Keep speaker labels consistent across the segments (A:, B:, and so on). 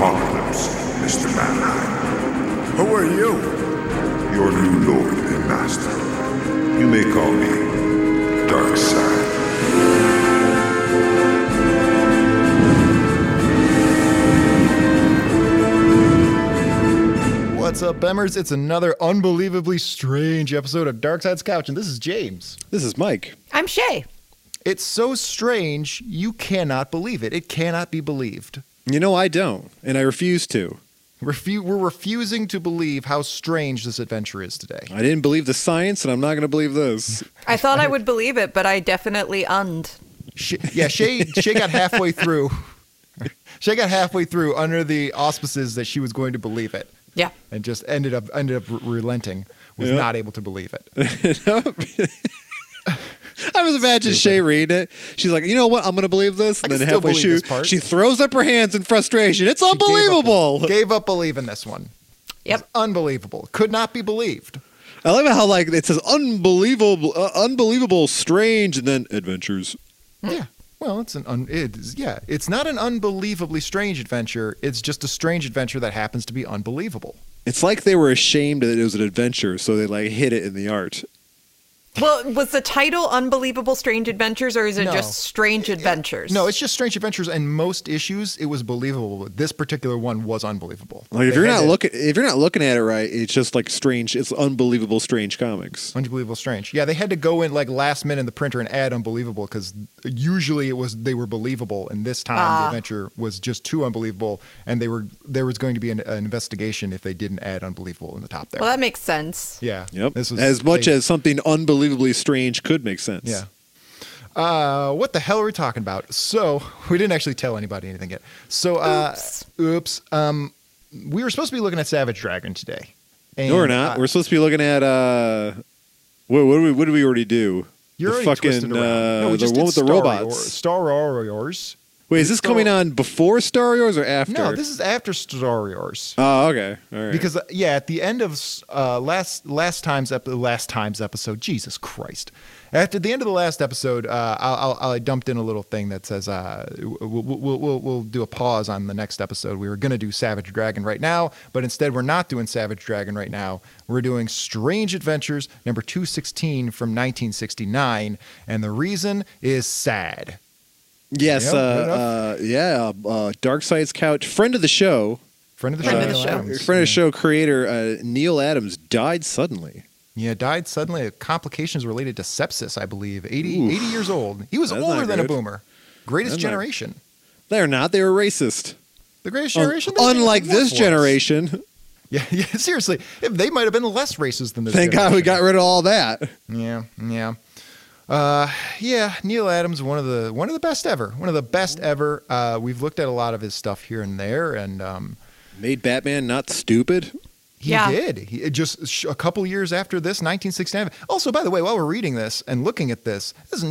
A: arms, Mr. Manheim. Who are you? Your new lord and master. You may call me Darkseid.
B: What's up, Bemmers? It's another unbelievably strange episode of Dark Side's Couch, and this is James.
C: This is Mike.
D: I'm Shay.
B: It's so strange, you cannot believe it. It cannot be believed.
C: You know, I don't, and I refuse to.
B: Refu- we're refusing to believe how strange this adventure is today.
C: I didn't believe the science, and I'm not going to believe this.
D: I thought I would believe it, but I definitely und.
B: Sh- yeah, Shay, Shay got halfway through. Shay got halfway through under the auspices that she was going to believe it,
D: Yeah.
B: and just ended up ended up re- relenting. Was
C: Yeah.
B: not able to believe it.
C: I was imagining Shay reading it. She's like, you know what? I'm going to believe this. And
B: I can
C: then
B: still
C: halfway
B: believe
C: she,
B: this part.
C: she throws up her hands in frustration. It's
B: She gave up-
C: unbelievable.
B: Gave up believing this one.
D: Yep.
B: Unbelievable. Could not be believed.
C: I love how like it says unbelievable, uh, unbelievable, strange, and then adventures.
B: Yeah. Well, it's an un- it is, yeah. It's not an unbelievably strange adventure. It's just a strange adventure that happens to be unbelievable.
C: It's like they were ashamed that it was an adventure, so they like hid it in the art.
D: Well, was the title Unbelievable Strange Adventures or is it
B: No.
D: just Strange Adventures?
B: No, it's just strange adventures. And most issues, it was believable. But this particular one was unbelievable.
C: Like if
B: They
C: you're
B: had
C: not
B: it.
C: looking, if you're not looking at it right, it's just like strange. It's unbelievable, strange comics.
B: unbelievable strange. Yeah, they had to go in like last minute in the printer and add unbelievable because usually it was they were believable, and this time the
D: Ah.
B: adventure was just too unbelievable, and they were there was going to be an, an investigation if they didn't add unbelievable in the top there.
D: Well, that makes sense.
B: yeah.
C: Yep.
B: This was
C: as much
B: they-
C: as something unbelievably strange could make sense.
B: Yeah. Uh, what the hell are we talking about? So we didn't actually tell anybody anything yet. So uh, oops.
D: Oops.
B: Um, we were supposed to be looking at Savage Dragon today. And,
C: no, we're not.
B: uh,
C: we're supposed to be looking at uh, what, what did we what did we already do?
B: you're
C: the
B: already
C: fucking
B: twisted
C: uh,
B: around. no, we
C: the
B: just did
C: one with the
B: Star
C: robots.
B: Wars- Star Warriors.
C: Wait, is this
B: Star-
C: coming on before Star Wars or after?
B: No, this is after Star Wars.
C: Oh, okay. All right.
B: Because uh, yeah, at the end of uh, last last time's ep- last time's episode, Jesus Christ! After the end of the last episode, uh, I'll, I'll, I dumped in a little thing that says uh, we'll, we'll, we'll we'll do a pause on the next episode. We were gonna do Savage Dragon right now, but instead we're not doing Savage Dragon right now. We're doing Strange Adventures number two sixteen from nineteen sixty nine, and the reason is sad.
C: yes,
B: Yeah,
C: uh,
B: fair enough.
C: uh, yeah, uh, Dark Side's couch friend of the show, Uh,
B: Friend of the
D: Friend
B: show,
D: of the
B: Neil
D: show.
C: friend
B: Adams.
C: of the show creator uh, Neil Adams died suddenly.
B: Yeah, died suddenly of complications related to sepsis, I believe. 80,
C: Oof.
B: 80 years old. He was
C: That's
B: older
C: not
B: than a
C: good.
B: boomer. Greatest
C: That's not-
B: generation.
C: They're not. They were racist.
B: The greatest
C: Un-
B: generation. they-
C: unlike
B: they were
C: this
B: for us.
C: generation.
B: Yeah, yeah, seriously. If They might have been less racist than this
C: Thank God we got rid of all that.
B: generation. Yeah, yeah. Uh, yeah, Neil Adams, one of the one of the best ever. One of the best ever. Uh, we've looked at a lot of his stuff here and there, and um,
C: Made Batman not stupid.
B: He
D: Yeah.
B: did. He, just sh- a couple years after this, 1969. Also, by the way, while we're reading this and looking at this, this is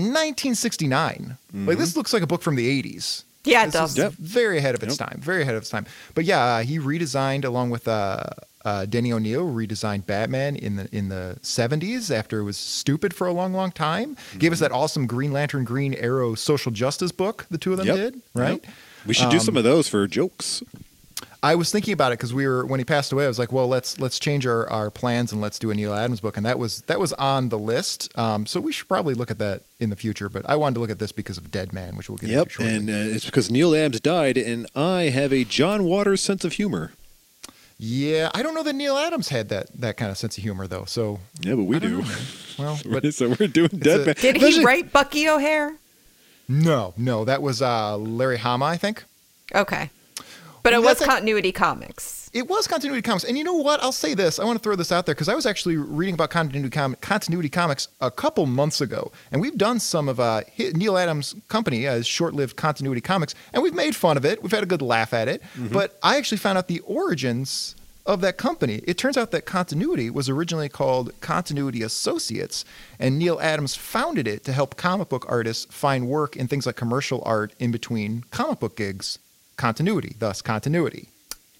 B: 1969. Like this looks like a book from the 80s.
D: Yeah, it
B: This
D: does.
B: is
C: Yep.
B: Very ahead of its
C: Yep.
B: time. Very ahead of its time. But yeah, uh, he redesigned along with uh, uh, Denny O'Neil redesigned Batman in the in the 70s after it was stupid for a long, long time. Gave us
C: Mm-hmm.
B: that awesome Green Lantern, Green Arrow social justice book. The two of them
C: Yep.
B: did right. Um,
C: Yep. We should do some of those for jokes.
B: I was thinking about it because we were when he passed away. I was like, well, let's let's change our, our plans and let's do a Neil Adams book, and that was that was on the list. Um, so we should probably look at that in the future. But I wanted to look at this because of Dead Man, which we'll get
C: Yep.
B: into shortly.
C: And uh, it's because Neil Adams died, and I have a John Waters sense of humor.
B: yeah, I don't know that Neil Adams had that that kind of sense of humor though. So
C: Yeah, but we do.
B: well, but
C: so we're doing Dead
B: a-
C: Man.
D: Did
C: Especially-
D: he write Bucky O'Hare?
B: no, no, that was uh, Larry Hama, I think.
D: Okay. But it
B: That's
D: was
B: like-
D: continuity comics.
B: It was continuity comics, and you know what? I'll say this. I want to throw this out there because I was actually reading about continuity, com- continuity comics a couple months ago, and we've done some of uh, hi- Neil Adams' company, uh, his short-lived continuity comics, and we've made fun of it. We've had a good laugh at it, but I actually found out the origins of that company. It turns out that Continuity was originally called Continuity Associates, and Neil Adams founded it to help comic book artists find work in things like commercial art in between comic book gigs. Continuity, thus continuity.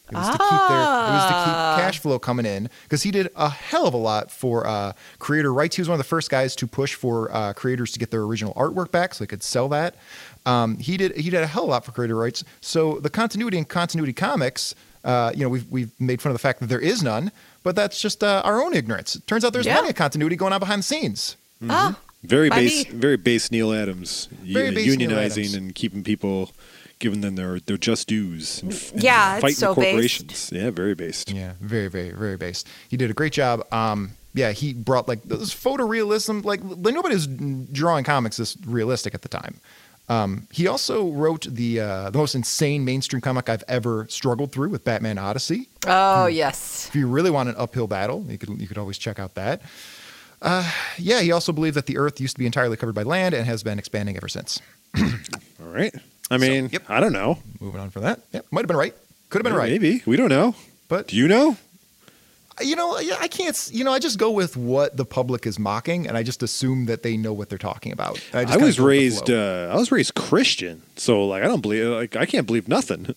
B: It was to keep their it was to keep cash flow coming in because he did a hell of a lot for uh, creator rights. He was one of the first guys to push for uh, creators to get their original artwork back so they could sell that. Um, he did he did a hell of a lot for creator rights. So the continuity in continuity comics, uh, you know, we've we've made fun of the fact that there is none, but that's just uh, our own ignorance. It turns out there's
D: Yeah.
B: plenty of continuity going on behind the scenes.
D: Ah,
C: Very
D: By
C: base,
D: me.
C: very base Neil Adams, y-
B: Very
C: uh,
B: base Neil
C: unionizing
B: Adams.
C: and keeping people, giving them their, their just dues. And, f- and
D: Yeah, it's
C: fighting
D: so based.
C: corporations. Yeah, very based.
B: Yeah, very, very, very based. He did a great job. Um, yeah, he brought like this photorealism. Like, like nobody was drawing comics this realistic at the time. Um, he also wrote the uh, the most insane mainstream comic I've ever struggled through with Batman Odyssey.
D: oh yes.
B: If you really want an uphill battle, you could you could always check out that. Uh, yeah, he also believed that the Earth used to be entirely covered by land and has been expanding ever since.
C: All right. I mean,
B: yep.
C: I don't know.
B: Moving on from that, yep, might have been right, could have been right,
C: Maybe. We don't know.
B: but
C: Do you know?
B: you know, yeah, I can't, s- you know, I just go with what the public is mocking and I just assume that they know what they're talking about. I, just kinda
C: I was
B: go with the
C: raised
B: flow.
C: uh, I was raised Christian. So like I don't believe like I can't believe nothing. uh,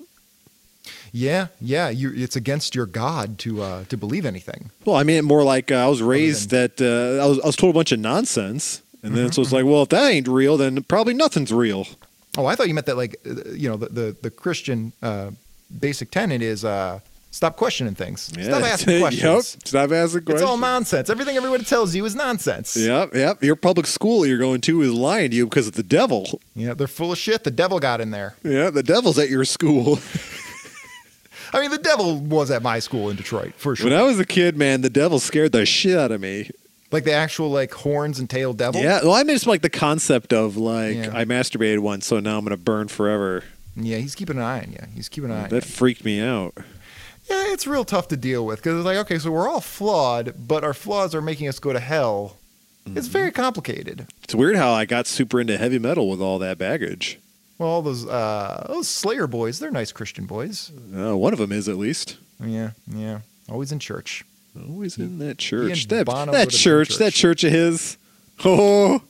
B: yeah, yeah. You, it's against your God to, uh, to believe anything.
C: Well, I mean more like uh, I was raised that uh, I was I was told a bunch of nonsense and
B: Mm-hmm,
C: then so it's like, well, if that ain't real, then probably nothing's real.
B: Oh, I thought you meant that like, uh, you know, the, the, the Christian, uh, basic tenet is, uh, stop questioning things. Stop asking questions.
C: yep. Stop asking questions.
B: It's all nonsense. Everything everyone tells you is nonsense.
C: Yep, yep. Your public school you're going to is lying to you because of the devil.
B: Yeah. They're full of shit. The devil got in there.
C: Yeah, the devil's at your school.
B: I mean, the devil was at my school in Detroit for sure.
C: when I was a kid, man, the devil scared the shit out of me.
B: like the actual like horns and tail devil.
C: Yeah, well, I mean, it's like the concept of like
B: Yeah.
C: I masturbated once, so now I'm gonna burn forever.
B: Yeah. He's keeping an eye on you. He's keeping an eye on you.
C: That freaked me out.
B: Yeah, it's real tough to deal with because it's like, okay, so we're all flawed, but our flaws are making us go to hell. It's very
C: Mm-hmm.
B: complicated.
C: It's weird how I got super into heavy metal with all that baggage.
B: Well, all those uh, those Slayer boys, they're nice Christian boys.
C: Uh, one of them is at least
B: Yeah, yeah, always in church.
C: always in that church.
B: and
C: That,
B: Bono go to
C: that
B: the
C: church,
B: church.
C: that church of his. Oh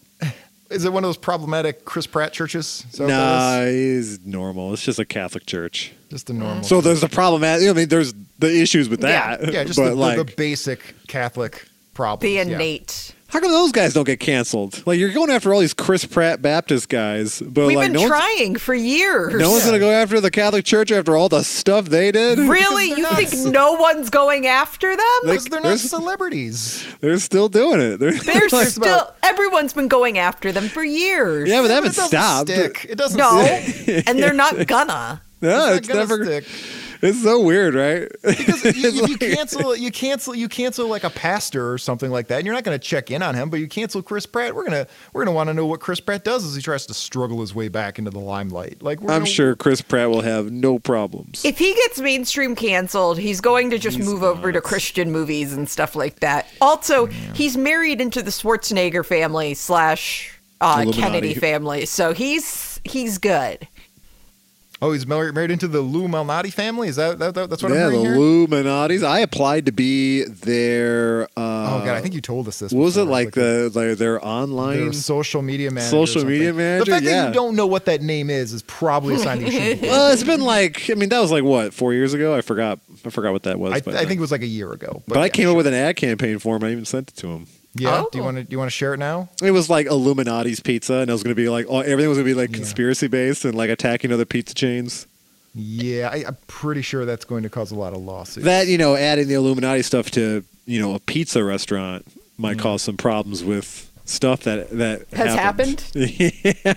B: Is it one of those problematic Chris Pratt churches? Is that what that
C: nah, he's normal. It's just a Catholic church.
B: is? just the normal.
C: So there's a problem. At, I mean, there's the issues with
D: Yeah.
C: that.
B: yeah, just
C: but
B: the, the-
C: like,
B: the basic Catholic problem.
D: The innate.
C: how come those guys don't get canceled? Like you're going after all these Chris Pratt Baptist guys, but
D: We've
C: like
D: been
C: no one's-
D: trying for years.
C: No one's gonna go after the Catholic Church after all the stuff they did.
D: Really?
B: Because
D: You
B: they're
D: think
B: not-
D: no one's going after them?
B: because they're not
C: there's-
B: celebrities.
C: They're still doing it. They're,
D: They're
C: like-
D: still. Everyone's been going after them for years.
C: yeah, but Oh, they
B: But it
C: haven't
B: doesn't
C: stopped.
B: stick. It doesn't.
D: No,
B: stick.
D: and they're not gonna.
C: No,
B: not
C: it's,
B: gonna
C: never.
B: stick.
C: It's so weird, right?
B: because you, if you cancel you cancel you cancel like a pastor or something like that and you're not going to check in on him but you cancel chris pratt we're going to we're going to want to know what chris pratt does as he tries to struggle his way back into the limelight like we're
C: I'm
B: gonna-
C: sure Chris Pratt will have no problems.
D: If he gets mainstream canceled, he's going to just move over to Christian movies and stuff like that. Also, he's married into the Schwarzenegger family slash uh,
C: Illuminati.
D: Kennedy family, so he's he's good.
B: oh he's married, married into the lou malnati family is that, that, that- that's what i'm
C: yeah, the
B: hearing here?
C: Illuminati's. I applied to be their. Uh,
B: oh god i think you told us this
C: what was it
B: before,
C: like the like their online?
B: their social media manager. or
C: Social media
B: something.
C: manager,
B: The fact that
C: yeah.
B: you don't know what that name is is probably a sign that you shouldn't. be.
C: Well, it's been like I mean that was like what four years ago. I forgot. I forgot what that was.
B: I, I
C: but,
B: think it was like a year ago. But,
C: But I
B: yeah,
C: came up with an ad campaign for him. I even sent it to him.
B: Yeah.
D: Oh.
B: Do you want to? Do you want to share it now?
C: It was like Illuminati's pizza, and it was going to be like oh, everything was going to be like
B: Yeah.
C: conspiracy based and like attacking other pizza chains.
B: Yeah, I, I'm pretty sure that's going to cause a lot of lawsuits.
C: That you know, adding the Illuminati stuff to you know a pizza restaurant
B: Mm.
C: might cause some problems with stuff that that
D: Has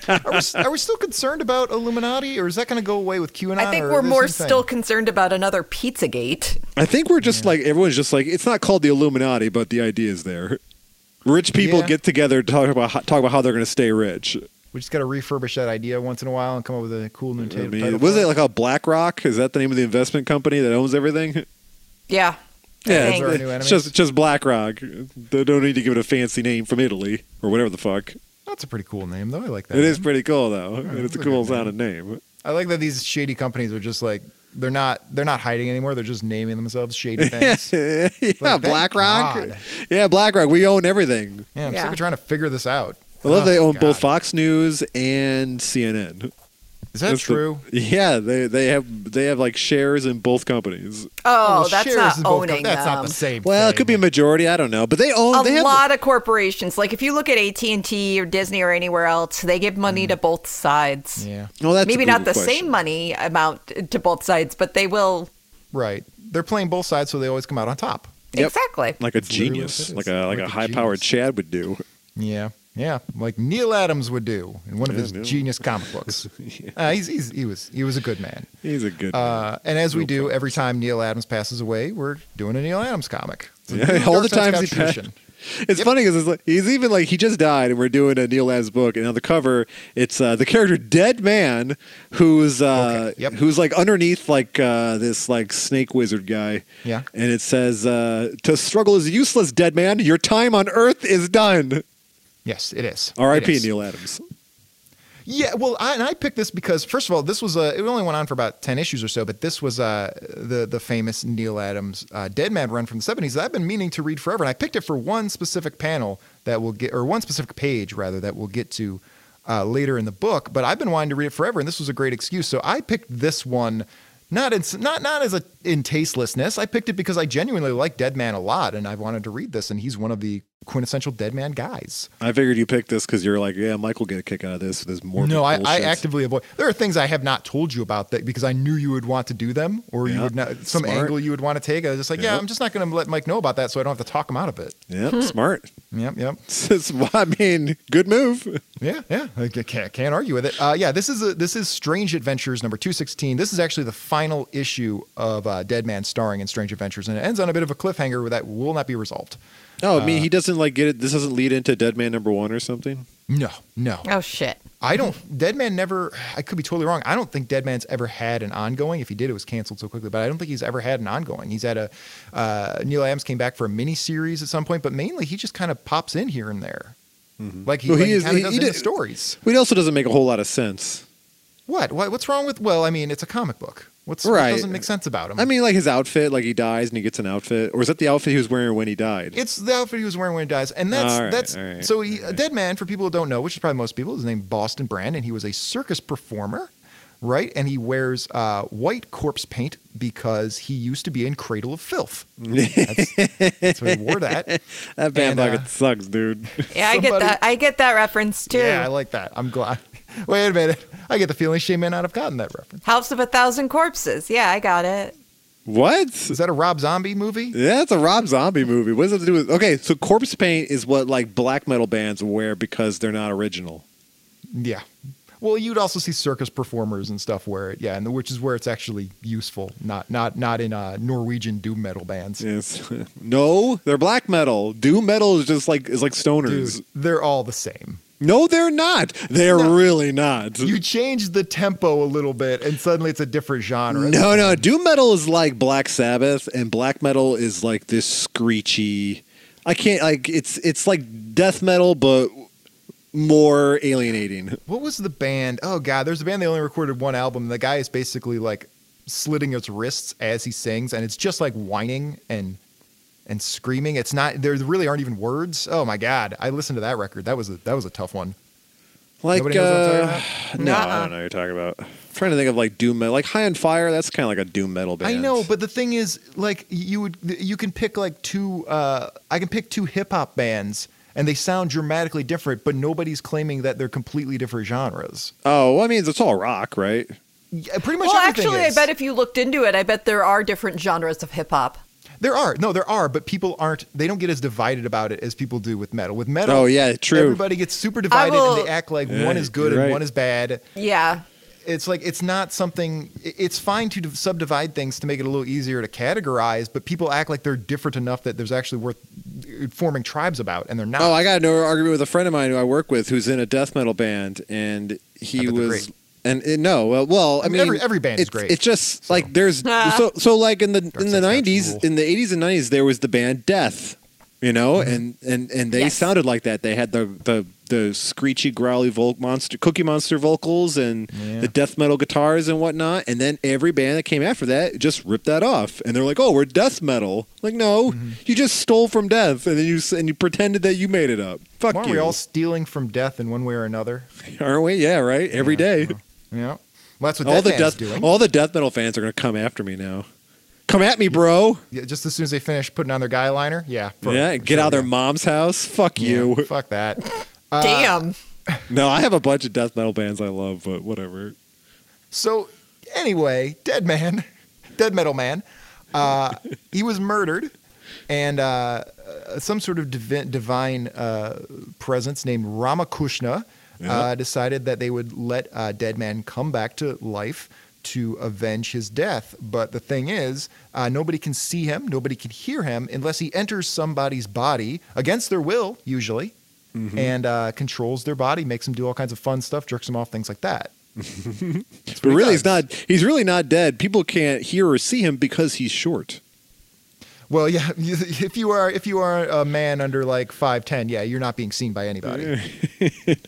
B: Are we, are we still concerned about Illuminati, or is that going to go away with QAnon?
D: I think
B: or
D: we're
B: this
D: more
B: new thing?
D: still concerned about another Pizzagate.
C: I think we're just like everyone's just like it's not called the Illuminati, but the idea is there. Rich people
B: Yeah.
C: get together to talk about ho- talk about how they're going to stay rich.
B: We just got to refurbish that idea once in a while and come up with a cool new
C: I
B: ta- title.
C: mean, was
B: for
C: it like a BlackRock? Is that the name of the investment company that owns everything?
D: Yeah.
C: Yeah,
D: Thanks.
B: Those are our new
C: it's
B: enemies.
C: just just BlackRock. They don't need to give it a fancy name from Italy or whatever the fuck.
B: That's a pretty cool name, though. I like that.
C: It is
B: name.
C: pretty cool though. and it's
B: that's
C: a
B: a
C: cool
B: good name.
C: sounding name.
B: I like that these shady companies are just like they're not they're not hiding anymore. They're just naming themselves shady things. yeah,
C: yeah,
B: thank
C: BlackRock.
B: God.
C: Yeah, BlackRock. We own everything.
B: I'm
D: Yeah.
B: Oh, sick of trying to figure this out.
C: I love
B: Oh,
C: they own
B: God.
C: both Fox News and CNN.
B: Is that
C: That's the-
B: true?
C: yeah, they they have they have like shares in both companies.
D: Oh,
B: Well,
D: that's
B: shares
D: not
B: in both
D: owning
B: com- That's
D: them.
B: not the same.
C: Well, it could be a
B: thing.
C: majority. I don't know, but they own.
D: a
C: they have,
D: lot of corporations, like if you look at AT and T or Disney or anywhere else, they give money
C: Mm.
D: to both sides.
B: Yeah.
C: Well, Oh, that's a
D: Maybe
C: good
D: not the
C: question.
D: same money amount to both sides, but they will.
B: Right. They're playing both sides, so they always come out on top.
C: Yep.
D: Exactly.
C: Like a
B: literally what
C: genius,
B: it is.
C: like a
B: Like
C: like a
B: a
C: high powered
B: genius.
C: Chad would do.
B: Yeah. Yeah, like Neil Adams would do in one of
C: Yeah,
B: his
C: Neil.
B: genius comic books. uh, he's, he's, he was he was a good man.
C: He's a good.
B: Uh, and as we do every time Neil Adams passes away, we're doing a Neil Adams comic. It's a
C: Yeah,
B: New
C: all
B: York
C: the
B: Times got
C: times he passed.
B: tradition.
C: It's funny 'cause funny because like, he's even like he just died, and we're doing a Neil Adams book, and on the cover it's uh, the character Dead Man, who's uh,
B: Okay, yep.
C: who's like underneath like uh, this like snake wizard guy.
B: Yeah.
C: and it says uh, to struggle is useless, Dead Man. Your time on Earth is done.
B: Yes, it is. It
C: R.I.P.
B: is.
C: Neil Adams.
B: Yeah, well, I, and I picked this because first of all, this was a. It only went on for about ten issues or so, but this was uh, the the famous Neil Adams uh, Dead Man run from the seventies that I've been meaning to read forever, and I picked it for one specific panel that we'll get, or one specific page rather that we'll get to uh, later in the book. But I've been wanting to read it forever, and this was a great excuse. So I picked this one. Not in not not as a in tastelessness. I picked it because I genuinely like Dead Man a lot, and I wanted to read this. And he's one of the quintessential Dead Man guys.
C: I figured you picked this because you're like, yeah, Michael get a kick out of this. This morbid
B: No, I, I
C: bullshit.
B: actively avoid. There are things I have not told you about that because I knew you would want to do them, or you
C: Yeah,
B: would not some
C: smart.
B: angle you would want to take. I was just like, yeah,
C: Yep.
B: I'm just not going to let Mike know about that, so I don't have to talk him out of it.
C: Yep, smart.
B: Yep, yep,
C: It's- I mean, good move.
B: yeah, yeah. I ca- can't can't argue with it. Uh, yeah, this is a, this is Strange Adventures number two sixteen. This is actually the final issue of uh, Dead Man starring in Strange Adventures, and it ends on a bit of a cliffhanger that will not be resolved.
C: Oh, I mean, he doesn't like get it. This doesn't lead into Dead Man number one or something.
B: No, no.
D: Oh shit.
B: I don't. Dead Man never. I could be totally wrong. I don't think Dead Man's ever had an ongoing. If he did, it was canceled so quickly. But I don't think he's ever had an ongoing. He's had a uh, Neil Adams came back for a mini series at some point, but mainly he just kind of pops in here and there, like he,
C: Well, he
B: like he
C: is-
B: kind
C: he-
B: of does
C: he
B: in
C: did-
B: his stories.
C: It also doesn't make a whole lot of sense.
B: What? What? What's wrong with? Well, I mean, it's a comic book. What's
C: Right.
B: What doesn't make sense about him?
C: I mean, like his outfit, like he dies and he gets an outfit, or is that the outfit he was wearing when he died?
B: It's the outfit he was wearing when he dies, and that's
C: All right,
B: that's
C: all right,
B: so. He, a dead man, for people who don't know, which is probably most people, is named Boston Brand, and he was a circus performer, right? And he wears uh, white corpse paint because he used to be in Cradle of Filth. That's, that's why he wore that.
C: that band
B: and, uh,
C: fucking sucks, dude.
D: Yeah, I get
B: Somebody-
D: that. I get that reference too.
B: Yeah, I like that. I'm glad. Wait a minute. I get the feeling she may not have gotten that reference.
D: House of a Thousand Corpses. Yeah, I got it.
C: what?
B: Is that a Rob Zombie movie?
C: Yeah, it's a Rob Zombie movie. What does it have to do with? Okay, so corpse paint is what like black metal bands wear because they're not original.
B: Yeah. Well, you'd also see circus performers and stuff wear it, yeah, and the, which is where it's actually useful, not not not in uh, Norwegian doom metal bands.
C: Yes. no, they're black metal. Doom metal is just like is like
B: Dude,
C: stoners.
B: they're all the same.
C: No, they're not. They're really not.
B: You change the tempo a little bit, and suddenly it's a different genre.
C: No, no. Doom metal is like Black Sabbath, and black metal is like this screechy. I can't like it's it's like death metal, but more alienating.
B: What was the band? Oh god, there's a band they only recorded one album. And the guy is basically like slitting his wrists as he sings, and it's just like whining and and screaming. It's not there really aren't even words. Oh my god, I listened to that record. That was a that was a tough one.
C: Like
B: Nobody knows what I'm
C: uh,
B: talking
C: no, I
D: Nuh-uh.
C: don't know what you're talking about. I'm trying to think of like doom metal, like High on Fire. That's kind of like a doom metal band.
B: I know, but the thing is, like you would, you can pick like two. Uh, I can pick two hip hop bands, and they sound dramatically different, but nobody's claiming that they're completely different genres.
C: oh, well, I mean, it's all rock, right?
B: Yeah, pretty much.
D: Well,
B: everything
D: actually, I
B: is.
D: bet if you looked into it, I bet there are different genres of hip hop.
B: there are no, there are, but people aren't. They don't get as divided about it as people do with metal. With metal,
C: Oh, yeah, true.
B: Everybody gets super divided,
D: will-
B: and they act like
C: Yeah,
B: one is good and
C: you're right.
B: one is bad.
D: Yeah.
B: it's like it's not something i- it's fine to d- subdivide things to make it a little easier to categorize but people act like they're different enough that there's actually worth uh, forming tribes about and they're not
C: Oh, I got into an argument with a friend of mine who I work with, who's in a death metal band, and
B: I
C: he
B: bet they're
C: was.
B: great.
C: And it, no, well, well, I
B: I mean,
C: mean,
B: every- every band is
C: it's,
B: great,
C: It's just like there's
D: Ah.
C: so so like in the in the
B: Side's got
C: nineties,
B: rule.
C: in the eighties and nineties, there was the band Death, you know,
B: Mm-hmm.
C: and and and they
D: Yes.
C: sounded like that. They had the the the screechy, growly vol- monster, cookie monster vocals, and
B: Yeah.
C: the death metal guitars and whatnot. And then every band that came after that just ripped that off, and they're like, "Oh, we're death metal." Like, no,
B: Mm-hmm.
C: you just stole from death, and then you s- and you pretended that you made it up. Fuck
B: aren't
C: you,
B: we all stealing from death in one way or another
C: aren't we? Yeah, right. Every day.
B: yeah Well, that's what
C: all the
B: Deadman's
C: death
B: doing.
C: all the death metal fans are going to come after me now. Come at me, bro.
B: Yeah, just as soon as they finish putting on their guy liner, yeah. for-
C: yeah, get
B: sure,
C: out of their
B: yeah.
C: mom's house. Fuck
B: Yeah,
C: you.
B: Fuck that.
C: Uh,
D: Damn.
C: No, I have a bunch of death metal bands I love, but whatever.
B: So anyway, dead man, dead metal man, uh, he was murdered, and uh, uh, some sort of divi- divine uh, presence named Ramakrishna uh,
C: Yeah.
B: decided that they would let uh, dead man come back to life to avenge his death. But the thing is, uh, nobody can see him, nobody can hear him unless he enters somebody's body against their will, usually. And uh, controls their body, makes them do all kinds of fun stuff, jerks them off, things like that.
C: But
B: he
C: really, he's
B: does.
C: not. He's really not dead. People can't hear or see him because he's short.
B: Well, yeah. If you are if you are a man under like five ten, yeah, you're not being seen by anybody.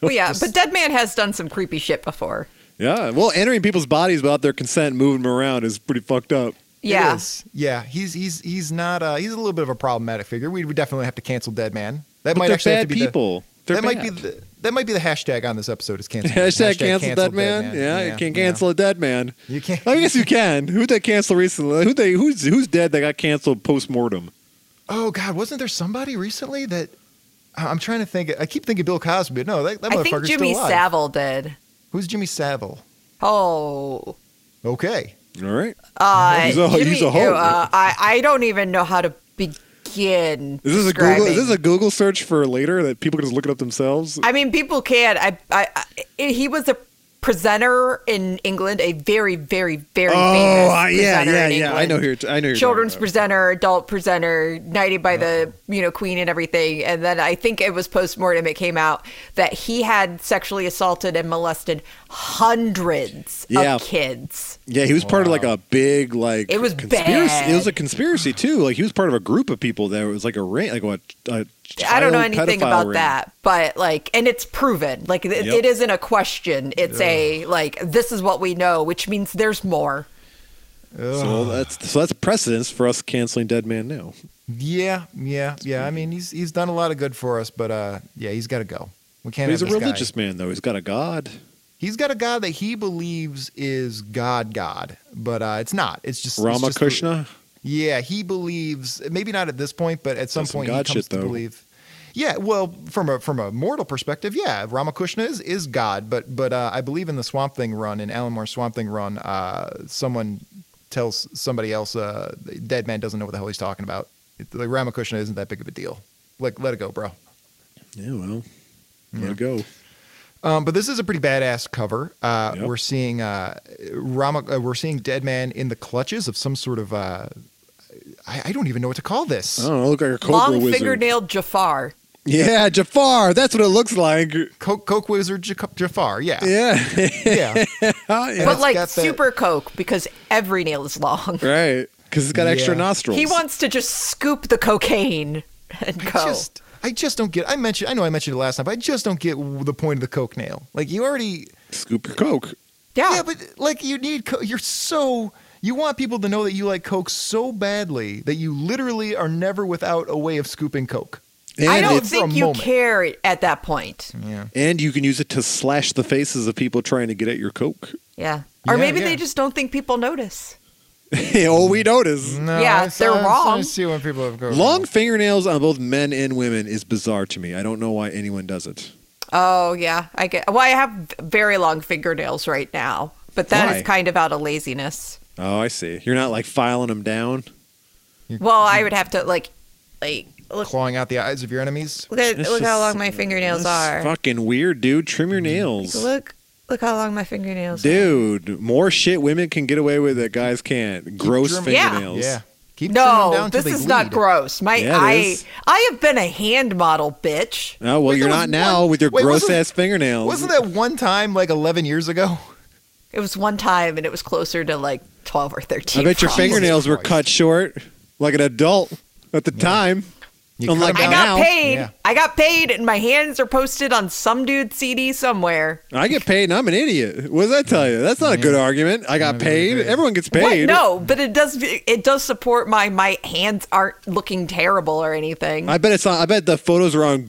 D: Well, yeah, but Dead Man has done some creepy shit before.
C: Yeah. Well, entering people's bodies without their consent, moving them around, is pretty fucked up.
D: Yeah.
B: It is. yeah. He's he's he's not. Uh, he's a little bit of a problematic figure. We would definitely have to cancel Dead Man. That
C: But
B: might
C: they're
B: actually have
C: bad
B: to be
C: people.
B: The,
C: They're
B: that might be
C: bad.
B: the, that might be the hashtag on this episode is cancel.
C: Hashtag cancel that man. Yeah, you can't cancel a dead man.
B: You can't-
C: I guess you can. Who they cancel recently? Who they who's who's dead that got canceled post mortem?
B: Oh God, wasn't there somebody recently that I- I'm trying to think. I keep thinking Bill Cosby. but No, that, that
D: I
B: motherfucker's
D: think Jimmy
B: still alive.
D: Savile did.
B: Who's Jimmy Savile?
D: Oh.
B: Okay.
C: All right.
D: Uh,
C: He's a- he's
D: Jimmy-
C: a hoe.
D: uh, I, I don't even know how to begin.
C: Is this a
D: describing-
C: Google? Is this a Google search for later that people can just look it up themselves?
D: I mean, people can. I, I, I, he was a presenter in England, a very, very, very
C: Oh,
D: famous.
C: I- yeah,
D: presenter
C: yeah,
D: in
C: yeah. I
D: England.
C: know here. I know here.
D: Children's presenter, adult presenter, knighted by
C: Uh-huh.
D: the you know queen and everything, and then I think it was postmortem. It came out that he had sexually assaulted and molested hundreds
C: Yeah.
D: of kids.
C: Yeah, he was part of like a big like
D: It was
C: conspiracy.
D: bad.
C: It was a conspiracy too. Like he was part of a group of people that was like a ring, like what? A
D: I don't know
C: child
D: anything
C: pedophile
D: about
C: ring.
D: that, but like, and it's proven. Like, it,
C: Yep.
D: it isn't a question. It's a like, this is what we know, which means there's more.
C: So that's so that's precedence for us canceling Dead Man now.
B: Yeah, yeah, yeah. I mean, he's he's done a lot of good for us, but uh, yeah, he's got to go. We can't.
C: But he's a
B: have this guy.
C: religious man though. He's got a god.
B: He's got a god that he believes is God, God, but uh, it's not. It's just it's just the-
C: Ramakrishna.
B: yeah, he believes. Maybe not at this point, but at some
C: That's some
B: point he
C: God
B: comes
C: shit,
B: to
C: though.
B: believe. Yeah, well, from a from a mortal perspective, yeah, Ramakrishna is, is God, but but uh, I believe in the Swamp Thing run in Alan Moore Swamp Thing run, uh, someone tells somebody else, uh, the dead man doesn't know what the hell he's talking about. It, like Ramakrishna isn't that big of a deal. Like let it go, bro.
C: Yeah, well, let it go.
B: Um, but this is a pretty badass cover. Uh,
C: Yep.
B: We're seeing uh, Rama, uh, we're seeing Dead Man in the clutches of some sort of uh, I, I don't even know what to call this.
C: I don't know. Look like a cobra
D: Long
C: wizard.
D: fingernailed Jafar.
C: Yeah, Jafar. That's what it looks like.
B: Coke, Coke Wizard Jac- Jafar. Yeah,
C: Yeah.
B: yeah.
C: Yeah.
B: it's
D: but like
B: got that-
D: super coke because every nail is long.
C: right. Because it's got extra
B: Yeah.
C: nostrils.
D: He wants to just scoop the cocaine and
B: I
D: go.
B: just I just don't get. I mentioned I know I mentioned it last time, but I just don't get w- the point of the Coke nail. Like you already.
C: scoop your coke.
D: yeah.
B: Yeah, but like you need. Co- you're so. You want people to know that you like Coke so badly that you literally are never without a way of scooping Coke.
D: I
C: And
D: don't
B: it's- for
D: think
B: a
D: you
B: moment.
D: care at that point.
B: Yeah.
C: And you can use it to slash the faces of people trying to get at your coke.
D: Yeah. Or
B: Yeah,
D: maybe
B: yeah.
D: they just don't think people notice.
C: oh, we notice.
B: No,
D: Yeah,
B: I saw-
D: they're
B: I saw- I
D: wrong.
B: see when people have Coke.
C: Long fingernails on both men and women is bizarre to me. I don't know why anyone does it.
D: Oh yeah, I get. Well, I have very long fingernails right now, but that is
C: Why?
D: kind of out of laziness.
C: Oh, I see. You're not like filing them down.
D: Well, I would have to like, like look,
B: clawing out the eyes of your enemies.
D: look, at,
C: It's
D: look how
C: just-
D: long my fingernails
C: That's
D: are.
C: fucking weird, dude. Trim your nails.
D: Look, look how long my fingernails. are.
C: Dude, more shit women can get away with that guys can't. Gross
B: trimming-
D: Yeah.
C: fingernails.
B: Yeah. Keep trimming them
D: No,
B: down till
D: this
B: they
D: is not
B: bleed.
D: gross. My
C: Yeah, it
D: I,
C: is.
D: I have been a hand model, bitch.
C: Oh well,
B: Wait,
C: you're
B: there was
C: not now
B: one-
C: with your
B: wait,
C: gross
B: wasn't-
C: ass fingernails.
B: Wasn't that one time like 11 years ago?
D: It was one time, and it was closer to like twelve or thirteen.
C: I bet your
D: probably.
C: fingernails were
B: Christ.
C: cut short, like an adult at the time.
B: You
C: Unlike
B: cut 'em
D: I
C: Now-
B: down.
D: got paid.
B: Yeah.
D: I got paid, and my hands are posted on some dude's CD somewhere.
C: I get paid and I'm an idiot. What does that tell you? That's not a good argument. I got paid. Everyone gets paid.
D: What? No, but it does. It does support my my hands aren't looking terrible or anything.
C: I bet it's not. I bet the photos are on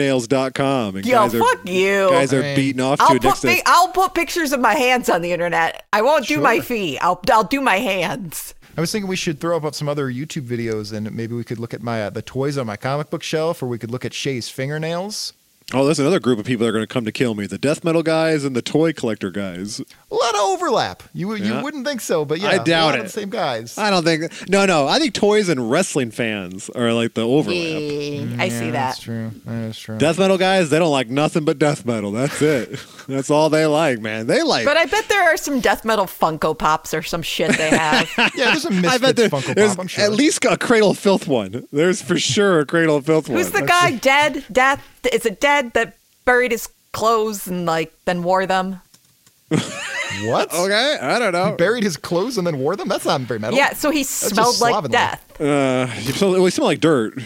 C: grossfingernails.com. And
D: Yo, fuck you.
C: Guys are
B: I mean-
C: beating off to
D: I'll
C: it
D: put
C: next
D: pi-
C: to
D: I'll put pictures of my hands on the internet. I won't do my
B: Sure.
D: feet. I'll I'll do my hands.
B: I was thinking we should throw up some other YouTube videos, and maybe we could look at my uh, the toys on my comic book shelf, or we could look at Shay's fingernails.
C: Oh, there's another group of people that are going to come to kill me the death metal guys and the toy collector guys.
B: A lot of overlap. You would-
C: Yeah.
B: you wouldn't think so, but yeah,
C: I
B: a
C: doubt
B: lot of
C: it.
B: the same guys.
C: I don't think. No, no. I think toys and wrestling fans are like the overlap.
D: Yeah, I see
B: Yeah, That's
D: that.
B: true. That's true.
C: Death metal guys, they don't like nothing but death metal. That's it. That's all they like, man. They like.
D: But I bet there are some death metal Funko Pops or some shit they have.
B: yeah, there's a
C: I bet
B: misfits
C: there-
B: Funko
C: there's
B: Pop. I'm sure.
C: at least a Cradle of Filth one. There's for sure a Cradle of Filth one.
D: Who's the
C: That's-
D: guy dead? Death? Is it dead that buried his clothes and like then wore them?
B: what?
C: Okay, I don't know.
B: Buried his clothes and then wore them. That's not very metal.
D: Yeah, so he
B: just
D: smelled like
B: slovenly.
D: death.
C: Uh, you smell, well, you smell like dirt.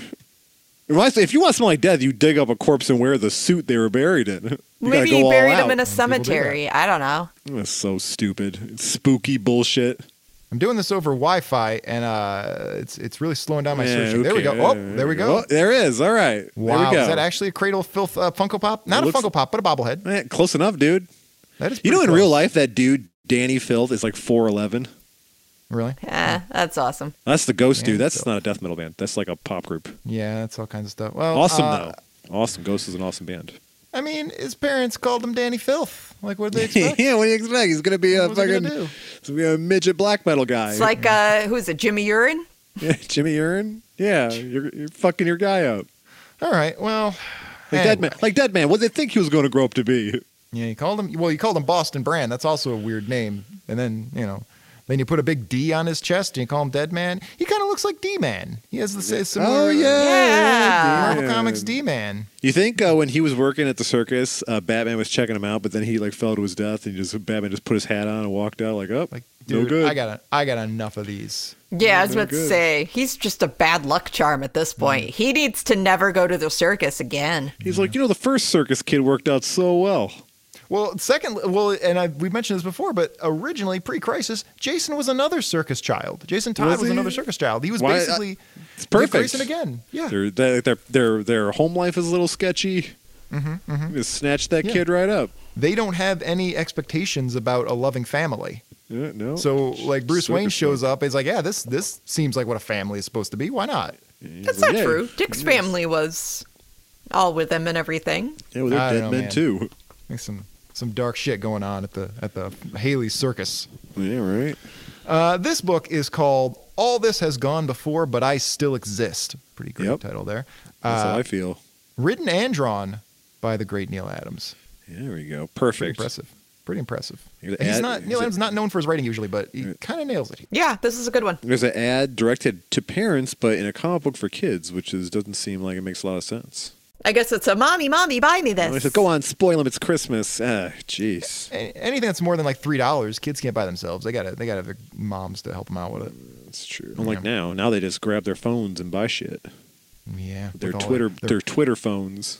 C: Well, If you want to smell like death, you dig up a corpse and wear the suit they were buried in. You gotta
D: Maybe
C: go
D: he
C: all
D: buried
C: out.
D: him in a
B: people do
D: cemetery. I don't know.
C: That's so stupid. It's spooky bullshit.
B: I'm doing this over Wi-Fi, and uh, it's it's really slowing down my
C: Yeah,
B: searching. There we go.
C: okay.
B: Oh, there we go.
C: Oh, there is. All right. There
B: Wow,
C: we go.
B: is that actually a Cradle of Filth uh, Funko Pop? Not
C: It
B: a
C: looks-
B: Funko Pop, but a bobblehead.
C: Eh, close enough, dude.
B: That is.
C: You know,
B: pretty
C: in real
B: close.
C: life, that dude Danny Filth is like four eleven.
B: really?
C: Hmm.
D: Eh, that's awesome.
C: That's the Ghost
B: Danny
C: dude. That's
B: Filth.
C: not a death metal band. That's like a pop group.
B: Yeah, that's all kinds of stuff. Well,
C: Awesome
B: uh,
C: though. Awesome. Ghost is an awesome band.
B: I mean, his parents called him Danny Filth. Like, what did they expect?
C: yeah. What do you expect? He's gonna be a
B: What was he gonna
C: fucking.
B: do?
C: He's gonna be a midget black metal guy.
D: It's like uh, who's it? Jimmy Urine.
C: Yeah, Jimmy Urine. Yeah, you're, you're fucking your guy up.
B: all right. Well,
C: Like dead
B: anyway.
C: man. Like dead man. What did they think he was going to grow up to be?
B: Yeah, you called him. Well, you called him Boston Brand. That's also a weird name. And then you know, then you put a big D on his chest and you call him Dead Man. He kind of looks like D Man. He has the
C: Oh,
B: sa- similar. uh,
D: Yeah.
B: Marvel Comics D Man.
C: You think uh, when he was working at the circus, uh, Batman was checking him out, but then he like fell to his death, and just Batman just put his hat on and walked out like, oh,
B: Like,
C: no
B: dude,
C: good.
B: I got I got enough of these.
D: Yeah, I was
C: they're
D: about to
C: good. Hmm.
D: say he's just a bad luck charm at this point. He needs to never go to the circus again.
C: He's like, you know, the first circus kid worked out so well.
B: Well, second, well, and I, we mentioned this before, but originally pre-crisis, Jason was another circus child. Jason Todd
C: Was
B: was,
C: he?
B: another circus child. He was
C: Why- I-
B: basically
C: It's
B: Dick
C: perfect.
B: Grayson again. Yeah,
C: Their, their their their their home life is a little sketchy. Just snatch that
B: Mm-hmm, Yeah.
C: kid right up.
B: they don't have any expectations about a loving family.
C: Yeah, no.
B: So like Bruce
C: Oh, Circus
B: Wayne shows up, he's like, yeah, this this seems like what a family is supposed to be. Why not?
D: That's
C: like,
D: not
C: yeah,
D: true. Dick's family was all with him and everything.
C: Yeah, well, they're
B: I don't
C: dead
B: know,
C: men
B: man.
C: too.
B: Like some some dark shit going on at the at the Haley Circus.
C: Yeah, right.
B: Uh, this book is called "All This Has Gone Before, But I Still Exist." Pretty great
C: Yep.
B: title there.
C: That's how
B: Uh,
C: I feel.
B: written and drawn by the great Neil Adams.
C: There we go.
B: Pretty
C: Perfect.
B: impressive. Pretty impressive.
C: Here's
B: He's
C: Ad-
B: not
C: is
B: Neil
C: it-
B: Adams is not known for his writing usually, but he kind of nails it.
D: Yeah, this is a good one.
C: There's an ad directed to parents, but in a comic book for kids, which is doesn't seem like it makes a lot of sense.
D: I guess it's a mommy, mommy, buy me
C: And I
D: this.
C: said, "Go on, spoil them. It's Christmas." Ah, jeez,
B: A- Anything that's more than like three dollars, kids can't buy themselves. They gotta they gotta have their moms to help them out with it.
C: that's true. Unlike now, now they just grab their phones and buy shit.
B: Yeah,
C: Their
B: with all
C: Twitter,
B: their,
C: their, Twitter phones.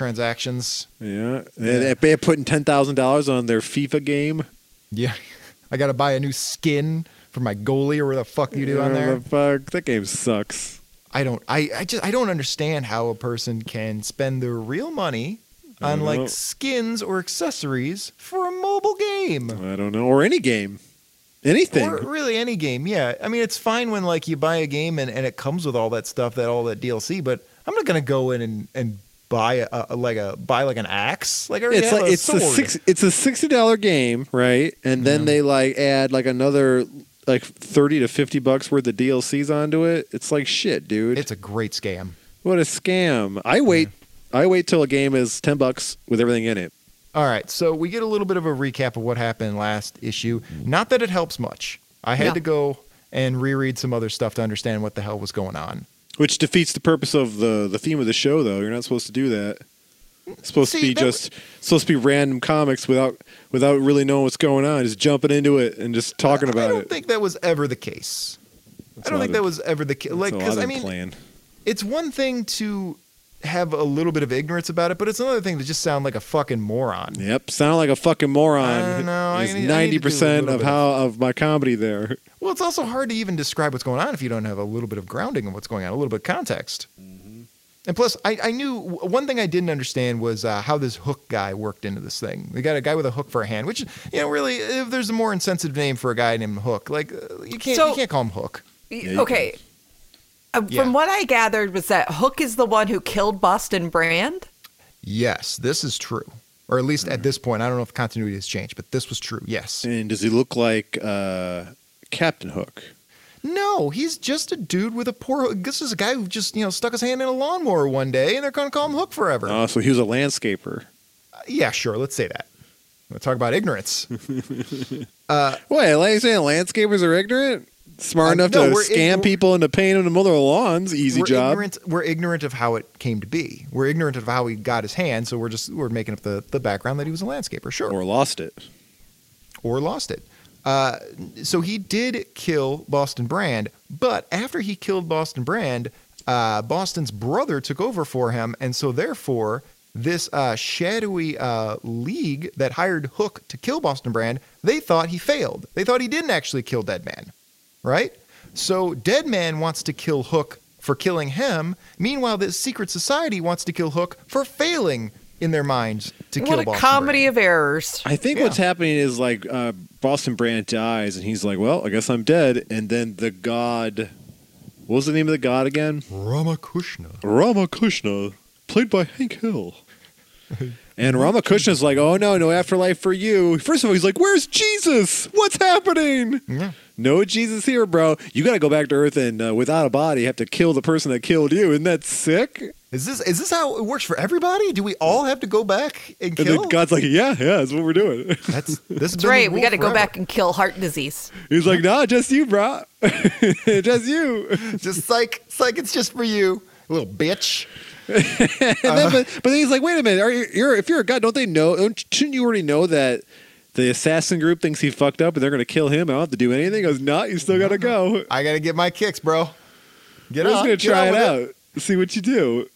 B: microtransactions.
C: Yeah, They, they're putting ten thousand dollars on their FIFA game.
B: Yeah, I gotta buy a new skin for my goalie or whatever the fuck you do on
C: Oh,
B: there.
C: the fuck, that game sucks.
B: I don't. I, I just I don't understand how a person can spend their real money on
C: don't know.
B: like skins or accessories for a mobile game
C: I don't know, or any game, anything.
B: or really any game. Yeah, I mean it's fine when like you buy a game and, and it comes with all that stuff that all that DLC. But I'm not gonna go in and and buy a, a like a buy like an axe. Like I already
C: it's
B: have
C: like
B: a
C: it's
B: sword.
C: a six it's a sixty dollar game, right? And then they like add like another like thirty to fifty bucks worth of DLCs onto it. It's like shit, dude.
B: It's a great scam.
C: what a scam. I wait I wait till a game is ten bucks with everything in it.
B: All right, so we get a little bit of a recap of what happened last issue. Not that it helps much. I had
D: Yeah.
B: to go and reread some other stuff to understand what the hell was going on.
C: Which defeats the purpose of the the theme of the show though. You're not supposed to do that. It's supposed to
B: See,
C: be
B: that
C: just supposed to be random comics without without really knowing what's going on, just jumping into it and just talking
B: I
C: about
B: don't
C: it.
B: think that was ever the case.
C: That's
B: I don't
C: a
B: think
C: lot
B: that
C: of-
B: was ever the case. Like,
C: That's all
B: because
C: I've
B: I
C: been
B: mean,
C: playing.
B: it's one thing to have a little bit of ignorance about it, but it's another thing to just sound like a fucking moron.
C: Yep, sound like a fucking moron.
B: I don't know, I
C: Is
B: need- I need to
C: ninety
B: do a
C: percent
B: little
C: of
B: bit
C: how of my comedy there.
B: Well, it's also hard to even describe what's going on if you don't have a little bit of grounding of what's going on, a little bit of context. Mm-hmm. And plus, I, I knew one thing I didn't understand was uh, how this hook guy worked into this thing. They got a guy with a hook for a hand, which you know, really, if there's a more insensitive name for a guy named Hook, like uh, you can't
D: So-
B: you can't call him Hook.
C: you
D: okay. Uh,
B: Yeah.
D: From what I gathered was that Hook is the one who killed Boston Brand.
B: Yes, this is true, or at least at this point. I don't know if continuity has changed, but this was true. Yes.
C: And does he look like uh, Captain Hook?
B: No, he's just a dude with a poor. hook. This is a guy who just you know stuck his hand in a lawnmower one day, and they're gonna call him Hook forever. Uh,
C: Oh, so he was a landscaper.
B: Yeah, sure. Let's say that. Let's talk about ignorance.
C: Wait, like you saying landscapers are ignorant? Smart
B: Uh,
C: enough
B: no,
C: to
B: we're
C: scam
B: ign-
C: people into paying them to mow their lawns. Easy
B: we're
C: job.
B: Ignorant, we're ignorant of how it came to be. We're ignorant of how he got his hand. So we're just we're making up the, the background that he was a landscaper, sure, or,
C: Or lost it.
B: lost it. Uh, so he did kill Boston Brand, but after he killed Boston Brand, uh, Boston's brother took over for him, and so therefore this uh, shadowy uh, league that hired Hook to kill Boston Brand, they thought he failed. They thought he didn't actually kill Dead Man. right? So Dead Man wants to kill Hook for killing him. Meanwhile, this secret society wants to kill Hook for failing in their minds to
D: What
B: kill
D: a
B: Boston
D: comedy
B: Brand.
D: of errors.
C: I think what's happening is like uh, Boston Brand dies, and he's like, "Well, I guess I'm dead." And then the god, what was the name of the god again?
B: Ramakrishna.
C: Ramakrishna, played by Hank Hill. And Ramakrishna's like, "Oh no, no afterlife for you." First of all, he's like, "Where's Jesus? What's happening?"
B: Yeah.
C: No Jesus here, bro. You got to go back to Earth and uh, without a body, have to kill the person that killed you. Isn't that sick?
B: Is this is this how it works for everybody? Do we all have to go back and
C: And
B: kill?
C: then God's like, "Yeah, yeah, that's what we're doing."
B: That's this
D: That's right. We got to go back and kill heart disease.
C: he's like, "Nah, just you, bro. just you."
B: Just like it's like it's just for you, little bitch.
C: And then,
B: Uh-huh.
C: but, but then he's like, wait a minute, are you, you're, if you're a god, don't they know? Don't, shouldn't you already know that the assassin group thinks he fucked up and they're going to kill him? I don't have to do anything. He goes, nah, you still got to go.
B: I gotta get my kicks, bro. Get
C: We're just
B: on,
C: going to
B: Uh-huh. get
C: try
B: on
C: it
B: with
C: out, see what you do.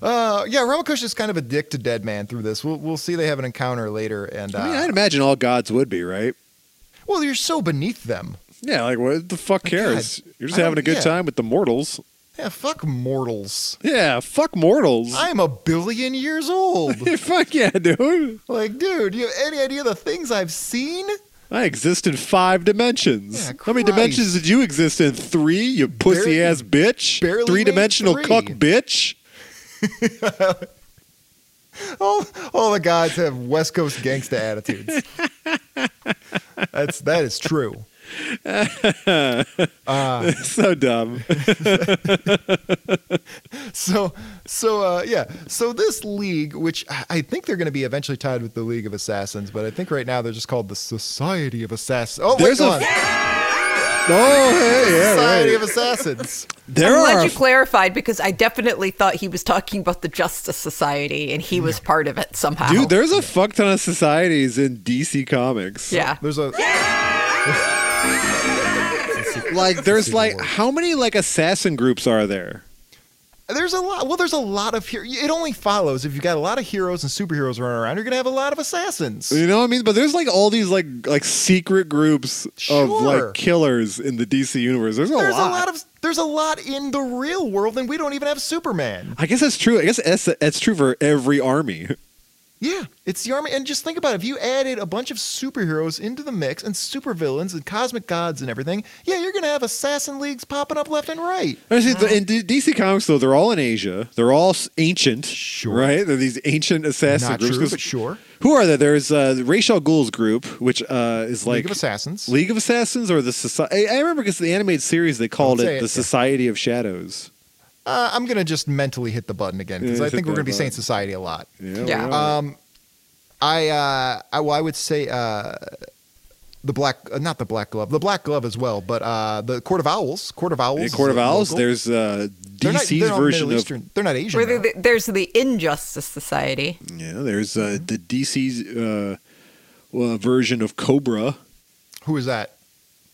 B: Uh, yeah, Ramakrishna's kind of a dick to Dead Man through this. We'll we'll see. They have an encounter later, and uh,
C: I mean, I'd imagine all gods would be, right?
B: well, you're so beneath them.
C: Yeah, like what the fuck cares? You're just
B: I
C: having
B: don't-
C: a good
B: yeah.
C: time with the mortals.
B: Yeah, fuck mortals.
C: Yeah, fuck mortals.
B: I'm a billion years old.
C: fuck yeah, dude.
B: like, dude, you have any idea the things I've seen?
C: I exist in five dimensions.
B: Yeah,
C: How many
B: Christ.
C: dimensions did you exist in? Three, you pussy ass bitch.
B: barely made
C: Three dimensional
B: three.
C: cuck bitch.
B: All, all the gods have West Coast gangsta attitudes. That's that is true. Uh,
C: so dumb.
B: so so uh, yeah. So this league, which I- I think they're going to be eventually tied with the League of Assassins, but I think right now they're just called the Society of Assassins. Oh,
C: There's
B: wait,
C: a
B: hold on.
C: Oh, hey, yeah,
B: Society
C: right.
B: of Assassins.
C: There
D: I'm
C: are
D: glad you clarified because I definitely thought he was talking about the Justice Society and he was part of it somehow.
C: dude. There's a fuck ton of societies in DC Comics.
D: yeah.
B: There's a
C: like there's
B: Even
C: like
B: worse.
C: how many like assassin groups are there?
B: There's a lot. Well, there's a lot of here. It only follows if you've got a lot of heroes and superheroes running around, you're gonna have a lot of assassins.
C: You know what I mean? But there's like all these like like secret groups of
B: Sure.
C: like killers in the DC universe. There's a
B: there's
C: lot.
B: a lot of there's a lot in the real world, and we don't even have Superman.
C: I guess that's true. I guess that's, that's true for every army.
B: Yeah, it's the army. And just think about it. if you added a bunch of superheroes into the mix and supervillains and cosmic gods and everything, yeah, you're gonna have assassin leagues popping up left and right.
C: Actually, the- in D- DC Comics, though, they're all in Asia. They're all s- ancient,
B: Sure.
C: right? They're these ancient assassin
B: Not
C: groups.
B: true,
C: 'Cause
B: but sure.
C: Who are there? There's uh, the Rachel Ghoul's group, which uh, is like
B: League of Assassins.
C: League of Assassins or the Society. I remember because the animated series they called
B: say
C: it
B: it,
C: the
B: yeah.
C: Society of Shadows.
B: Uh, I'm gonna just mentally hit the button again because I
C: Yeah, hit
B: think we're
C: that
B: gonna be saying
C: button.
B: society a lot.
C: we
D: Yeah.
C: are.
B: Um, I, uh, I well, I would say uh, the black, uh, not the black glove, the black glove as well, but uh, the court of owls, court of owls,
C: In
B: is
C: Court of
B: a
C: Owls,
B: Uh, local.
C: there's uh,
B: They're not-
C: DC's
B: they're not
C: version
B: Middle
C: of
B: Eastern. They're not Asian.
D: Where the,
B: though.
D: the- there's the Injustice Society.
C: yeah. There's uh,
B: Mm-hmm.
C: the DC's uh, well, version of Cobra.
B: Who is that?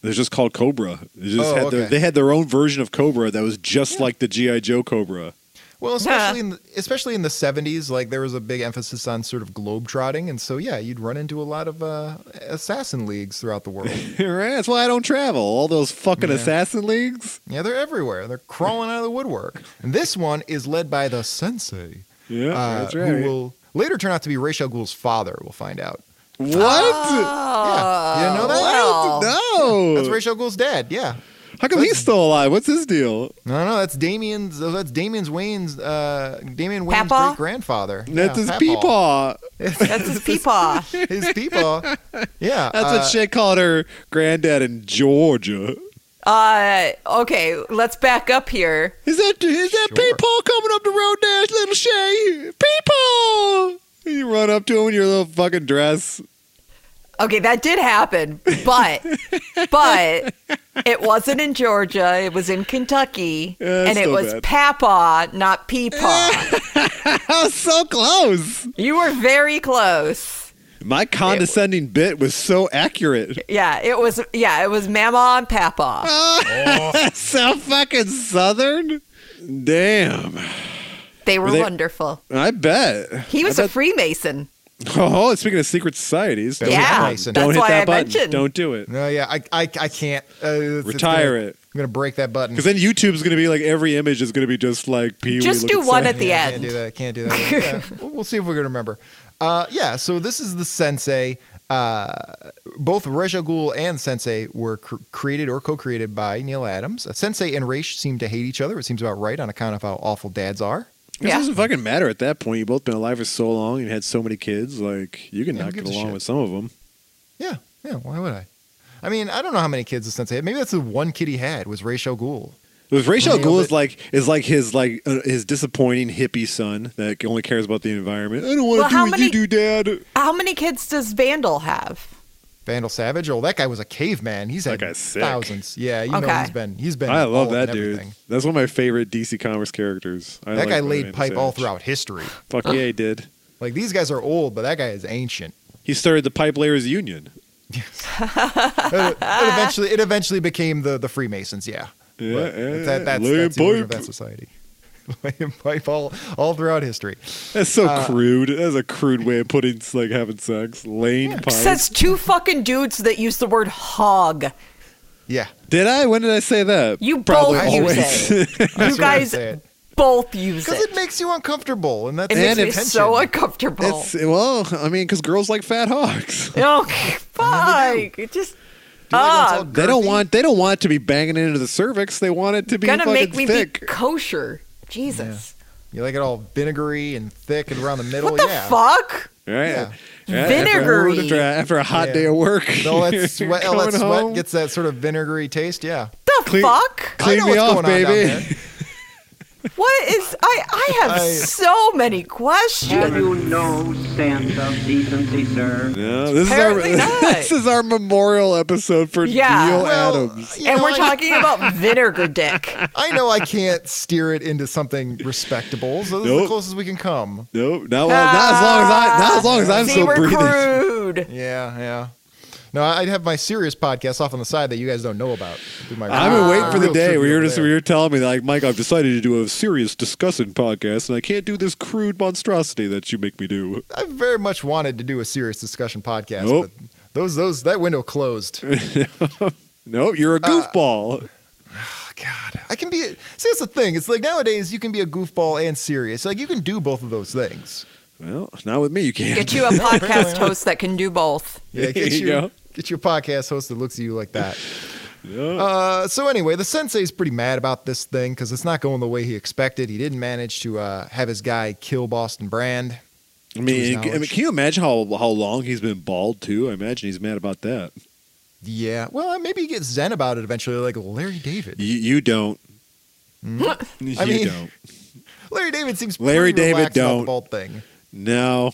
C: They're just called Cobra. They
B: Oh,
C: just had their,
B: okay.
C: they had their own version of Cobra that was just like the GI Joe Cobra.
B: Well, especially in the, especially in the '70s, like there was a big emphasis on sort of globetrotting, and so yeah, you'd run into a lot of uh, assassin leagues throughout the world.
C: right? That's why I don't travel. All those fucking assassin leagues.
B: yeah, they're everywhere. They're crawling out of the woodwork. And this one is led by the sensei,
C: Yeah,
B: uh, who will later turn out to be Rachel Ghoul's father. We'll find out.
C: what? Oh,
B: yeah, you didn't know that?
D: wow.
C: no.
B: That's Rachel Ghoul's dad. Yeah.
C: How come he's still alive? What's his deal?
B: No, no, that's Damien's. That's Damien's Wayne's. Uh, Damien Wayne's
D: Papaw?
B: great grandfather.
C: That's his peepaw.
D: That's his peepaw.
B: His peepaw. Yeah.
C: That's
B: uh,
C: what Shay called her granddad in Georgia.
D: Uh, okay, let's back up here.
C: Is that is that
B: Sure.
C: peepaw coming up the road, Dash Little Shay? Peepaw! And You run up to him in your little fucking dress.
D: Okay, that did happen, but but it wasn't in Georgia. It was in Kentucky,
C: Yeah, that's
D: and it
C: still
D: was
C: bad.
D: Papa, not Peepaw.
C: I was so close.
D: you were very close.
C: My condescending bit was so accurate.
D: Yeah, it was. Yeah, it was Mama and Papa.
C: That's so fucking southern. Damn.
D: They were
C: were they-
D: wonderful.
C: I bet.
D: He was
C: I
D: a Freemason.
C: Oh, and speaking of secret societies, don't,
B: Yeah.
D: Yeah,
B: Freemason.
C: don't
D: that's
C: hit
D: why
C: that
D: I
C: button.
D: mentioned.
C: Don't do it.
B: No, yeah, I, I, I can't. Uh, it's- it's
C: Retire
B: gonna-
C: it.
B: I'm gonna break that button.
C: Because then YouTube's going to be like every image is going to be just like Pee Wee.
D: Just do
C: looking
D: one
C: sad.
D: at the
B: yeah,
D: end.
B: Can't do that. Can't do that. Yeah, we'll- we'll see if we're gonna remember. Uh, yeah. So this is the sensei. Uh, both Reja Ghul and Sensei were cr- created or co-created by Neil Adams. Uh, sensei and Raish seem to hate each other. It seems about right on account of how awful dads are.
C: It
D: Yeah.
C: doesn't fucking matter at that point. You've both been alive for so long and had so many kids. Like you can
B: Yeah, who
C: not get
B: gives a
C: along
B: shit?
C: with some of them.
B: Yeah. Yeah. Why would I? I mean, I don't know how many kids the sensei had. Maybe that's the one kid he had was Rachel Ghoul.
C: With Rachel
B: Nailed
C: Gould
B: it.
C: is like is like his like uh, his disappointing hippie son that only cares about the environment. I don't want
D: Well,
C: to
D: how
C: do what
D: many-
C: you do, Dad.
D: How many kids does Vandal have?
B: Vandal Savage. Oh, that guy was a caveman. He's had
C: That guy's sick.
B: thousands. Yeah, you know
D: Okay.
B: he's been he's been.
C: I love
B: all in
C: that dude.
B: everything.
C: That's one of my favorite DC Comics characters. I
B: That
C: like
B: guy
C: Batman
B: laid
C: and
B: pipe all
C: Savage.
B: throughout history.
C: Fuck yeah, he did.
B: Like these guys are old, but that guy is ancient.
C: He started the Pipe Layers Union.
B: it, it eventually, it eventually became the the Freemasons. Yeah,
C: Yeah,
B: But
C: yeah,
B: that, that's,
C: laying
B: that's the origin of
C: pipe.
B: that society. Laying pipe all all throughout history.
C: That's so
B: Uh,
C: crude. That's a crude way of putting like having sex. Lane pipe.
D: Says two fucking dudes that use the word hog.
B: Yeah,
C: did I? When did I say that?
D: You both
B: always.
D: use it. you guys both use
B: because
D: it.
B: it makes you uncomfortable, and that's
D: It
B: the
D: makes me
B: intention.
D: so uncomfortable.
C: It's well, I mean, because girls like fat hogs.
D: Okay, Oh, fuck. It just
B: Do you like when it's all
D: Ah,
C: They don't
B: girthy?
C: want. They don't want to be banging into the cervix. They want it to be
D: gonna
C: fucking
D: make me
C: thick.
D: be kosher. Jesus.
B: You like it all vinegary and thick and around the middle.
D: What the
B: Oh, yeah.
D: fuck?
C: Right?
B: Yeah.
C: Yeah,
D: Vinegary.
C: After, after, after a hot
B: Yeah.
C: day of work,
B: All that sweat, all that
C: Coming
B: sweat
C: home.
B: gets that sort of vinegary taste. Yeah.
D: The
C: Clean-
D: fuck?
B: I
C: clean
B: know
C: me
B: what's
C: off,
B: going on down
C: baby.
B: there.
D: What is I I have
B: I-
D: so many questions.
E: Have you no sense of decency, sir?
C: No, this is our
D: Apparently not.
C: this is our memorial episode for
D: Yeah.
C: Neil
B: Well,
C: Adams.
B: you
D: And
B: know,
D: we're
B: I-
D: talking about vinegar dick.
B: I know I can't steer it into something respectable, so this is the
C: Nope.
B: closest we can come.
C: Nope, not, well, not as long as I not as long as I'm
D: See,
C: still
D: we're
C: breathing.
D: crude.
B: Yeah, yeah. No, I'd have my serious podcast off on the side that you guys don't know about. Do my-
C: I've been waiting
B: my
C: for the
B: real
C: day where
B: trivia
C: you're
B: over
C: just
B: there.
C: where you're telling me like, Mike, I've decided to do a serious discussing podcast, and I can't do this crude monstrosity that you make me do.
B: I very much wanted to do a serious discussion podcast,
C: Nope. Oh,
B: but those those that window closed.
C: Nope, you're a
B: Uh,
C: goofball.
B: God, I can be. See, that's the thing. It's like nowadays you can be a goofball and serious. Like you can do both of those things.
C: well, not with me. You can't.
D: Get you a podcast host that can do both.
B: Yeah,
C: There
B: get
C: you
B: you,
C: go.
B: get you a podcast host that looks at you like that.
C: No.
B: Uh, so anyway, the sensei's pretty mad about this thing because it's not going the way he expected. He didn't manage to uh, have his guy kill Boston Brand. to
C: I
B: his
C: mean, I mean,
B: knowledge.
C: can you imagine how how long he's been bald too? I imagine he's mad about that.
B: Yeah, well, maybe he gets zen about it eventually, like Larry David.
C: You, you don't.
B: Hmm?
C: you
B: I mean-
C: don't.
B: Larry David seems
C: Larry
B: pretty relaxed
C: David
B: about the
C: don't.
B: bald thing.
C: No,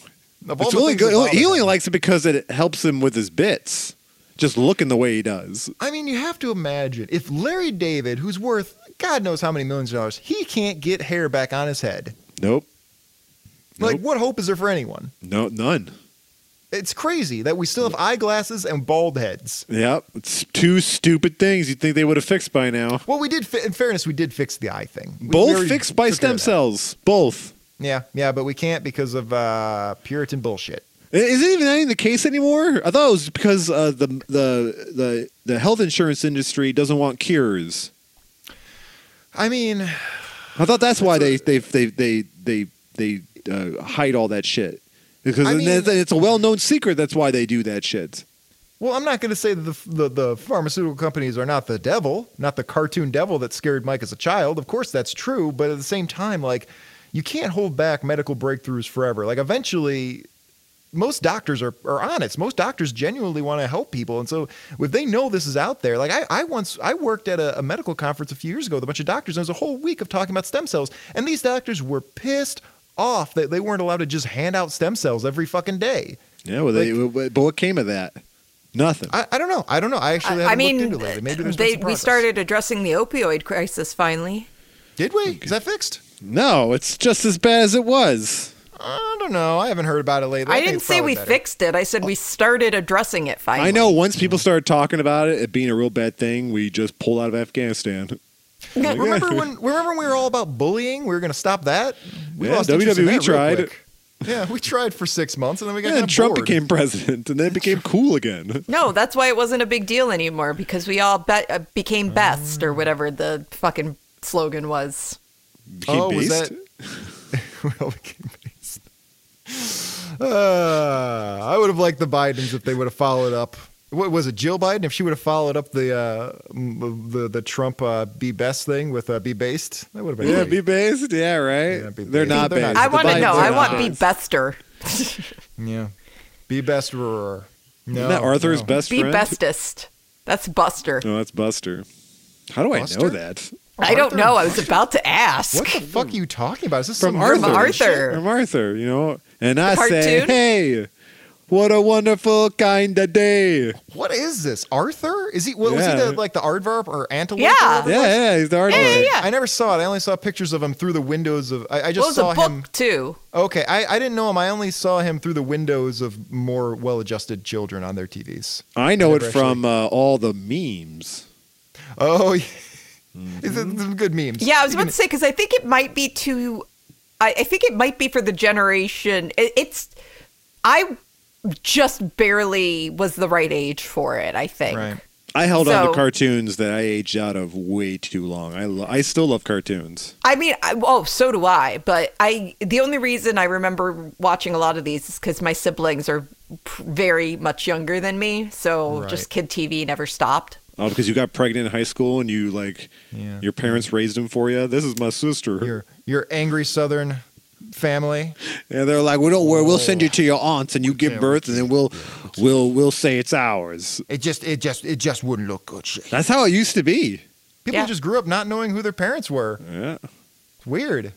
B: Of all
C: it's
B: the
C: only
B: things that
C: good. He
B: bother
C: only
B: him.
C: likes it because it helps him with his bits. Just looking the way he does.
B: I mean, you have to imagine if Larry David, who's worth God knows how many millions of dollars, he can't get hair back on his head.
C: Nope.
B: Like,
C: Nope.
B: what hope is there for anyone?
C: No, none.
B: It's crazy that we still have eyeglasses and bald heads.
C: Yep, it's two stupid things you'd think they would have fixed by now.
B: Well, we did. Fi- in fairness, we did fix the eye thing. We- we
C: Both
B: already
C: fixed by
B: took care
C: stem
B: of that.
C: cells. Both.
B: Yeah, yeah, but we can't because of uh, Puritan bullshit.
C: I- Is it even that even the case anymore? I thought it was because uh, the the the the health insurance industry doesn't want cures.
B: I mean,
C: I thought that's why they they they they they they uh, hide all that shit because
B: I
C: and
B: mean-
C: it's- it's a well known secret. That's why they do that shit.
B: well, I'm not going to say that the, the the pharmaceutical companies are not the devil, not the cartoon devil that scared Mike as a child. Of course, that's true, but at the same time, like you can't hold back medical breakthroughs forever. Like eventually. Most doctors are, are honest. Most doctors genuinely want to help people. And so if they know this is out there, like I, I once I worked at a, a medical conference a few years ago with a bunch of doctors, and there was a whole week of talking about stem cells. And these doctors were pissed off that they weren't allowed to just hand out stem cells every fucking day.
C: Yeah, well, they, but what came of that? Nothing.
B: I, I don't know. I don't know. I actually
D: I, I
B: haven't
D: mean,
B: looked into it lately. Maybe there's been
D: they,
B: some
D: we
B: progress.
D: started addressing the opioid crisis finally.
B: Did we? Is that fixed?
C: no, it's just as bad as it was.
B: I don't know. I haven't heard about it lately.
D: I
B: think
D: didn't
B: it's
D: say
B: probably
D: we
B: better.
D: fixed it. I said we started addressing it finally.
C: I know once people started talking about it, it being a real bad thing, we just pulled out of Afghanistan.
B: remember when? Remember when we were all about bullying? We were going to stop that. We
C: Yeah,
B: lost interest in
C: WWE
B: that real
C: tried.
B: quick. Yeah, we tried for six months, and then we got
C: Yeah, and
B: kinda
C: Trump
B: bored.
C: became president, and then it became cool again.
D: No, that's why it wasn't a big deal anymore because we all be- uh,
B: Mm.
D: became best or whatever the fucking slogan was.
C: Became
B: Oh, was
C: based.
B: that- we all became based. Uh, I would have liked the Bidens if they would have followed up. What was it, Jill Biden? If she would have followed up the uh, m- the the Trump uh, be best thing with uh, be based, that would have been
C: Yeah,
B: great.
C: be based. Yeah, right.
B: Yeah, be
C: They're
B: based.
C: not
B: They're
C: based.
B: not-
D: I
C: The
D: want to
C: Bidens
D: know.
C: are
D: I
C: not
D: want be
C: based.
D: bester.
B: Yeah. Be best roarer. No.
C: Isn't that Arthur's
B: no.
C: best
D: Be
C: friend?
D: bestest. That's Buster.
C: No, that's Buster. How do
B: Buster?
C: I know that?
D: I don't
B: Arthur?
D: know. I was about to ask.
B: What the fuck are you talking about? Is this
C: From
B: some
C: Arthur.
D: From
B: Reverend shit?
D: Arthur.
C: From Arthur, you know? And I
D: cartoon?
C: say, hey, what a wonderful kind of day.
B: What is this? Arthur? Is he? What, Was he
C: Yeah.
B: the like the aardvark or antelope? or
D: Yeah.
B: whatever?
C: Yeah, yeah, he's the Arthur.
D: yeah, yeah.
B: I never saw it. I only saw pictures of him through the windows of. I, I
D: Well,
B: just
D: it was a
B: saw
D: book
B: him.
D: too.
B: Okay, I, I didn't know him. I only saw him through the windows of more well-adjusted children on their TVs.
C: I know it
B: Never
C: from uh, all the memes.
B: Oh, yeah. It's a- it's a good memes.
D: Yeah, I was
B: You
D: about
B: can-
D: to say because I think it might be too. I, I think it might be for the generation. It, it's I just barely was the right age for it. I think.
B: Right.
C: I held on to
D: So-
C: cartoons that I aged out of way too long. I, lo- I still love cartoons.
D: I mean, I, oh, so do I. But I, the only reason I remember watching a lot of these is because my siblings are p- very much younger than me, so
B: Right.
D: just kid TV never stopped.
C: Oh, because you got pregnant in high school and you like
B: Yeah.
C: your parents raised them for you. This is my sister.
B: Your your angry Southern family.
C: And they're like, we don't worry, we'll send you to your aunts and you give
B: Yeah, we
C: birth and then we'll we'll we'll say it's ours.
B: It just it just it just wouldn't look good. Shay.
C: That's how it used to be.
B: People
D: Yeah.
B: just grew up not knowing who their parents were.
C: Yeah.
B: It's weird.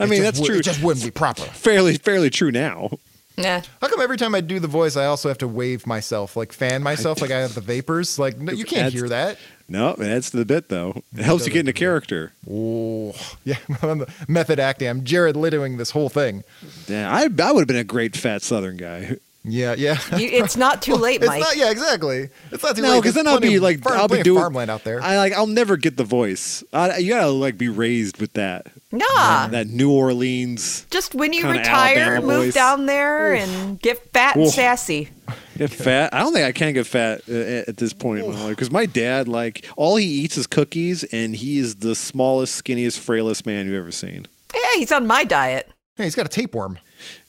C: I mean, that's true.
B: wouldn't be proper.
C: fairly fairly true now.
D: Yeah.
B: How come every time I do the voice, I also have to wave myself, like fan myself, like I have the vapors? Like no, you can't
C: That's-
B: hear that.
C: No, it adds to the bit though. It helps you get into character.
B: Oh, yeah. I'm the method acting. I'm Jared Littoing this whole thing.
C: Yeah, I I would have been a great fat Southern guy.
B: Yeah, yeah.
D: You, it's not too late,
B: it's
D: Mike.
B: not. Yeah, exactly. It's not too
C: No,
B: late.
C: because
B: There's
C: then I'll
B: plenty
C: be
B: of
C: like,
B: farm-
C: I'll be
B: plenty of
C: doing
B: farmland out there.
C: I like, I'll never get the voice. I, you gotta like be raised with that.
D: Nah.
C: That New Orleans,
D: Just when you
C: Kinda
D: retire,
C: Alabama
D: move
C: boys.
D: down there and get fat and
C: Oof.
D: sassy.
C: get fat. I don't think I can get fat uh, at, at this point in my life because my dad, like, all he eats is cookies, and he is the smallest, skinniest, frailest man you've ever seen.
D: Yeah, he's on my diet.
B: hey, he's got a tapeworm.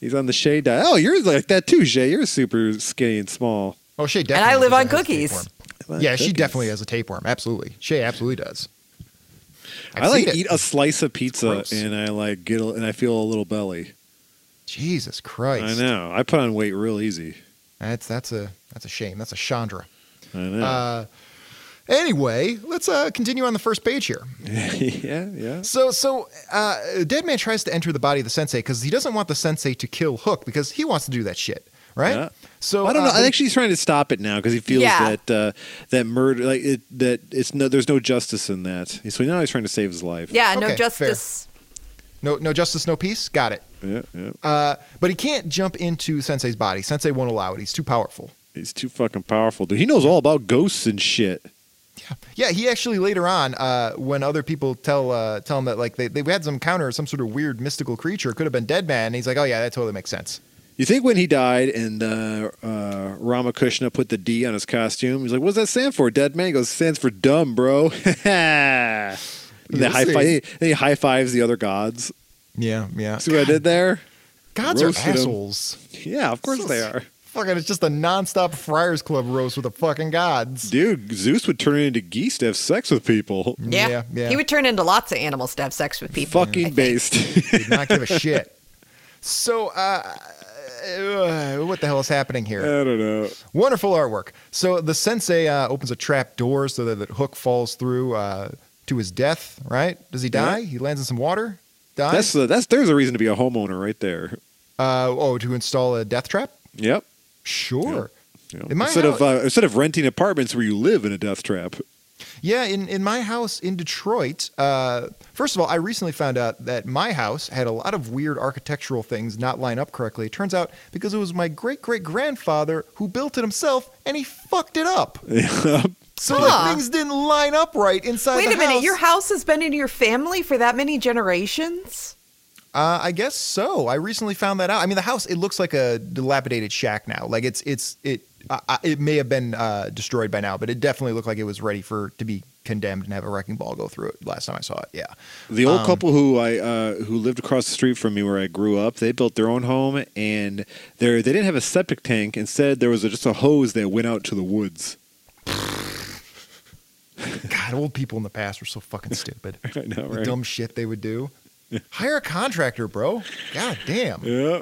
C: He's on the Shay diet. Oh, you're like that too, Shay. You're super skinny and small.
B: Oh, Shay
D: I
B: definitely. has
D: live
B: a-
D: on
B: has a
D: cookies.
B: tapeworm.
C: Like
B: Yeah, she
C: cookies.
B: definitely has a tapeworm. Absolutely, Shay absolutely does. I've
C: I like
B: seen it.
C: eat a slice of pizza
B: gross.
C: and I like get a, and I feel a little belly.
B: Jesus Christ.
C: I know. I put on weight real easy.
B: That's that's a that's a shame. That's a Chandra.
C: I know.
B: Uh, anyway, let's uh, continue on the first page here.
C: yeah, yeah.
B: So so uh, Dead Man tries to enter the body of the sensei because he doesn't want the sensei to kill Hook because he wants to do that shit, right?
C: Yeah.
B: So
C: I don't know.
B: uh,
C: I think she's trying to stop it now because he feels
D: Yeah.
C: that uh, that murder, like it, that it's no, there's no justice in that. So now he's trying to save his life.
D: Yeah, no
B: Okay, fair.
D: justice.
B: no no justice, no peace. Got it.
C: yeah, yeah.
B: Uh, but he can't jump into Sensei's body. Sensei won't allow it. He's too powerful.
C: He's too fucking powerful, dude. He knows all about ghosts and shit.
B: Yeah, he actually later on, uh, when other people tell uh, tell him that like they they had some counter some sort of weird mystical creature, it could have been Dead Man, and he's like, oh yeah, that totally makes sense.
C: You think when he died and uh, uh, Ramakrishna put the D on his costume, he's like, "What's that stand for?" Dead man He goes, "Stands for dumb, bro." and
B: You'll
C: the high
B: see.
C: five, and he high fives the other gods.
B: Yeah, yeah.
C: See what I did there?
B: Gods are
C: roasted him.
B: assholes.
C: Yeah, of course they are,
B: Fucking, it's just a nonstop Friars Club roast with the fucking gods.
C: dude. Zeus would turn into geese to have sex with people.
D: Yeah.
B: Yeah, yeah.
D: He would turn into lots of animals to have sex with people.
C: Fucking based.
B: Did not give a shit. So, uh, uh, what the hell is happening here?
C: I don't know.
B: Wonderful artwork. So the sensei uh, opens a trap door so that the hook falls through uh, to his death. Right? Does he die? He lands in some water.
C: That's
B: Dies.
C: the, that's there's a reason to be a homeowner right there.
B: uh, oh, to install a death trap.
C: Yep.
B: Sure.
C: You know,
B: In my
C: instead of uh, instead of renting apartments where you live in a death trap.
B: Yeah, in, in my house in Detroit, uh, first of all, I recently found out that my house had a lot of weird architectural things not line up correctly. It turns out because it was my great great grandfather who built it himself and he fucked it up. So like,
D: Huh.
B: things didn't line up right inside
D: Wait
B: the
D: a minute,
B: house.
D: your house has been in your family for that many generations?
B: Uh, I guess so. I recently found that out. I mean, the house it looks like a dilapidated shack now. Like it's it's it I I- it may have been uh, destroyed by now, but it definitely looked like it was ready for to be condemned and have a wrecking ball go through it. Last time I saw it, yeah.
C: The
B: Um.
C: old couple who I uh, who lived across the street from me where I grew up, they built their own home and there they didn't have a septic tank. Instead, there was a, just a hose that went out to the woods.
B: God, old people in the past were so fucking stupid.
C: I know,
B: The
C: right?
B: dumb shit they would do. Hire a contractor, bro. God damn.
C: yeah,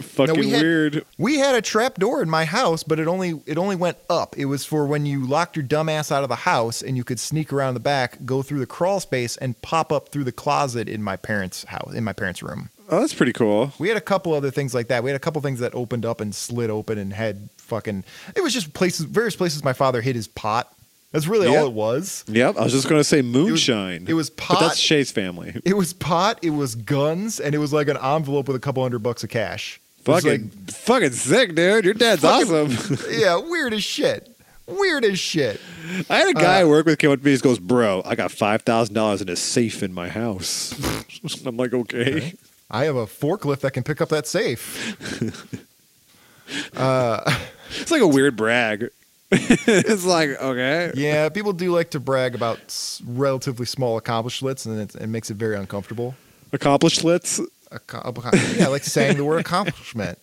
C: fucking
B: we had-
C: weird.
B: We had a trap door in my house, but it only it only went up. It was for when you locked your dumb ass out of the house and you could sneak around the back, go through the crawl space, and pop up through the closet in my parents' house in my parents' room.
C: Oh, that's pretty cool.
B: We had a couple other things like that. We had a couple things that opened up and slid open and had fucking it was just places various places my father hid his pot. That's really
C: Yeah.
B: all it was.
C: Yep, I was just gonna say moonshine.
B: it was
C: But
B: pot.
C: that's Shay's family.
B: It was pot, it was guns, and it was like an envelope with a couple hundred bucks of cash. It was
C: Fucking, fucking sick, dude. Your dad's awesome.
B: like, yeah, weird as shit. Weird as shit.
C: I had a
B: Uh,
C: guy I work with came up to me. He goes, "Bro, I got five thousand dollars in a safe in my house." I'm like, "Okay."
B: I have a forklift that can pick up that safe.
C: It's like a weird brag. it's like, okay.
B: Yeah, people do like to brag about s- relatively small accomplishments, and it, it makes it very uncomfortable.
C: Accomplished lits.
B: Accom- yeah, I like saying the word accomplishment.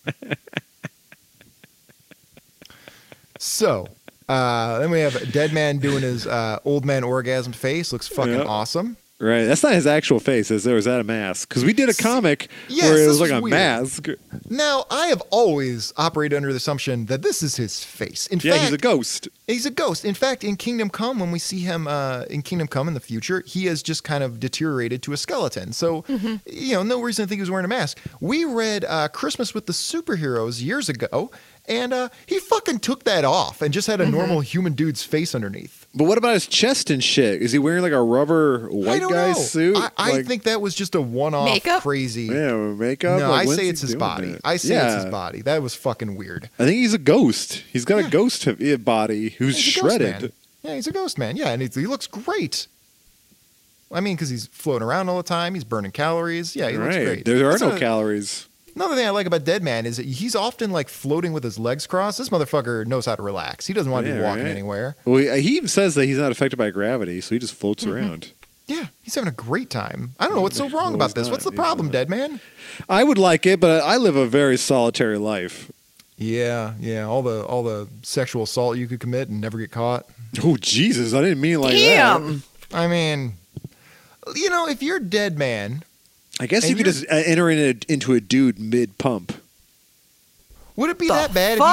B: So, uh, then we have Dead Man doing his uh, old man orgasm face. Looks fucking
C: Yeah.
B: awesome.
C: Right. That's not his actual face, is there? Is that a mask? Because we did a comic
B: yes,
C: where it
B: this
C: was like
B: was
C: a
B: weird.
C: mask.
B: Now, I have always operated under the assumption that this is his face. In
C: Yeah,
B: fact,
C: he's a ghost.
B: He's a ghost. In fact, in Kingdom Come, when we see him uh, in Kingdom Come in the future, he has just kind of deteriorated to a skeleton. So, you know, no reason to think he was wearing a mask. We read uh, Christmas with the Superheroes years ago, and uh, he fucking took that off and just had a normal human dude's face underneath.
C: But what about his chest and shit? Is he wearing like a rubber
B: I
C: white
B: don't
C: guy
B: know.
C: suit?
B: I, I
C: Like,
B: think that was just a one-off
D: Makeup?
B: crazy.
C: Yeah, with makeup.
B: No,
C: Like,
B: I
C: when's
B: say
C: he
B: it's his
C: doing
B: body.
C: that?
B: I say it's his
C: Yeah.
B: body. That was fucking weird.
C: I think he's a ghost. He's got a ghost h- body who's
B: He's a ghost man.
C: shredded.
B: Yeah, he's a ghost man. Yeah, and he's, he looks great. I mean, because he's floating around all the time. He's burning calories. Yeah, he looks
C: Right.
B: great.
C: There are
B: That's
C: no
B: another-
C: calories.
B: Another thing I like about Dead Man is that he's often like floating with his legs crossed. This motherfucker knows how to relax. He doesn't want to
C: Yeah,
B: be walking
C: right.
B: anywhere.
C: Well, he he even says that he's not affected by gravity, so he just floats
B: Mm-hmm.
C: around.
B: Yeah, he's having a great time. I don't know what's so wrong
C: No,
B: about
C: he's
B: this.
C: not.
B: What's the
C: He's
B: problem,
C: not.
B: Dead Man?
C: I would like it, but I live a very solitary life.
B: Yeah, yeah. All the all the sexual assault you could commit and never get caught.
C: Oh Jesus! I didn't mean it like that.
D: Damn.
B: I mean, you know, if you're Dead Man,
C: I guess
B: And
C: you could
B: you're-
C: just uh, enter in a, into a dude mid pump.
B: would it be
D: The
B: that bad? If you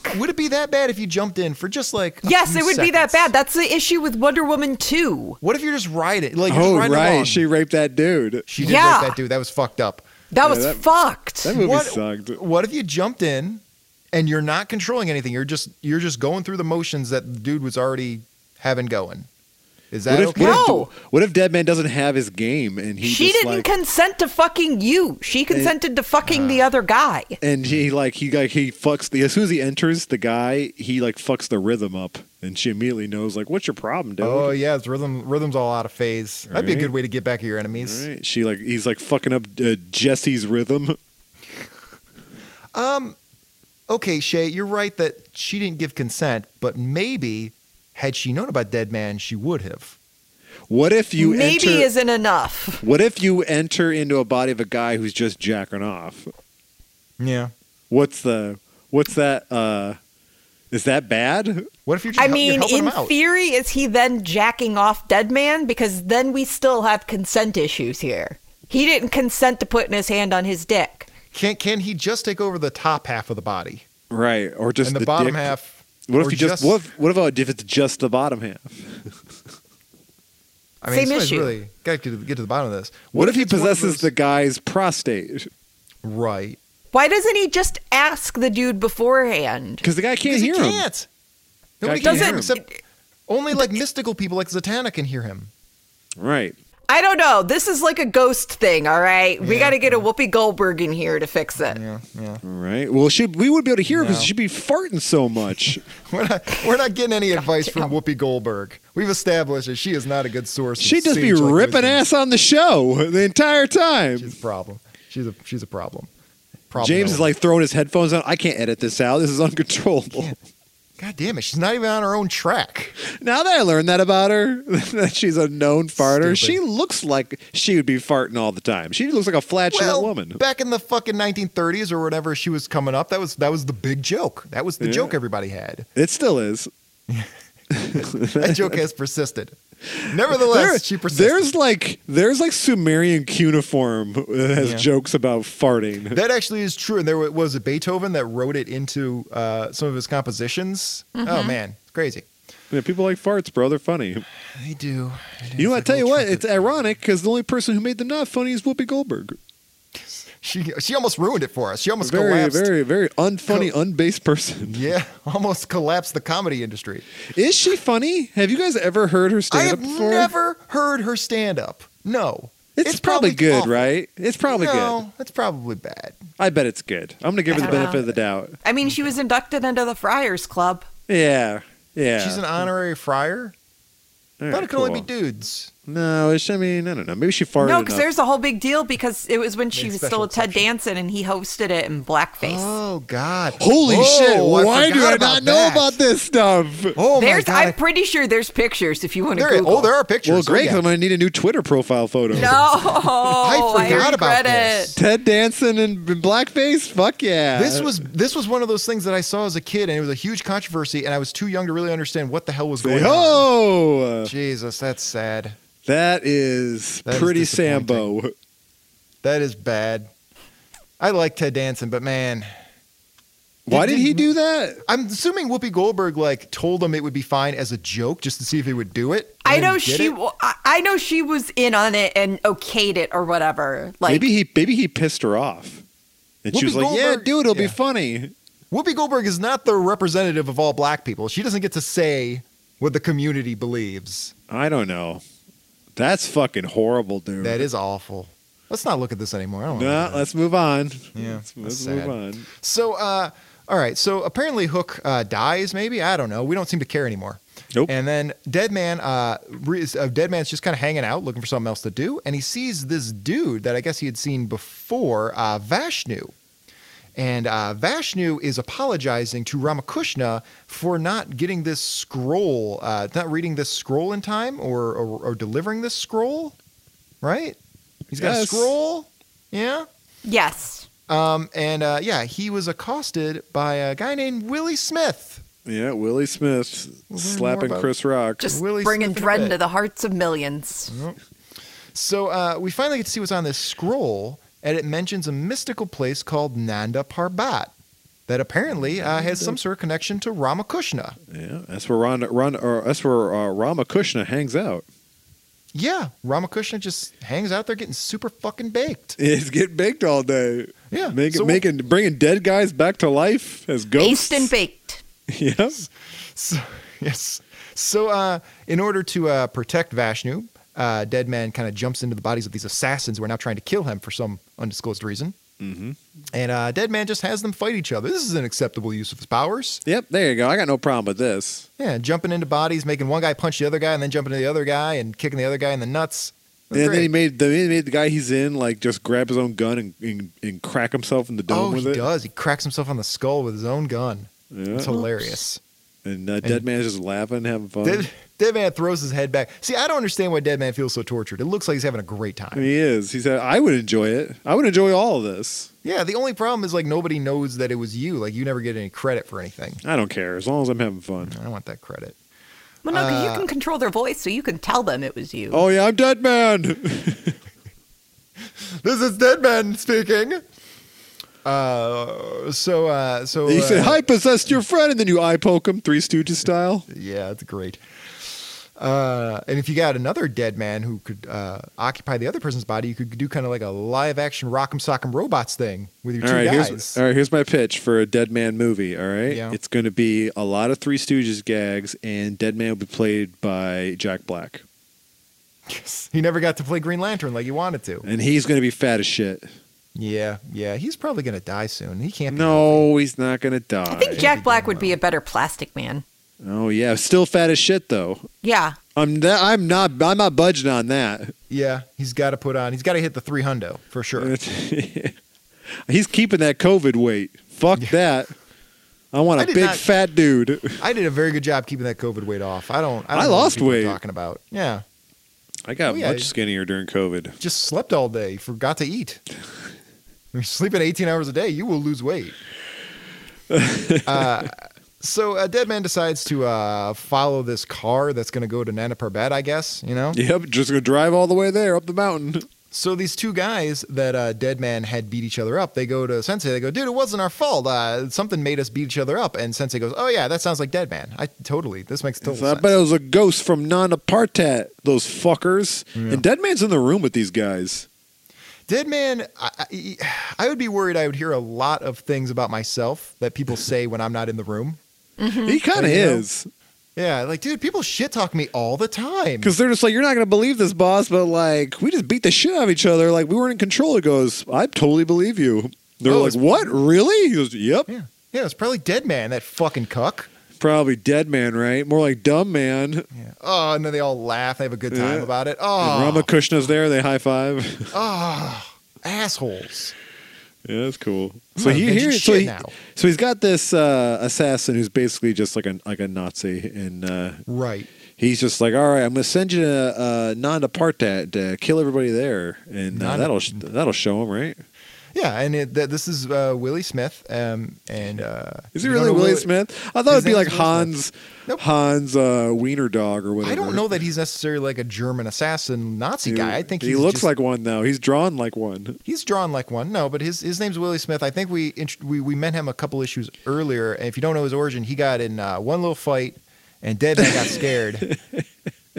D: fuck?
B: just, would it be that bad if you jumped in for just like? a
D: Yes,
B: few
D: it would be that
B: seconds?
D: bad. That's the issue with Wonder Woman 2.
B: What if you're just riding? Like, you're
C: Oh
B: just riding
C: right,
B: along.
C: she raped that dude.
B: She did
D: Yeah.
B: rape that dude. That was fucked up.
D: That was
C: that-
D: fucked.
C: That movie
B: What-
C: sucked.
B: What if you jumped in and you're not controlling anything? You're just you're just going through the motions that the dude was already having going. Is that
C: what if,
B: okay?
C: what if-
D: No.
C: what if Deadman doesn't have his game and he
D: she
C: just,
D: didn't
C: like,
D: consent to fucking you. She consented to fucking the
B: Ah.
D: other guy.
C: and he like he like he fucks the as soon as he enters the guy he like fucks the rhythm up and she immediately knows like what's your problem dude
B: Oh yeah, it's rhythm. Rhythm's all out of phase. That'd be a
C: Right.
B: good way to get back at your enemies.
C: Right? she like he's like fucking up uh, Jesse's rhythm
B: okay, Shay, you're right that she didn't give consent, but maybe had she known about Dead Man, she would have.
C: what if you
D: Maybe
C: enter
D: isn't enough.
C: what if you enter into a body of a guy who's just jacking off
B: Yeah.
C: what's the what's that uh is that bad
B: What if you're just
D: I
B: hel- you're
D: mean,
B: helping
D: in
B: him out?
D: theory, is he then jacking off dead man? Because then we still have consent issues here. He didn't consent to putting his hand on his dick.
B: can can he just take over the top half of the body
C: right or just
B: and the, bottom
C: dick?
B: half?
C: what if
B: or
C: you just, what if, what about if it's just the bottom half
B: I mean,
D: Same
B: somebody's
D: issue.
B: Really, gotta get to, the- get to the bottom of this.
C: what, if he
B: it's one of
C: possesses the
B: those-
C: guy's prostate
B: right?
D: Why doesn't he just ask the dude beforehand?
C: because the guy can't
B: 'Cause he
C: hear him
B: can't. Nobody
C: Guy
B: can
C: can't
B: hear
C: hear
B: him except only like mystical people like Zatanna can hear him.
C: right
D: I don't know. This is like a ghost thing, all right? we got to get a Whoopi Goldberg in here to fix it.
B: Yeah, yeah.
C: All right. Well, she we would be able to hear because
B: No.
C: she'd be farting so much.
B: We're not, we're not getting any advice from Whoopi Goldberg. We've established that she is not a good source. of
C: She'd just be
B: sage-like
C: ripping
B: wisdom.
C: ass on the show the entire time.
B: She's a problem. She's a she's a problem. problem
C: James is
B: over.
C: like throwing his headphones on. I can't edit this out. This is uncontrollable.
B: God damn it, she's not even on her own track.
C: Now that I learned that about her, that she's a known farter,
B: Stupid.
C: she looks like she would be farting all the time. She looks like a flatulent
B: Well,
C: woman.
B: back in the fucking 1930s or whatever she was coming up, that was that was the big joke. That was the
C: Yeah.
B: joke everybody had.
C: It still is.
B: That joke has persisted. Nevertheless,
C: There-
B: she persisted.
C: there's like there's like Sumerian cuneiform that has
B: Yeah.
C: jokes about farting.
B: That actually is true. And there wa- was a Beethoven that wrote it into uh, some of his compositions. Oh man, it's crazy.
C: Yeah, people like farts, bro. They're funny.
B: They do.
C: You know, I tell you what, it's ironic because the only person who made them not funny is Whoopi Goldberg.
B: She she almost ruined it for us. She almost
C: Very,
B: collapsed.
C: very, very unfunny, unbased person.
B: Yeah, almost collapsed the comedy industry.
C: Is she funny? Have you guys ever heard her
B: I
C: stand up
B: have
C: before?
B: never heard her stand up. No.
C: It's, probably, good,
B: awful.
C: right? It's probably
B: no, it's probably bad.
C: good. I bet it's good. I'm gonna give her the
D: I don't
C: benefit of the doubt.
D: I mean, she was inducted into the Friars Club.
C: Yeah, yeah.
B: She's an honorary friar.
C: All
B: I
C: right,
B: thought it could only
C: cool.
B: be dudes.
C: No, it's, I mean, I don't know. Maybe she farted.
D: no, because
C: enough.
D: there's a whole big deal because it was when she
B: Made a
D: was
B: special
D: still with Ted Danson and he hosted it in blackface.
B: Oh God!
C: Holy
B: Whoa,
C: shit!
B: I
C: Why do
B: forgot
C: I
B: about
C: not know
B: that.
C: about this stuff?
B: Oh my
D: there's,
B: God!
D: I'm pretty sure there's pictures if you want to
B: there,
D: Google.
B: oh, there are pictures.
C: Well, great.
B: Oh,
C: 'cause
B: yeah.
C: I'm gonna need a new Twitter profile photo.
D: No, I
B: I forgot about
D: regret
B: this.
D: it.
C: Ted Danson and blackface. Fuck yeah.
B: This was this was one of those things that I saw as a kid, and it was a huge controversy, and I was too young to really understand what the hell was going on.
C: Oh,
B: Jesus, that's sad.
C: that is
B: That is
C: pretty
B: disappointing.
C: Sambo.
B: That is bad. I like Ted Danson, but man,
C: Why did he do that?
B: I'm assuming Whoopi Goldberg like told him it would be fine as a joke, just to see if he would do it.
D: I
B: and then
D: know
B: did
D: she.
B: it.
D: w I I know she was in on it and okayed it or whatever. Like
C: maybe he maybe he pissed her off, and she
B: Whoopi
C: was like, "Yeah,
B: Goldberg-
C: dude, it'll be
B: yeah.
C: funny."
B: Whoopi Goldberg is not the representative of all black people. She doesn't get to say what the community believes.
C: I don't know. That's fucking horrible, dude.
B: That is awful. Let's not look at this anymore. I don't wanna
C: No,
B: look at
C: let's move on.
B: Yeah,
C: let's,
B: that's
C: let's
B: sad.
C: move on.
B: it. So, uh, all right. So apparently Hook uh, dies. Maybe I don't know. We don't seem to care anymore.
C: Nope.
B: And then Dead Man, uh, re- is- uh, Dead Man's just kind of hanging out, looking for something else to do, and he sees this dude that I guess he had seen before, uh, Vashnu. And uh, Vashnu is apologizing to Ramakrishna for not getting this scroll, uh, not reading this scroll in time or, or, or delivering this scroll, right? He's got a
C: Yes.
B: scroll. Yeah.
D: yes,
B: Um, and uh, yeah, he was accosted by a guy named Willie Smith.
C: Yeah, Willie Smith
B: We'll learn more
C: slapping
B: about-
C: Chris Rock.
D: just
B: Willie
D: bringing
B: Smith in a
D: dread
B: bit.
D: to the hearts of millions.
B: So uh, we finally get to see what's on this scroll, and it mentions a mystical place called Nanda Parbat that apparently uh, has some sort of connection to Ramakrishna.
C: yeah, that's where Ron, Ron or that's where uh, Ramakrishna hangs out.
B: Yeah, Ramakrishna just hangs out there getting super fucking baked.
C: He's getting baked all day.
B: Yeah,
C: making
B: so-
C: making bringing dead guys back to life as ghosts.
D: Based and baked.
C: Yep.
B: So, yes. So, uh, in order to uh, protect Vashnu, uh, Dead Man kind of jumps into the bodies of these assassins who are now trying to kill him for some undisclosed reason. Mm-hmm. And uh, Dead Man just has them fight each other. This is an acceptable use of his powers.
C: Yep. There you go. I got no problem with this.
B: Yeah, jumping into bodies, making one guy punch the other guy, and then jumping to the other guy and kicking the other guy in the nuts. That's
C: and then he
B: great.
C: made the he made the guy he's in like just grab his own gun and and, and crack himself in the dome
B: oh,
C: with
B: he
C: it.
B: does. He cracks himself on the skull with his own gun.
C: Yeah.
B: It's hilarious.
C: And uh, dead man's just laughing, having fun.
B: Dead, Dead Man throws his head back. See, I don't understand why Dead Man feels so tortured. It looks like he's having a great time.
C: he is. He said, "I would enjoy it. I would enjoy all of this.
B: Yeah, the only problem is like nobody knows that it was you. Like you never get any credit for anything.
C: I don't care as long as I'm having fun."
B: I don't want that credit.
D: Well, no, 'cause
B: Uh,
D: you can control their voice, so you can tell them it was you.
C: Oh yeah, I'm dead man.
B: This is Dead Man speaking. Uh, so uh, so
C: he
B: uh,
C: said, "I possessed your friend," and then you eye poke him, Three Stooges style.
B: Yeah, that's great. Uh, and if you got another dead man who could uh, occupy the other person's body, you could do kind of like a live action Rock'em Sock'em Robots thing with your
C: All
B: two
C: right,
B: guys.
C: here's all right. Here's my pitch for a Dead Man movie. All right,
B: Yeah.
C: it's going to be a lot of Three Stooges gags, and Dead Man will be played by Jack Black,
B: He never got to play Green Lantern like he wanted to.
C: and he's going to be fat as shit.
B: Yeah, yeah, he's probably gonna die soon. He can't. Be
C: No, he's not going to die.
D: I think Jack Black would be a better plastic man.
C: Oh yeah, still fat as shit though.
D: Yeah.
C: I'm that, I'm not I'm not budging on that.
B: Yeah, he's got to put on. He's got to hit the three hundo for sure.
C: He's keeping that COVID weight. Fuck that. I want
B: I
C: a
B: did
C: big
B: not-
C: fat dude.
B: I did a very good job keeping that COVID weight off. I don't. I, don't
C: I
B: know what
C: lost
B: people are
C: weight.
B: Talking about yeah,
C: I
B: Oh,
C: got
B: yeah.
C: much skinnier during COVID.
B: just slept all day, forgot to eat. You're sleeping 18 hours a day, you will lose weight. uh, so uh, Dead Man decides to uh, follow this car that's going to go to Nana Parbat, I guess, you know?
C: Yep, just gonna drive all the way there up the mountain.
B: So these two guys that uh, Dead Man had beat each other up, they go to Sensei, they go, dude, it wasn't our fault. Uh, something made us beat each other up. And Sensei goes, oh, yeah, that sounds like Dead Man. I totally, this makes total
C: So I
B: sense.
C: bet it was a ghost from non-apartheid. Those fuckers. And Dead Man's in the room with these guys.
B: Dead man, I, I, I would be worried. I would hear a lot of things about myself that people say when I'm not in the room.
C: He kind
B: Like,
C: of
B: you know?
C: is
B: Yeah, like dude, people shit talk me all the time.
C: because they're just like, you're not gonna believe this, boss. But like, we just beat the shit out of each other. Like we weren't in control. He goes, I totally believe you. They're
B: Oh,
C: like,
B: it's-
C: what? Really? He goes, Yep.
B: Yeah, yeah, it's probably Dead Man that fucking cuck.
C: Probably dead man, right? More like dumb man.
B: Yeah. Oh, and then they all laugh. They have a good time
C: Yeah.
B: about it.
C: And
B: Oh,
C: Rama Kushna's there. They high five.
B: assholes.
C: yeah, that's cool.
B: I'm
C: So
B: not
C: he
B: inventing
C: here.
B: shit
C: So, he,
B: now.
C: so he's got this uh, assassin who's basically just like a like a Nazi, and uh,
B: Right.
C: he's just like, all right, I'm gonna send you to uh, Nanda to kill everybody there, and uh,
B: Nanda-
C: that'll sh- that'll show him, right?
B: Yeah, and it, th- this is uh, Willie Smith. Um, and uh,
C: Is he
B: you don't
C: really
B: know
C: Willie
B: Willie-
C: Smith? I thought
B: his
C: it'd be
B: name's Will
C: like
B: Smith.
C: Hans
B: Nope.
C: Hans uh, Wiener Dog or whatever.
B: I don't know that he's necessarily like a German assassin Nazi
C: Dude,
B: guy. I think
C: he
B: he's
C: looks
B: just-
C: like one though. He's drawn like one.
B: He's drawn like one. No, but his his name's Willie Smith. I think we int- we we met him a couple issues earlier. And if you don't know his origin, he got in uh, one little fight, and Dead Man got scared,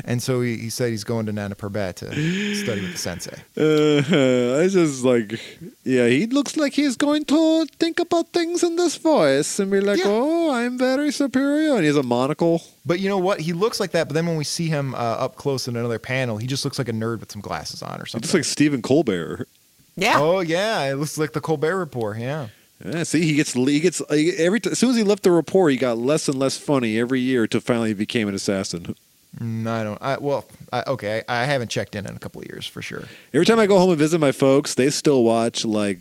B: and so he, he said he's going to Nana Parbat to study with the sensei.
C: Uh, I just like, yeah, he looks like he's going to think about things in this voice and be like,
B: Yeah.
C: oh, I'm very superior. And he has a monocle.
B: But you know what? He looks like that. But then when we see him uh, up close in another panel, he just looks like a nerd with some glasses on or
C: He
B: something.
C: looks like Stephen Colbert.
D: Yeah.
B: Oh yeah, it looks like the Colbert Report. Yeah.
C: Yeah, see, he gets he gets every t- as soon as he left the rapport, he got less and less funny every year till finally he became an assassin.
B: Mm, I don't. I, well, I, okay. I, I haven't checked in in a couple of years for sure.
C: Every time I go home and visit my folks, they still watch like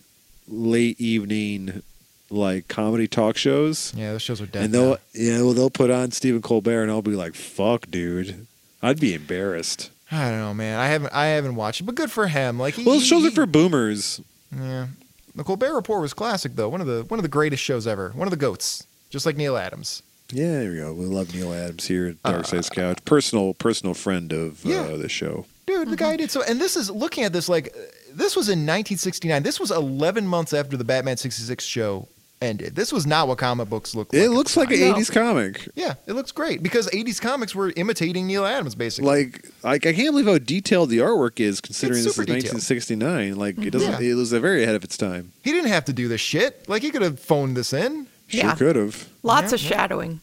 C: late evening, like comedy talk shows.
B: Yeah, those shows are dead.
C: and they'll
B: now.
C: yeah, well, they'll put on Stephen Colbert, and I'll be like, "Fuck, dude," I'd be embarrassed.
B: I don't know, man. I haven't. I haven't watched it, but good for him. Like, he,
C: Well, shows
B: he-
C: are for boomers.
B: Yeah. The Colbert Report was classic though. One of the one of the greatest shows ever. One of the goats. Just like Neil Adams.
C: Yeah, there we go. We love Neil Adams here at Dark Side's Couch. Personal, personal friend of
B: Uh, Yeah.
C: uh, the show.
B: Dude, the
C: Mm-hmm.
B: guy did so and this is looking at this like uh, this was in 1969. This was 11 months after the Batman 66 show ended. This was not what comic books looked like.
C: It
B: at
C: looks
B: the
C: like an
B: time.
C: '80s comic.
B: Yeah, it looks great because 80s comics were imitating Neil Adams basically.
C: Like, like I can't believe how detailed the artwork is, considering this is
B: super detailed. Mm-hmm.
C: 1969. Like, it doesn't.
B: Yeah.
C: It was very ahead of its time.
B: he didn't have to do this shit. Like he could have phoned this in.
C: Sure
D: Yeah.
C: could have.
D: Lots of shadowing.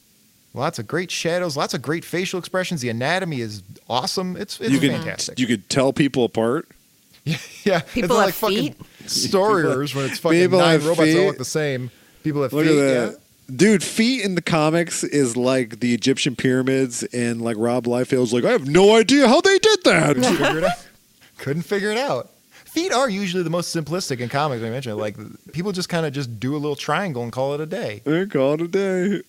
B: Lots of great shadows, lots of great facial expressions. The anatomy is awesome. It's it's
C: You could
B: fantastic.
C: you could tell people apart.
B: yeah,
D: People
B: it's
D: have
B: like fucking
D: feet?
B: Storyers when it's fucking
C: People
B: nine
C: have
B: robots
C: feet.
B: all look the same. People have
C: Look
B: feet.
C: at
B: yeah.
C: that. Dude, feet in the comics is like the Egyptian pyramids, and like Rob Liefeld's like, I have no idea how they did that.
B: Couldn't figure it out. Couldn't figure it out. Feet are usually the most simplistic in comics. I mentioned like people just kind of just do a little triangle and call it a day.
C: they call it a day.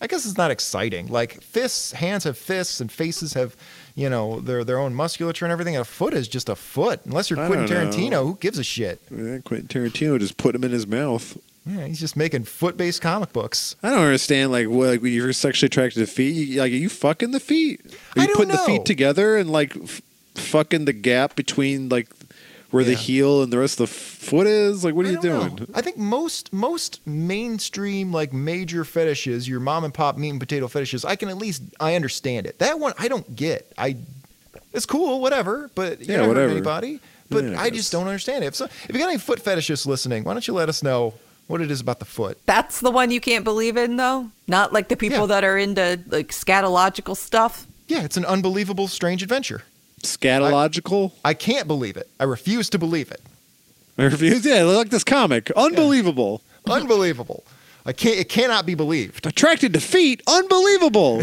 B: I guess it's not exciting. Like fists, hands have fists, and faces have, you know, their their own musculature and everything. A foot is just a foot. Unless you're
C: I
B: Quentin
C: don't know.
B: Tarantino, who gives a shit?
C: Yeah, Quentin Tarantino just put him in his mouth.
B: Yeah, he's just making foot-based comic books.
C: I don't understand. Like, what, like when you're sexually attracted to feet, you, like, are you fucking the feet? Are
B: I
C: you
B: don't
C: putting the
B: know.
C: feet together and like f- fucking the gap between like where the
B: Yeah.
C: heel and the rest of the foot is? Like, what are
B: I
C: you
B: don't
C: doing?
B: know. I think most most mainstream like major fetishes, your mom and pop meat and potato fetishes, I can at least I understand it. That one I don't get. I it's cool, whatever, but
C: Yeah,
B: yeah, not whatever.
C: whatever.
B: Anybody, but
C: Yeah, I
B: I
C: guess.
B: just don't understand it. If, so, if you got any foot fetishists listening, why don't you let us know what it is about the foot?
D: That's the one you can't believe in, though. Not like the people
B: Yeah.
D: that are into like scatological stuff.
B: Yeah, it's an unbelievable, strange adventure.
C: Scatological
B: I can't believe it. I refuse to believe it.
C: reviews? Yeah, like this comic, unbelievable.
B: Unbelievable. I can't. It cannot be believed.
C: Attracted to feet, unbelievable.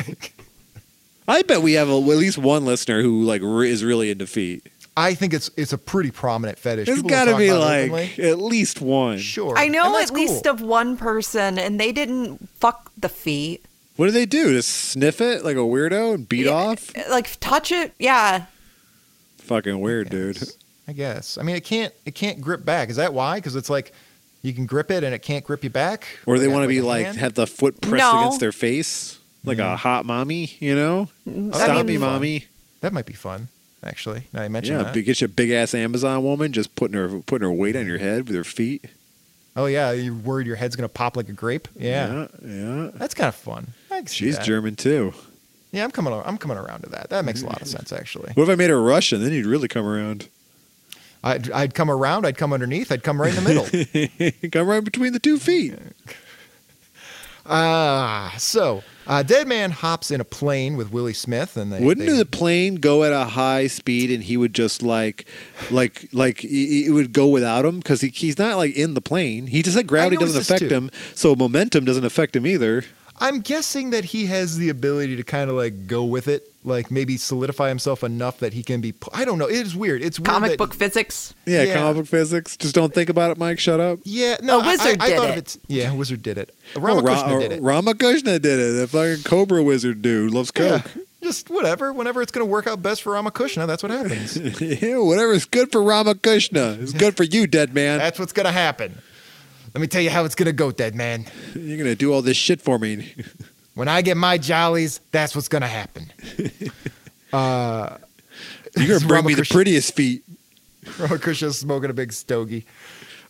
C: I bet we have a, at least one listener who like re- is really into feet.
B: I think it's it's a pretty prominent fetish.
C: There's
B: People
C: got to
B: talk
C: be
B: about it
C: like
B: openly.
C: at least one.
B: Sure.
D: I
B: And
D: know
B: that's
D: at least
B: cool.
D: of one person, and they didn't fuck the feet.
C: What do they do? Just sniff it like a weirdo and beat
D: Yeah,
C: off?
D: Like touch it, yeah.
C: Fucking weird,
B: Yes.
C: dude.
B: I guess. I mean, it can't. It can't grip back. Is that why? Because it's like you can grip it and it can't grip you back.
C: Or they
B: Like a-
C: want to be
B: a
C: like
B: hand? Mm.
C: have the foot pressed
D: No.
C: against their face, like a hot mommy, you know?
B: that'd
C: Stop
B: be
C: me,
B: fun.
C: mommy.
B: that might be fun. Actually, now you mentioned
C: Yeah,
B: that.
C: big- get you a big ass Amazon woman just putting her putting her weight on your head with her feet.
B: oh yeah, you're worried your head's gonna pop like a grape. Yeah,
C: yeah. yeah.
B: that's kind of fun. I can see
C: She's
B: that.
C: German too.
B: Yeah, I'm coming. ar- I'm coming around to that. That makes a lot of sense, actually.
C: What if I made her Russian? Then you'd really come around.
B: I'd, I'd come around. I'd come underneath. I'd come right in the middle.
C: come right between the two feet.
B: Ah, so uh, Dead Man hops in a plane with Willie Smith, and they
C: Wouldn't
B: they,
C: the plane go at a high speed and he would just like, like, like he- he- it would go without him because he, he's not like in the plane. He just like gravity
B: noticed
C: doesn't
B: this,
C: affect
B: too.
C: him, so momentum doesn't affect him either.
B: I'm guessing that he has the ability to kind of like go with it, like maybe solidify himself enough that he can be. pu- I don't know. It is weird. It's weird
D: Comic
B: that-
D: book physics.
C: Yeah,
B: Yeah.
C: comic book physics. Just don't think about it, Mike. Shut up.
B: Yeah, no,
D: A
B: I-
D: wizard
B: I, I
D: did
B: thought Of
D: it.
B: it. Yeah, a wizard did it.
C: Oh,
B: Ramakrishna
C: Ra-
B: did it.
C: Ramakrishna did it. That fucking Cobra Wizard dude loves
B: yeah,
C: coke.
B: just whatever. Whenever it's going to work out best for Ramakrishna, that's what happens.
C: Yeah. Whatever's good for Ramakrishna is good for you, dead man.
B: that's what's going to happen. Let me tell you how it's going to go, dead man.
C: You're gonna do all this shit for me.
B: When I get my jollies, that's what's going to happen.
C: You're gonna bring me the
B: Ramakrishna.
C: prettiest feet.
B: Ramakrishna's smoking a big stogie.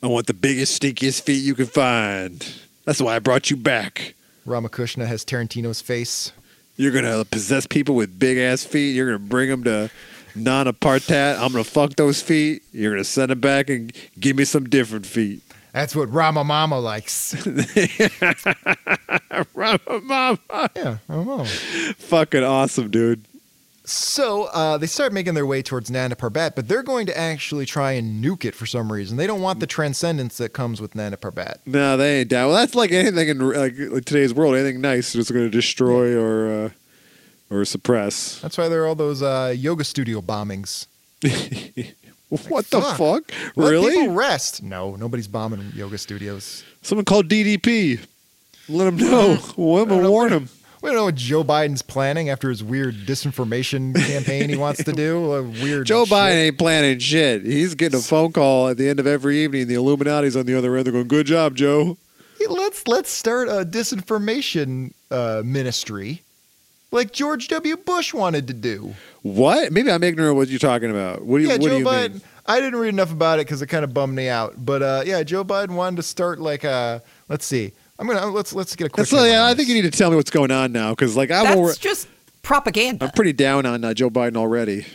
C: I want the biggest, stinkiest feet you can find. That's why I brought you back.
B: Ramakrishna has Tarantino's face.
C: You're gonna possess people with big ass feet. You're gonna bring them to non-apartheid. I'm gonna fuck those feet. You're gonna send them back and give me some different feet.
B: That's what Rama Mama likes.
C: Rama, mama.
B: yeah, Rama Mama.
C: Fucking awesome, dude.
B: So uh, they start making their way towards Nana Parbat, but they're going to actually try and nuke it for some reason. They don't want the transcendence that comes with Nana Parbat.
C: No, they ain't down. Well, that's like anything in like, like today's world. Anything nice is going to destroy or uh, or suppress.
B: That's why there are all those uh, yoga studio bombings.
C: what the
B: fuck.
C: fuck?
B: Let
C: Really?
B: people rest. No, nobody's bombing yoga studios.
C: Someone called DDP. Let them know. Let them warn them.
B: We don't know what Joe Biden's planning after his weird disinformation campaign he wants to do. A weird
C: Joe
B: shit.
C: Biden ain't planning shit. He's getting a phone call at the end of every evening. The Illuminati's on the other end. They're going, "Good job, Joe."
B: Hey, let's let's start a disinformation uh, ministry, like George W. Bush wanted to do.
C: What? Maybe I'm ignorant of what you're talking about. What do you?
B: yeah,
C: what
B: Joe
C: do you
B: Biden.
C: mean?
B: I didn't read enough about it because it kind of bummed me out. But uh, yeah, Joe Biden wanted to start like a. Let's see. I'm gonna let's let's get a quick.
C: That's, yeah,
B: headline.
C: I think you need to tell me what's going on now, because like I'm,
D: That's
C: alre-
D: just
C: I'm
D: propaganda.
C: pretty down on uh, Joe Biden already.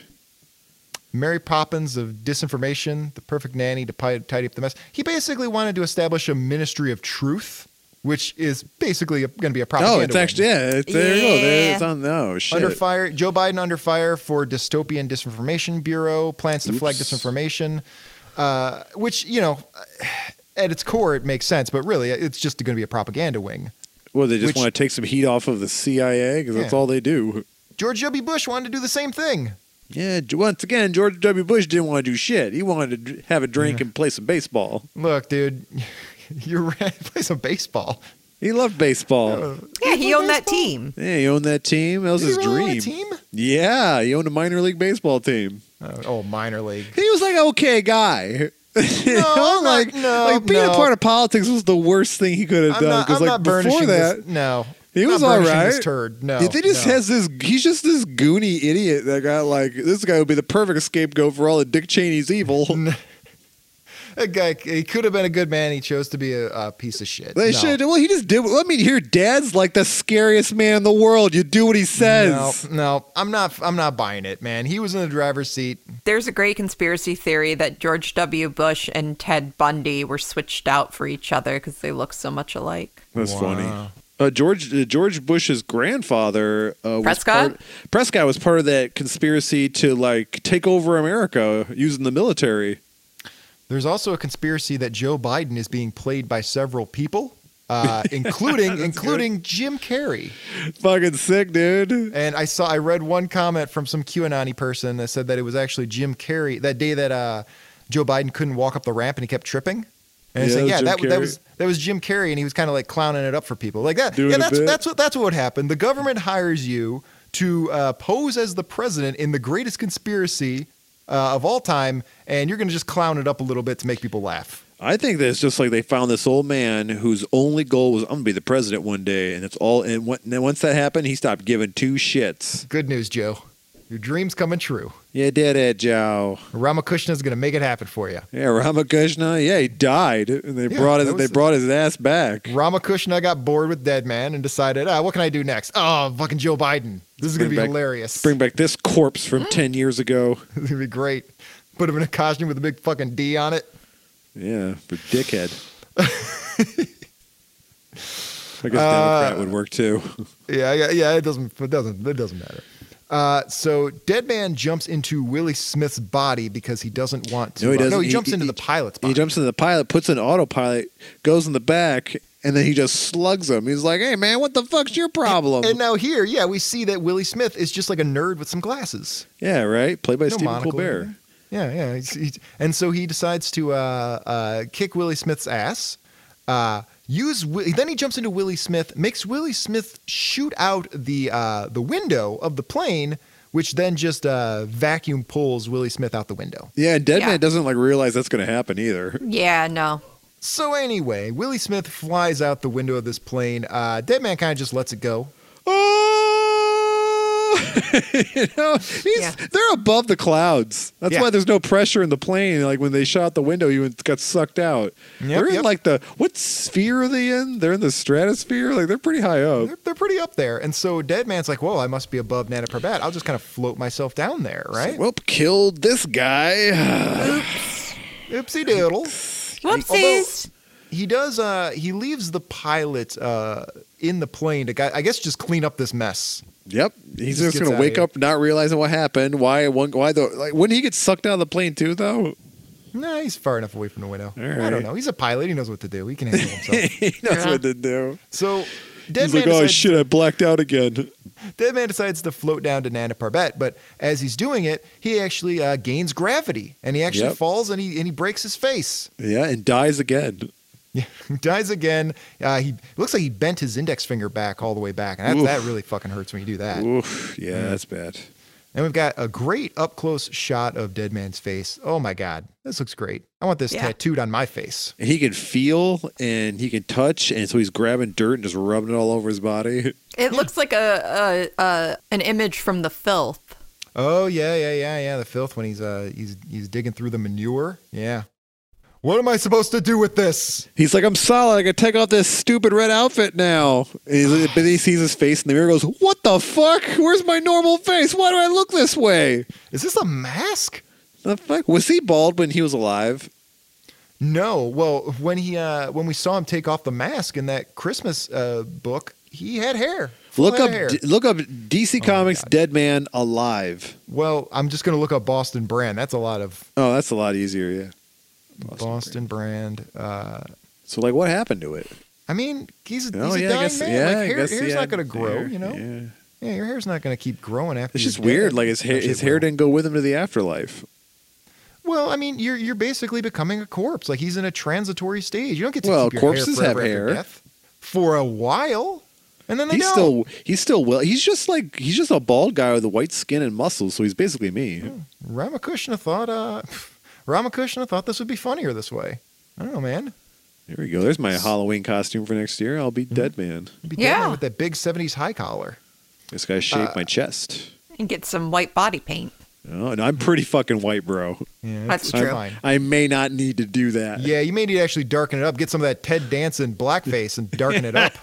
B: Mary Poppins of disinformation, the perfect nanny to pi- tidy up the mess. He basically wanted to establish a ministry of truth which is basically going to be a propaganda.
C: Oh, it's
B: wing.
C: actually yeah. It, there you go. There,
D: Yeah.
C: it's on. No shit.
B: under fire. Joe Biden under fire for dystopian disinformation bureau plans to flag
C: Oops.
B: disinformation, uh, which you know, at its core it makes sense, but really it's just going to be a propaganda wing.
C: Well, they just
B: which-
C: want to take some heat off of the CIA because that's
B: Yeah.
C: all they do.
B: George W. Bush wanted to do the same thing.
C: Yeah. j- Once again, George W. Bush didn't want to do shit. He wanted to dr- have a drink and play some baseball.
B: Look, dude, you're right. Play some baseball.
C: He loved baseball.
D: Yeah, he owned that team.
C: Yeah, he owned that team. That was
B: Did he
C: his
B: really own a
C: dream.
B: team?
C: Yeah, he owned a minor league baseball team.
B: Uh, oh, minor league.
C: He was like an okay guy. No,
B: I'm not-
C: like
B: no,
C: like being
B: no.
C: a part of politics was the worst thing he could have
B: I'm
C: done.
B: not, I'm
C: Because like
B: not
C: before
B: burnishing
C: that,
B: this. No,
C: he
B: Not
C: was all
B: burnishing This
C: right.
B: turd. No,
C: He just
B: no.
C: has this. He's just this goony idiot that got like this guy would be the perfect scapegoat for all of Dick Cheney's evil.
B: that guy. He could have been a good man. He chose to be a, a piece of shit.
C: They
B: No.
C: should. Well, he just did. Let me hear. Dad's like the scariest man in the world. You do what he
B: No,
C: says.
B: no, I'm not. I'm not buying it, man. He was in the driver's seat.
D: There's a great conspiracy theory that George W. Bush and Ted Bundy were switched out for each other because they look so much alike.
C: That's
B: Wow.
C: funny. Uh, George uh, George Bush's grandfather uh, was
D: Prescott?
C: part- Prescott was part of that conspiracy to like take over America using the military.
B: There's also a conspiracy that Joe Biden is being played by several people, uh, including including Jim Carrey.
C: Fucking sick, dude.
B: And I saw I read one comment from some QAnon person that said that it was actually Jim Carrey that day that uh, Joe Biden couldn't walk up the ramp and he kept tripping. And it's
C: Yeah,
B: like,
C: it was
B: yeah,
C: Jim
B: that, that
C: Carrey.
B: was that was Jim Carrey, and he was kind of like clowning it up for people like that.
C: Doing
B: yeah,
C: a
B: that's
C: bit.
B: that's what that's what would happen. The government hires you to uh, pose as the president in the greatest conspiracy uh, of all time, and you're going to just clown it up a little bit to make people laugh.
C: I think that it's just like they found this old man whose only goal was I'm gonna be the president one day, and it's all. And, when, and then once that happened, he stopped giving two shits.
B: Good news, Joe. Your dream's coming true.
C: Yeah, did it, Joe.
B: Ramakrishna's going to make it happen for you.
C: Yeah, Ramakrishna. Yeah, he died, and they
B: Yeah,
C: brought
B: that
C: his they
B: was-
C: brought his ass back.
B: Ramakrishna got bored with Dead Man and decided, ah, what can I do next? Oh, fucking Joe Biden. This is going to
C: Bring
B: be
C: back-
B: hilarious.
C: Bring back this corpse from ten years ago.
B: this is going to be great. Put him in a costume with a big fucking D on it.
C: Yeah, for dickhead. I guess Democrat would work too.
B: Yeah, yeah, yeah. It doesn't. It doesn't. It doesn't matter. Uh, so Dead Man jumps into Willie Smith's body because he doesn't want to.
C: No, he
B: uh,
C: doesn't.
B: No, he
C: He-
B: jumps
C: he-
B: into
C: he-
B: the pilot's body.
C: He jumps into the pilot, puts in autopilot, goes in the back, and then he just slugs him. He's like, "Hey man, what the fuck's your problem?"
B: and now here, yeah, we see that Willie Smith is just like a nerd with some glasses.
C: yeah, right. Played by
B: no
C: Stephen
B: monocle or
C: Colbert.
B: anything. Yeah, yeah. He's, he's, and so he decides to uh, uh, kick Willie Smith's ass. Uh, use Wi- then he jumps into Willie Smith, makes Willie Smith shoot out the uh, the window of the plane, which then just uh, vacuum pulls Willie Smith out the window.
C: Yeah, and Deadman
D: Yeah.
C: doesn't like realize that's going to happen either.
D: Yeah, no.
B: So anyway, Willie Smith flies out the window of this plane. Uh, Dead man kind of just lets it go.
C: Oh! you know, he's,
D: Yeah.
C: they're above the clouds. That's
B: Yeah.
C: why there's no pressure in the plane. Like when they shot the window, you got sucked out.
B: Yep,
C: they're in
B: yep.
C: like the what sphere are they in? They're in the stratosphere. Like they're pretty high up.
B: They're, they're pretty up there, and so Dead Man's like, "Whoa, I must be above Nana Parbat. I'll just kind of float myself down there, right?"
C: Well, killed this guy.
B: Oopsie doodle.
D: Whoopsies.
B: he does uh he leaves the pilot uh in the plane to guy, i guess just clean up this mess
C: yep,
B: Just
C: he's just,
B: gets
C: gonna
B: outta
C: wake
B: here.
C: up not realizing what happened. Why? One, why the? Like, wouldn't he get sucked out of the plane too? Though
B: nah he's far enough away from the window
C: All
B: i don't
C: right.
B: know he's a pilot he knows what to do he can handle himself
C: he knows
D: Yeah.
C: what to do.
B: so dead
C: he's
B: man,
C: like, oh
B: decides,
C: shit, I blacked out again.
B: dead man decides to float down to nana parbat but as he's doing it he actually uh, gains gravity and he actually
C: Yep.
B: falls and he and he breaks his face
C: Yeah, and dies again.
B: yeah, he dies again. Uh, he looks like he bent his index finger back all the way back, and
C: Oof.
B: that, that really fucking hurts when you do that.
C: Oof, yeah, that's bad.
B: And we've got a great up close shot of Dead Man's face. Oh my God, this looks great. I want this
D: Yeah.
B: tattooed on my face.
C: And he can feel and he can touch, and so he's grabbing dirt and just rubbing it all over his body.
D: It looks like a, a, a an image from the filth.
B: Oh yeah, yeah, yeah, yeah. The filth when he's uh he's he's digging through the manure. Yeah. What am I supposed to do with this?
C: He's like, "I'm solid. I can take off this stupid red outfit now." And he's, but then he sees his face in the mirror, and goes, "What the fuck? Where's my normal face? Why do I look this way?"
B: Is this a mask?
C: The fuck was he bald when he was alive?
B: No, well, when he uh, when we saw him take off the mask in that Christmas uh, book, he had hair. Full
C: Look
B: head
C: up,
B: of hair.
C: D- look up DC Comics Dead Man Alive.
B: well, I'm just gonna look up Boston Brand. That's a lot of
C: Oh, that's a lot easier. Yeah.
B: Boston, Brand. Uh,
C: So like, what happened to it?
B: I mean, he's,
C: Oh
B: he's a
C: yeah,
B: dying
C: I guess.
B: man.
C: Yeah,
B: like,
C: I
B: hair,
C: guess,
B: hair's
C: yeah,
B: not gonna grow.
C: hair,
B: you know, yeah.
C: yeah.
B: your hair's not gonna keep growing after.
C: It's
B: you're
C: just weird.
B: dead.
C: Like his hair,
B: Actually,
C: his
B: it
C: hair
B: will.
C: didn't go with him to the afterlife.
B: Well, I mean, you're you're basically becoming a corpse. Like he's in a transitory stage. You don't get to
C: Well,
B: keep your hair
C: corpses
B: forever
C: have
B: after
C: hair.
B: death. for a while, and then they
C: He's
B: don't.
C: still he's still well. He's just like he's just a bald guy with a white skin and muscles. So he's basically me.
B: Hmm. Ramakrishna thought uh, Ramakrishna thought this would be funnier this way. I don't know, man.
C: There we go. There's my Halloween costume for next year. I'll be
B: Hmm.
C: Dead Man.
B: You'd be down there
D: Yeah.
B: with that big '70s high collar.
C: This guy
B: Uh,
C: shaved my chest.
D: and get some white body paint.
C: Oh, and I'm pretty fucking white, bro.
B: Yeah,
D: That's
B: it's
D: true.
B: Fine.
C: I may not need to do that.
B: Yeah, you may need to actually darken it up. Get some of that Ted Danson blackface and darken it up.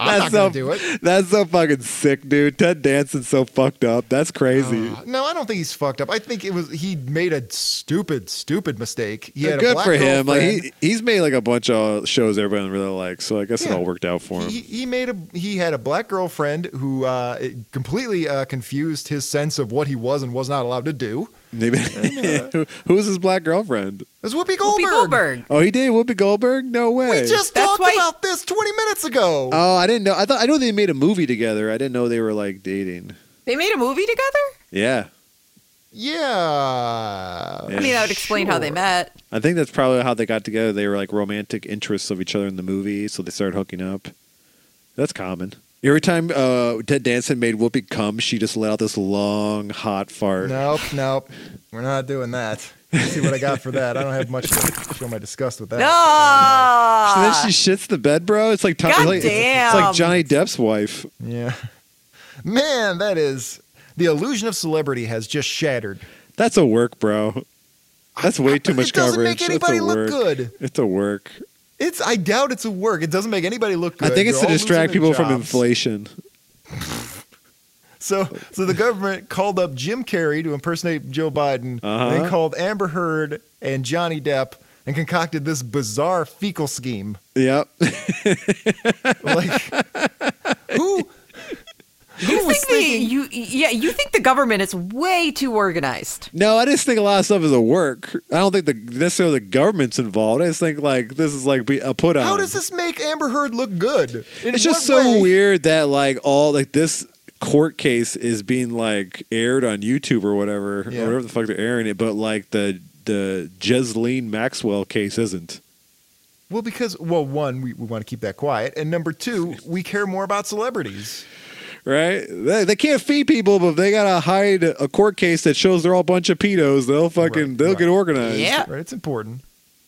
B: I'm not
C: so,
B: gonna do it.
C: That's so fucking sick, dude. Ted Danson's so fucked up. That's crazy.
B: Uh, No, I don't think he's fucked up. I think it was he made a stupid, stupid mistake. He had a
C: Good
B: black
C: for him. Like
B: girlfriend.
C: he, he's made like a bunch of shows everyone really likes. So I guess it
B: Yeah.
C: all worked out for him.
B: He, he made a he had a black girlfriend who uh, it completely uh, confused his sense of what he was and was not allowed to do.
C: Maybe who, who's his black girlfriend?
B: It was Whoopi
D: Whoopi
B: Goldberg.
D: Goldberg.
C: Oh, he dated Whoopi Goldberg? No way.
B: We just
D: That's
B: talked
D: why-
B: about this 20 minutes ago.
C: Oh, I didn't know. I thought I know they made a movie together. I didn't know they were like dating.
D: They made a movie together.
C: Yeah.
B: yeah.
C: Yeah.
D: I mean, that would explain how they
B: Sure.
D: met.
C: I think that's probably how they got together. They were like romantic interests of each other in the movie, so they started hooking up. That's common. Every time uh, Ted Danson made Whoopi come, she just let out this long, hot fart.
B: Nope, nope. We're not doing that. Let's see what I got for that. I don't have much to show my disgust with that.
C: So
D: No.
C: then
B: Ah.
C: she shits the bed, bro. It's like, Tom, it's,
D: God
C: like it's like
D: damn.
C: Johnny Depp's wife.
B: Yeah. Man, that is the illusion of celebrity has just shattered.
C: That's a work, bro. That's way too much
B: it doesn't
C: coverage.
B: make anybody
C: That's a
B: look
C: work.
B: good.
C: It's a work.
B: It's I doubt it's a work. It doesn't make anybody look good.
C: I think it's
B: They're
C: to
B: all
C: distract
B: losing
C: people
B: their
C: from
B: jobs.
C: inflation.
B: So, so the government called up Jim Carrey to impersonate Joe Biden,
C: Uh-huh.
B: then called Amber Heard and Johnny Depp and concocted this bizarre fecal scheme.
C: Yep.
B: Like, who?
D: you
B: was
D: think the, you yeah you think the government is way too organized.
C: No, I just think a lot of stuff is a work. I don't think the necessarily the government's involved. I just think like this is like be- a put on.
B: How does this make Amber Heard look good? In
C: It's just
B: what
C: so
B: way?
C: weird that like all like this court case is being like aired on YouTube or whatever
B: Yeah.
C: or whatever the fuck they're airing it, but like the the Jesleen Maxwell case isn't.
B: Well, because well, one, we, we want to keep that quiet, and number two, we care more about celebrities.
C: Right? They, they can't feed people, but if they gotta hide a court case that shows they're all a bunch of pedos, they'll fucking
B: Right,
C: they'll
B: right.
C: get organized.
D: Yeah.
B: Right? It's important.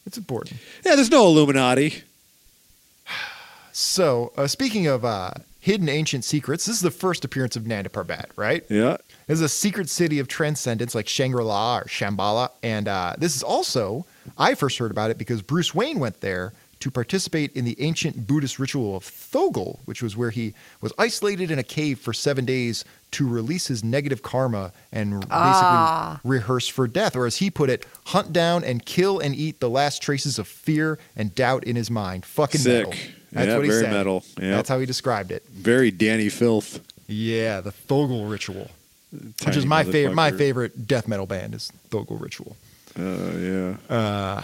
B: It's important.
C: Yeah, there's no Illuminati.
B: So, uh, speaking of uh, hidden ancient secrets, this is the first appearance of Nanda Parbat, right?
C: Yeah.
B: This is a secret city of transcendence like Shangri La or Shambhala. And uh, this is also, I first heard about it because Bruce Wayne went there to participate in the ancient Buddhist ritual of Thogul, which was where he was isolated in a cave for seven days to release his negative karma and basically rehearse for death, or as he put it, hunt down and kill and eat the last traces of fear and doubt in his mind. Fucking
C: Sick.
B: metal. That's
C: Yeah,
B: what he
C: very
B: said.
C: metal. Yeah.
B: That's how he described it.
C: Very Danny Filth.
B: Yeah, the Thogul ritual which
C: Tiny
B: is my favorite. My
C: motherfucker.
B: favorite death metal band is Thogul Ritual,
C: Uh, yeah.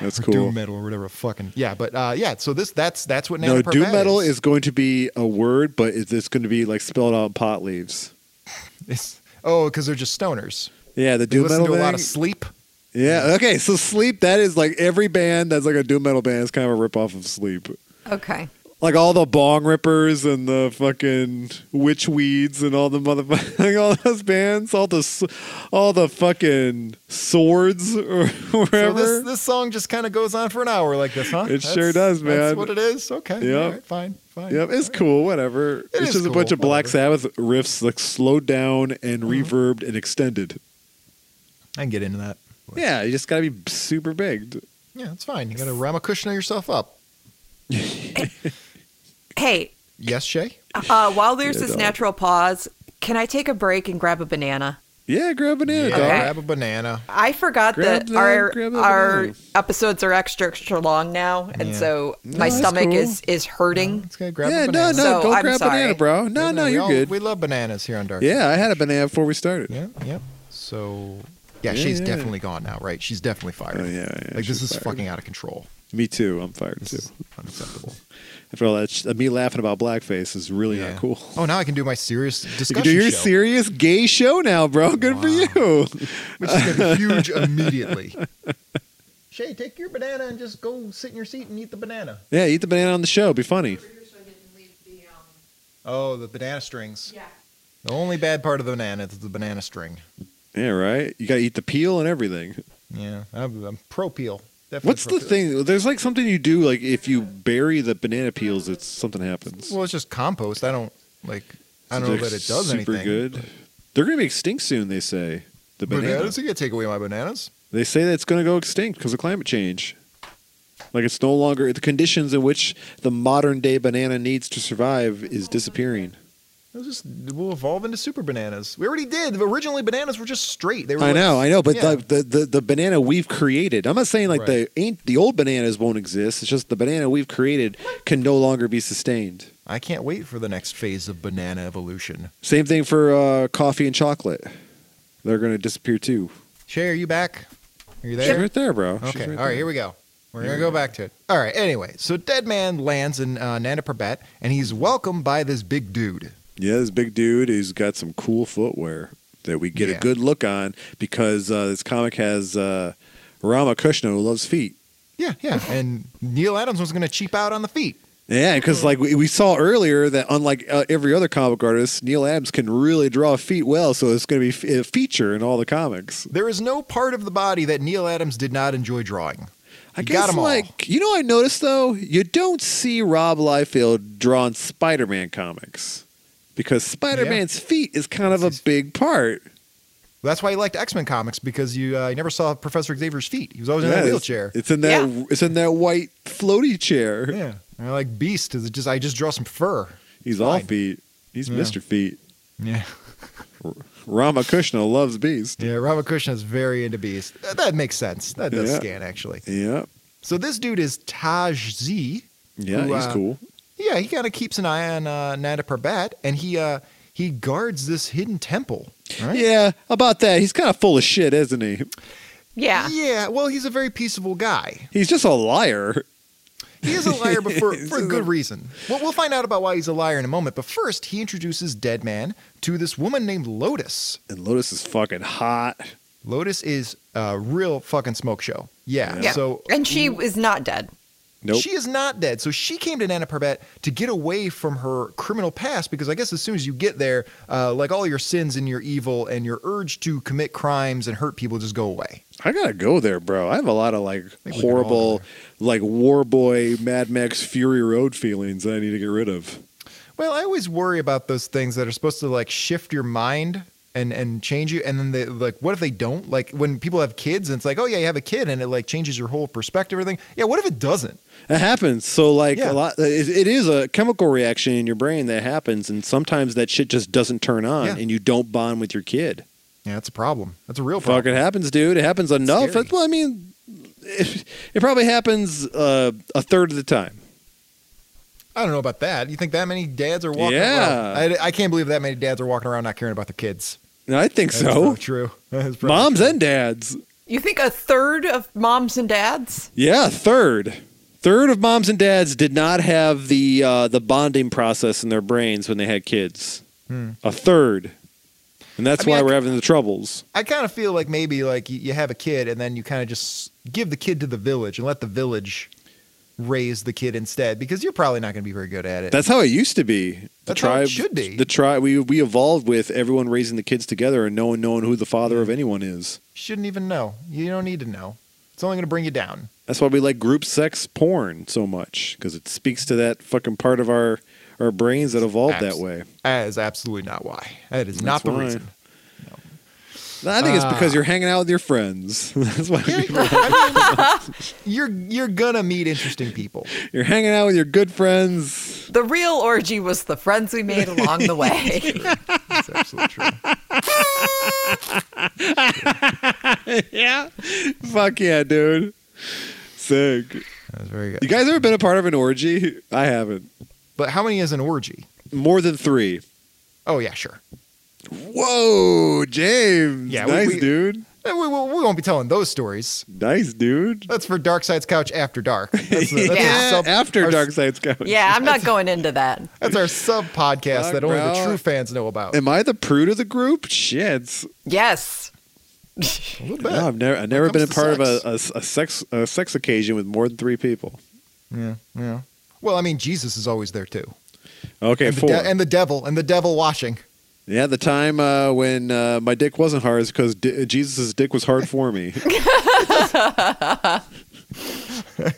C: That's
B: or
C: cool.
B: doom metal, or whatever. Fucking yeah, but uh, yeah. So this that's that's what
C: no,
B: Nana
C: doom
B: Parbat
C: metal is going to be a word, but it's, it's going to be like spelled out in pot leaves.
B: It's- oh, because they're just stoners.
C: Yeah, the
B: They
C: doom
B: listen
C: metal
B: to a
C: thing.
B: lot of sleep.
C: yeah. Okay, so sleep. That is like every band that's like a doom metal band is kind of a ripoff of sleep.
D: Okay.
C: Like all the bong rippers and the fucking witch weeds and all the motherfucking like all those bands, all the s- all the fucking swords or
B: So
C: wherever.
B: this this song just kind of goes on for an hour like this, huh?
C: It sure does, man.
B: That's what it is. Okay.
C: Yep.
B: all right, fine. Fine.
C: Yep, it's cool. Whatever. it's
B: is
C: just a
B: cool,
C: bunch of Black
B: whatever. Mm-hmm.
C: Sabbath riffs, like slowed down and reverbed and extended.
B: I can get into that.
C: Yeah, you just gotta be super big.
B: Yeah, it's fine. You gotta Ramakrishna yourself up.
D: Hey,
B: Yes, Shay.
D: uh, while there's
C: Yeah,
D: this
C: dog.
D: natural pause, can I take a break and grab a banana?
C: Yeah, grab a banana,
B: Yeah,
C: dog.
D: Okay.
B: Grab a banana.
D: I forgot
C: Grab
D: that
C: that,
D: our
C: grab that
D: our
C: banana.
D: episodes are extra extra long now, and
B: Yeah.
D: so my
C: that's
D: stomach
C: cool.
D: is is hurting.
B: Let's go grab
C: yeah,
B: a
C: no, no,
B: banana.
D: So,
C: go
D: I'm
C: grab a
D: sorry.
C: banana, bro. No, no,
B: we
C: you're
B: all-
C: good.
B: We love bananas here on Dark. Side.
C: yeah, I had a banana before we started.
B: Yeah, yeah. So, yeah, she's
C: yeah.
B: definitely gone now, right? She's definitely fired.
C: Oh, yeah, yeah,
B: like this
C: she's
B: is
C: fired.
B: fucking out of control.
C: Me too. I'm fired
B: This
C: too.
B: is unacceptable.
C: After all that, sh- me laughing about blackface is really
B: Yeah.
C: not cool.
B: Oh, now I can do my serious
C: You
B: discussion
C: can do your
B: show,
C: serious gay show now, bro. Good for you.
B: which is gonna be huge immediately. Shay, take your banana and just go sit in your seat and eat the banana.
C: Yeah, eat the banana on the show. Be funny.
B: Oh, the banana strings. The only bad part of the banana is the banana string.
C: Yeah, right. You gotta eat the peel and everything.
B: Yeah, I'm, I'm pro peel. Definitely
C: What's
B: pro
C: the
B: peel.
C: thing? There's like something you do. Like if you bury the banana peels, it's something happens.
B: Well, it's just compost. I don't like. I don't know
C: They're
B: that it does
C: super
B: anything.
C: good. They're gonna be extinct soon. They say the banana.
B: Bananas? You gotta take away my bananas.
C: They say that it's going to go extinct because of climate change. Like it's no longer the conditions in which the modern day banana needs to survive is disappearing.
B: We'll just we'll evolve into super bananas. We already did. Originally, bananas were just straight. They were.
C: I
B: like-
C: know, I know, but
B: Yeah.
C: the, the, the the banana we've created. I'm not saying like
B: Right.
C: the ain't the old bananas won't exist. It's just the banana we've created can no longer be sustained.
B: I can't wait for the next phase of banana evolution.
C: Same thing for uh, coffee and chocolate. They're going to disappear too.
B: Shay, are you back? Are you
C: She's
B: there?
C: right there, bro. She's
B: Okay.
C: right
B: All right. Here we go. We're gonna go back to it. All right. Anyway, so Dead Man lands in uh, Nana Parbat, and he's welcomed by this big dude.
C: Yeah, this big dude who's got some cool footwear that we get
B: Yeah.
C: a good look on because uh, this comic has uh, Rama Kushner who loves feet.
B: Yeah, yeah. And Neil Adams was gonna cheap out on the feet.
C: Yeah,
B: Mm-hmm.
C: because like we, we saw earlier that unlike uh, every other comic artist, Neil Adams can really draw feet well, so it's going to be f- a feature in all the comics.
B: There is no part of the body that Neil Adams did not enjoy drawing.
C: I
B: You
C: guess
B: got 'em all.
C: like you know, what I noticed though you don't see Rob Liefeld drawing Spider-Man comics because Spider-Man's feet is kind of a big part.
B: That's why he liked X Men comics because you uh, you never saw Professor Xavier's feet. He was always in
C: Yeah,
B: that
C: it's-
B: wheelchair.
C: It's in that. It's in that white floaty chair.
B: yeah, and I like Beast. Is it just I just draw some fur.
C: He's
B: Fine.
C: all feet. He's
B: Yeah.
C: Mr. Feet.
B: Yeah,
C: Rama Kushner loves Beast.
B: yeah. Ramakrishna is very into Beast. Uh, That makes sense. That does
C: Yeah.
B: scan actually.
C: Yeah.
B: So this dude is Taj Z.
C: Yeah,
B: Who,
C: he's
B: uh,
C: cool.
B: Yeah, he kind of keeps an eye on uh, Nanda Parbat, and he uh, he guards this hidden temple. Right?
C: Yeah, about that. He's kind of full of shit, isn't he?
D: Yeah.
B: Yeah. Well, he's a very peaceable guy.
C: He's just a liar.
B: He is a liar, but for, for a good reason. Well, we'll find out about why he's a liar in a moment. But first, he introduces Dead Man to this woman named Lotus.
C: And Lotus is fucking hot.
B: Lotus is a real fucking smoke show. Yeah.
D: Yeah.
B: So
D: and she is not dead.
C: Nope.
B: she is not dead. So she came to Nana Parbat to get away from her criminal past because I guess as soon as you get there, uh, like all your sins and your evil and your urge to commit crimes and hurt people just go away.
C: I gotta go there, bro. I have a lot of like
B: we could all
C: horrible,
B: go
C: like War Boy, Mad Max, Fury Road feelings that I need to get rid of.
B: Well, I always worry about those things that are supposed to like shift your mind and and change you, and then they like, what if they don't? Like when people have kids, and it's like, oh yeah, you have a kid, and it like changes your whole perspective, and everything. Yeah, what if it doesn't?
C: It happens. So like
B: Yeah.
C: a lot, it, it is a chemical reaction in your brain that happens, and sometimes that shit just doesn't turn on,
B: Yeah.
C: and you don't bond with your kid.
B: Yeah, that's a problem. That's a real
C: Fuck,
B: problem.
C: it happens, dude. It happens enough.
B: Scary.
C: Well, I mean, it, it probably happens uh, a third of the time.
B: I don't know about that. You think that many dads are walking?
C: Yeah.
B: around? I, I can't believe that many dads are walking around not caring about their kids.
C: And I think
B: That's
C: so.
B: probably true. That's probably
C: Moms
B: true.
C: and dads.
D: You think a third of moms and dads?
C: Yeah, third. Third of moms and dads did not have the uh, the bonding process in their brains when they had kids. A third. And that's
B: Hmm. I mean,
C: why
B: I
C: we're
B: c-
C: having the troubles.
B: I kind of feel like maybe like you, you have a kid and then you kind of just give the kid to the village and let the village raise the kid instead because you're probably not going to be very good at it.
C: That's how it used to be. The
B: That's how it
C: tribe
B: should be.
C: The tribe we we evolved with everyone raising the kids together and no one knowing who the father
B: Hmm.
C: of anyone is.
B: shouldn't even know. You don't need to know. It's only going to bring you down.
C: That's why we like group sex porn so much because it speaks to that fucking part of our our brains that evolved
B: Abs-
C: that way.
B: That is absolutely not why. That is not
C: That's
B: the
C: why.
B: reason.
C: I think it's
B: Ah.
C: because you're hanging out with your friends. That's why
B: Yeah, I mean, you're you're gonna meet interesting people.
C: you're hanging out with your good friends.
D: The real orgy was the friends we made along the way.
B: That's absolutely true.
C: yeah. Fuck yeah, dude. Sick.
B: That was very
C: You
B: good.
C: guys ever been a part of an orgy? I haven't.
B: But how many is an orgy?
C: More than three.
B: Oh yeah, sure.
C: Whoa, James.
B: Yeah, we-
C: nice,
B: we-
C: dude.
B: Eh, We, we, we won't be telling those stories.
C: Nice, dude.
B: That's for Dark Side's Couch After Dark. That's, the- that's,
D: Yeah.
B: our, sub,
C: After
B: our-
C: Dark Side's Couch.
D: Yeah, I'm not going into that.
B: that's our sub podcast
C: Fuck,
B: that only
C: bro.
B: the true fans know about.
C: Am I the prude of the group? Shit.
D: Yes.
B: A little bit.
C: No, I've never, I've never
B: When
C: been a
B: it
C: part
B: comes
C: of a, a, a sex a sex occasion with more than three people.
B: Yeah, yeah. Well, I mean, Jesus is always there too,
C: Okay,
B: and the,
C: four.
B: de- and the devil, and the devil watching.
C: yeah, the time uh, when uh, my dick wasn't hard is because di- Jesus' dick was hard for me.
B: Uh,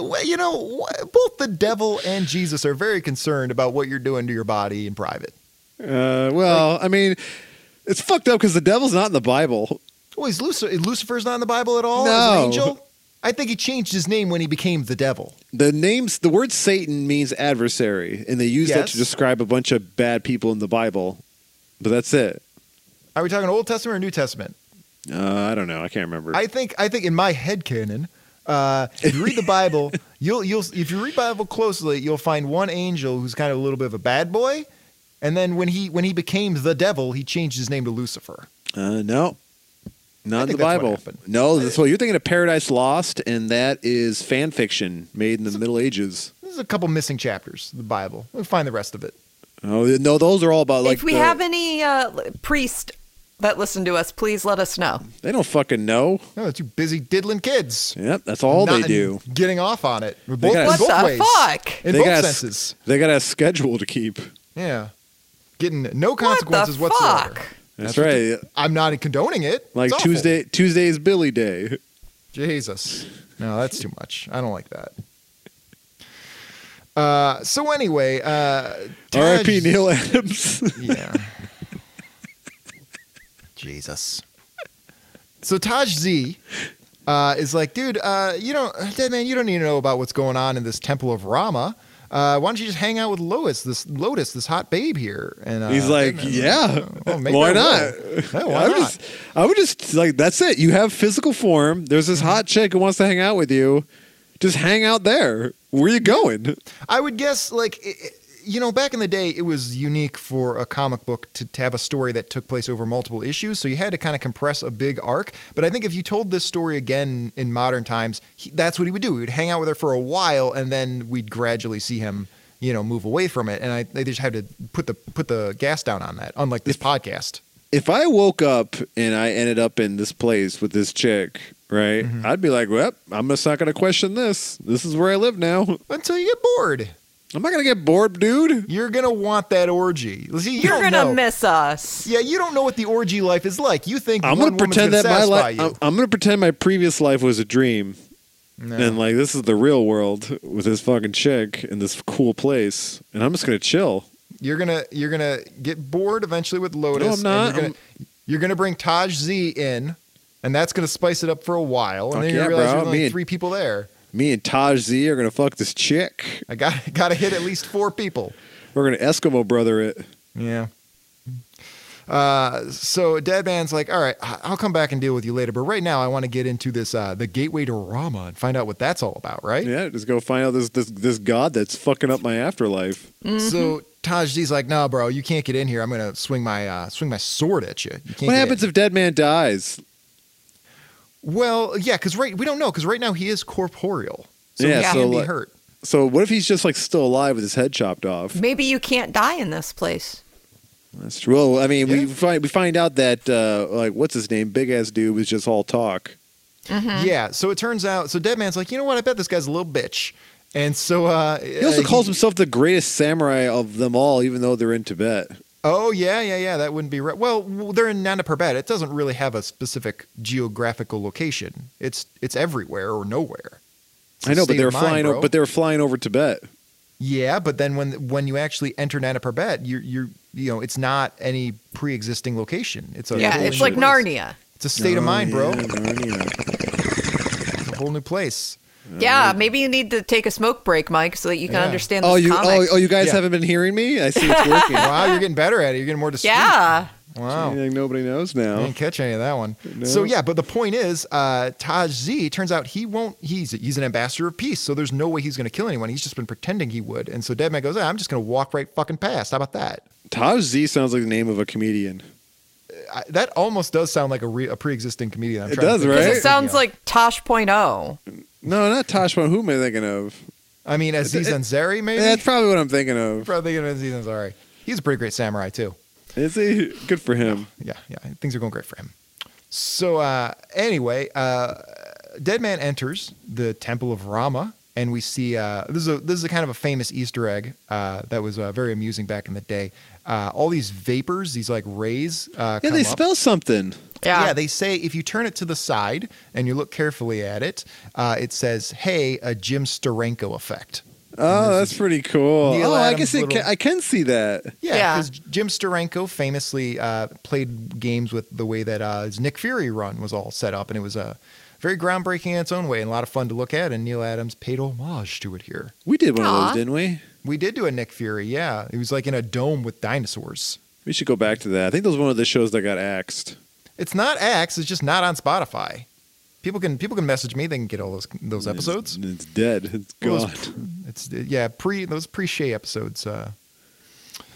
B: well, you know, wh- both the devil and Jesus are very concerned about what you're doing to your body in private.
C: Uh, well, I mean, it's fucked up because the devil's not in the Bible.
B: Well, Oh, is Lucifer, Lucifer's not in the Bible at all as
C: No.
B: an angel? I think he changed his name when he became the devil.
C: The names, the word Satan means adversary, and they use that to
B: Yes.
C: describe a bunch of bad people in the Bible. But that's it.
B: Are we talking Old Testament or New Testament?
C: Uh, I don't know. I can't remember.
B: I think I think in my head canon, uh, if you read the Bible, you'll you'll if you read Bible closely, you'll find one angel who's kind of a little bit of a bad boy, and then when he when he became the devil, he changed his name to Lucifer.
C: uh, no, not in the
B: think that's what
C: Bible.
B: happened.
C: No, that's what you're thinking of Paradise Lost, and that is fan fiction made in the Middle Ages.
B: There's a couple missing chapters of the Bible. We'll find the rest of it.
C: Oh no, those are all about like
D: if we
C: the-
D: have any uh, priest that listen to us, please let us know.
C: They don't fucking know.
B: No, they're too busy diddling kids.
C: Yep, that's all
B: Not
C: they
B: in-
C: do.
B: Getting off on it. Both,
C: gotta-
B: in
D: What
B: both
D: the
B: ways.
D: fuck?
B: In
C: they
B: both
C: got a-
B: senses.
C: they got a schedule to keep.
B: Yeah. Getting no
D: What the
B: consequences whatsoever.
D: fuck?
B: That's
C: That's,
B: what
C: right.
B: I'm not condoning it.
C: like
B: It's awful.
C: Tuesday, Tuesday's Billy Day.
B: Jesus. No, that's too much. I don't like that. Uh, so anyway, uh, Taj-
C: R.I.P. Neil Adams.
B: Yeah. Jesus. So Taj Z uh, is like, dude, uh, you don't, dead man, you don't need to know about what's going on in this temple of Rama. Uh, why don't you just hang out with Lois, this Lotus, this hot babe here? And uh,
C: He's like,
B: Deadman's
C: yeah,
B: "Oh, maybe
C: why
B: I will."
C: not?
B: No, why
C: I would
B: not? Mm-hmm.
C: just, I would just like that's it. You have physical form. There's this hot chick who wants to hang out with you. Just hang out there. Where you going?
B: I would guess, like, i- i you know, back in the day, it was unique for a comic book to, to have a story that took place over multiple issues. So you had to kind of compress a big arc. But I think if you told this story again in modern times, he, that's what he would do. He would hang out with her for a while, and then we'd gradually see him. You know, move away from it, and I they just had to put the put the gas down on that. Unlike this podcast,
C: If I woke up and I ended up in this place with this chick, right?
B: Mm-hmm.
C: I'd be like, well, I'm just not gonna question this. This is where I live now.
B: until you get bored,
C: I'm not gonna get bored, dude.
B: you're gonna want that orgy. See, you
D: You're
B: don't
D: going to
B: know.
D: miss us.
B: yeah, you don't know what the orgy life is like. You think
C: I'm
B: one
C: gonna
B: woman's
C: pretend that my
B: satisfy
C: life.
B: you.
C: I'm, I'm gonna pretend my previous life was a dream,
B: No.
C: and like this is the real world with this fucking chick in this cool place, and I'm just gonna chill.
B: You're gonna you're gonna get bored eventually with Lotus.
C: No, I'm not.
B: And you're, gonna, you're gonna bring Taj Z in, and that's gonna spice it up for a while.
C: Fuck
B: And then
C: yeah,
B: you realize
C: bro.
B: there's
C: Me
B: only
C: and-
B: three people there.
C: Me and Taj Z are gonna fuck this chick.
B: I got gotta hit at least four people.
C: We're gonna Eskimo brother it.
B: Yeah. Uh, so Deadman's like, all right, I- I'll come back and deal with you later, but right now I want to get into this uh, the gateway to Rama and find out what that's all about, right?
C: Yeah, just go find out this this this god that's fucking up my afterlife.
B: So Taj Z's like, no, bro, you can't get in here. I'm gonna swing my uh, swing my sword at you. you can't
C: What
B: get in."
C: happens if dead man dies?
B: Well, yeah, because right we don't know because right now he is corporeal, so
C: Yeah,
B: he
C: so
B: can be
C: like-
B: hurt.
C: So what if he's just like still alive with his head chopped off?
D: Maybe you can't die in this place.
C: That's true. Well, I mean, we
B: Yeah.
C: find we find out that uh, like what's his name, big ass dude, was just all talk. Mm-hmm.
B: Yeah, so it turns out, so Deadman's like, you know what? I bet this guy's a little bitch, and so uh,
C: He also calls himself the greatest samurai of them all, even though they're in Tibet.
B: Oh yeah, yeah, yeah. That wouldn't be right. Well, w- they're in Nana Parbat. It doesn't really have a specific geographical location. It's it's everywhere or nowhere. It's
C: I
B: a
C: know, but
B: state
C: they were
B: of mind,
C: flying.
B: bro.
C: Over, but they were flying over Tibet.
B: Yeah, but then when when you actually enter Nana Parbat, you're you're you know it's not any pre-existing location. It's a
D: yeah,
B: whole
D: it's
B: new
D: like
B: place.
D: Narnia.
B: It's a state of
C: Oh,
B: mind, bro.
C: yeah, Narnia.
B: It's a whole new place.
D: Yeah, maybe you need to take a smoke break, Mike, so that you can
B: Yeah.
D: understand this
C: Oh, you.
D: comic.
C: Oh, oh, you guys
B: Yeah.
C: haven't been hearing me. I see it's working.
B: Wow, you're getting better at it. You're getting more discreet.
D: yeah.
B: Wow.
C: Anything nobody knows
B: I
C: now.
B: didn't catch any of that one.
C: Oh. No.
B: So yeah, but the point is, uh, Taj Z turns out he won't. He's he's an ambassador of peace, so there's no way he's going to kill anyone. He's just been pretending he would, and so Deadman goes, "Ah, "I'm just going to walk right fucking past." How about that?
C: Taj Z sounds like the name of a comedian.
B: I, that almost does sound like a, re, a pre-existing comedian. I'm
C: It
B: trying to
C: does,
B: think of
C: right?
D: Because
B: something
D: it sounds
B: else.
D: like oh. Tosh.0.
C: No, not Taj. Who am I thinking of?
B: I mean, Aziz Ansari, maybe.
C: That's probably what I'm thinking of.
B: probably thinking of Aziz Ansari. He's a pretty great samurai too.
C: Is he good for him?
B: yeah, yeah. Things are going great for him. So uh, anyway, uh, Dead Man enters the Temple of Rama, and we see uh, this is a this is a kind of a famous Easter egg uh, that was uh, very amusing back in the day. Uh, all these vapors, these like rays. Uh,
C: Yeah,
B: come
C: they
B: up.
C: spell something.
D: Yeah.
B: they say if you turn it to the side and you look carefully at it, uh, it says, "Hey, a Jim Steranko effect."
C: Oh, that's pretty cool.
B: Neil
C: oh, I
B: Adams'
C: guess it
B: little-
C: can, I can see that.
B: Yeah,
D: Yeah.
B: because Jim Steranko famously uh, played games with the way that uh, his Nick Fury run was all set up, and it was uh, very groundbreaking in its own way and a lot of fun to look at. And Neil Adams paid homage to it here.
C: We did one of
D: Aw.
C: those, didn't we?
B: We did do a Nick Fury, yeah. It was like in a dome with dinosaurs.
C: We should go back to that. I think that was one of the shows that got axed.
B: It's not Axe; it's just not on Spotify. People can people can message me; they can get all those those episodes.
C: It's, it's dead. It's
B: All
C: gone.
B: those- It's yeah, pre those pre Shea episodes. Uh,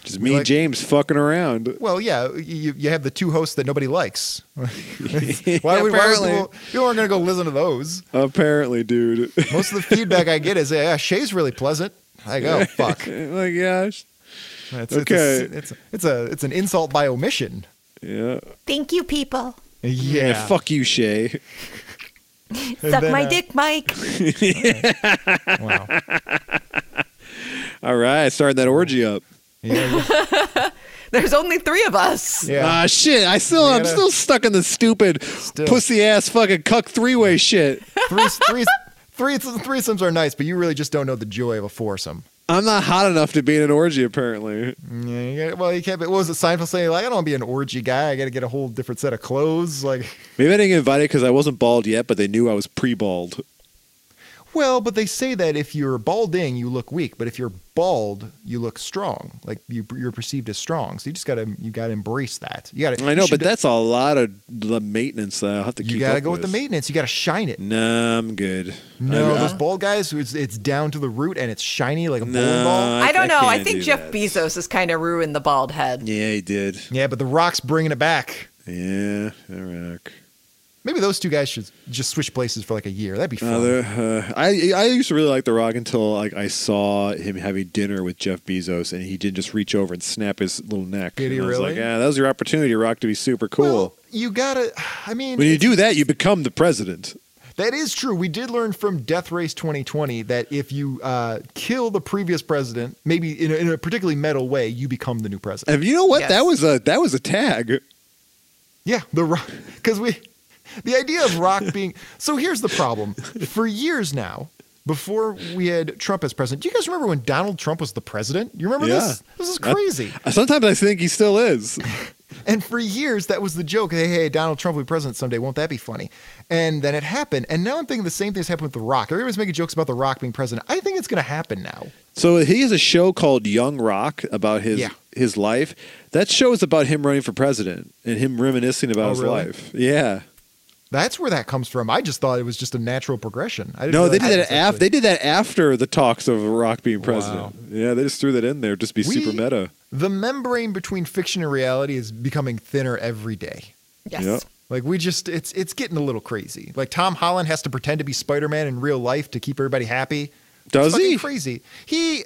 C: Just me,
B: like-
C: and James, fucking around.
B: Well, yeah, you, you have the two hosts that nobody likes. why would, why would
C: Apparently.
B: people, people aren't going to go listen to those?
C: Apparently, dude.
B: Most of the feedback I get is, yeah, Shay's really pleasant. I go, fuck. It's,
C: My gosh.
B: it's
C: Okay.
B: a- It's, it's, a, it's an insult by omission.
C: Yeah.
D: Thank you, people.
B: Yeah.
C: Fuck you, Shay.
B: And
D: Suck
B: then,
D: my
B: uh,
D: dick, Mike.
B: Wow.
C: All right, starting that orgy up.
B: Yeah, yeah.
D: There's only three of us.
B: Yeah.
C: Ah, shit. I still, I'm
B: gotta-
C: still stuck in the stupid pussy ass fucking cuck three way shit.
B: Threes- threes- threes- threesomes are nice, but you really just don't know the joy of a foursome.
C: I'm not hot enough to be in an orgy, apparently.
B: Yeah, you gotta- well, you can't. Be, what was it? Seinfeld saying, like, I don't want to be an orgy guy. I got to get a whole different set of clothes. Like,
C: Maybe I didn't get invited because I wasn't bald yet, but they knew I was pre bald.
B: Well, but they say that if you're balding, you look weak, but if you're bald, you look strong. Like you, you're perceived as strong. So you just gotta you gotta embrace that. You gotta.
C: I know,
B: you
C: but
B: should-
C: that's a lot of the maintenance that I'll have to keep
B: you gotta
C: up
B: go with. the maintenance. You gotta shine it.
C: Nah, I'm good.
B: No,
C: I,
B: those bald guys, it's, it's down to the root and it's shiny like a bowling
C: No.
B: ball.
D: I, don't know. I
C: can't
D: think
C: do
D: Jeff
C: that.
D: Bezos has kind of ruined the bald head.
C: Yeah, he did.
B: Yeah, but the Rock's bringing it back.
C: Yeah, Iraq.
B: Maybe those two guys should just switch places for like a year. That'd be fun.
C: Uh, the- uh, I I used to really like The Rock until like I saw him having dinner with Jeff Bezos and he didn't just reach over and snap his little neck.
B: Did he
C: And I was
B: really?
C: Like, yeah, that was your opportunity, Rock, to be super cool.
B: Well, you gotta. I mean,
C: when you do that, you become the president.
B: That is true. We did learn from Death Race 2020 that if you uh, kill the previous president, maybe in a, in a particularly metal way, you become the new president.
C: And you know what?
D: Yes.
C: That was a that was a tag.
B: Yeah, the rock. Because we, the idea of rock being. So here's the problem. For years now, before we had Trump as president, do you guys remember when Donald Trump was the president? You remember
C: Yeah.
B: this? This is crazy.
C: Sometimes I think he still is.
B: And for years, that was the joke. Hey, hey, Donald Trump will be president someday. Won't that be funny? And then it happened. And now I'm thinking the same thing's happened with The Rock. Everybody's making jokes about The Rock being president. I think it's going to happen now.
C: So he has a show called Young Rock about his
B: Yeah.
C: his life. That show is about him running for president and him reminiscing about
B: Oh,
C: his
B: really?
C: life. Yeah.
B: That's where that comes from. I just thought it was just a natural progression. I didn't
C: No, they
B: realize
C: did that
B: was
C: after
B: actually-
C: they did that after the talks of Rock being president.
B: Wow.
C: Yeah, they just threw that in there just to be
B: We-
C: super meta.
B: The membrane between fiction and reality is becoming thinner every day.
D: Yes.
C: Yeah.
B: Like we just, it's it's getting a little crazy. Like Tom Holland has to pretend to be Spider Man in real life to keep everybody happy.
C: Does
B: It's fucking
C: he?
B: Crazy. He,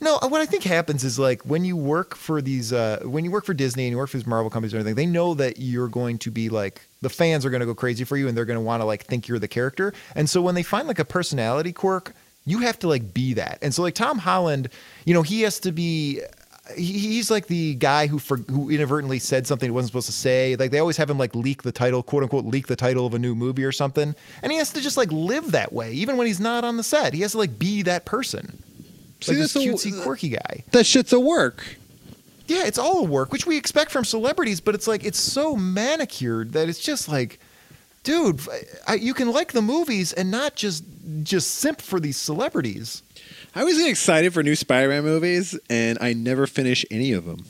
B: no. What I think happens is like when you work for these, uh, when you work for Disney and you work for these Marvel companies or anything, they know that you're going to be like the fans are going to go crazy for you and they're going to want to like think you're the character. And so when they find like a personality quirk, you have to like be that. And so like Tom Holland, you know, he has to be. he- He's like the guy who for, who inadvertently said something he wasn't supposed to say. Like they always have him like leak the title, quote unquote, leak the title of a new movie or something. And he has to just like live that way, even when he's not on the set. He has to like be that person
C: See,
B: like this
C: that's a- uh,
B: cutesy, quirky guy.
C: That shit's a work.
B: Yeah, it's all a work, which we expect from celebrities, but it's like it's so manicured that it's just like, dude, I, you can like the movies and not just just simp for these celebrities.
C: I always get excited for new Spider-Man movies, and I never finish any of them.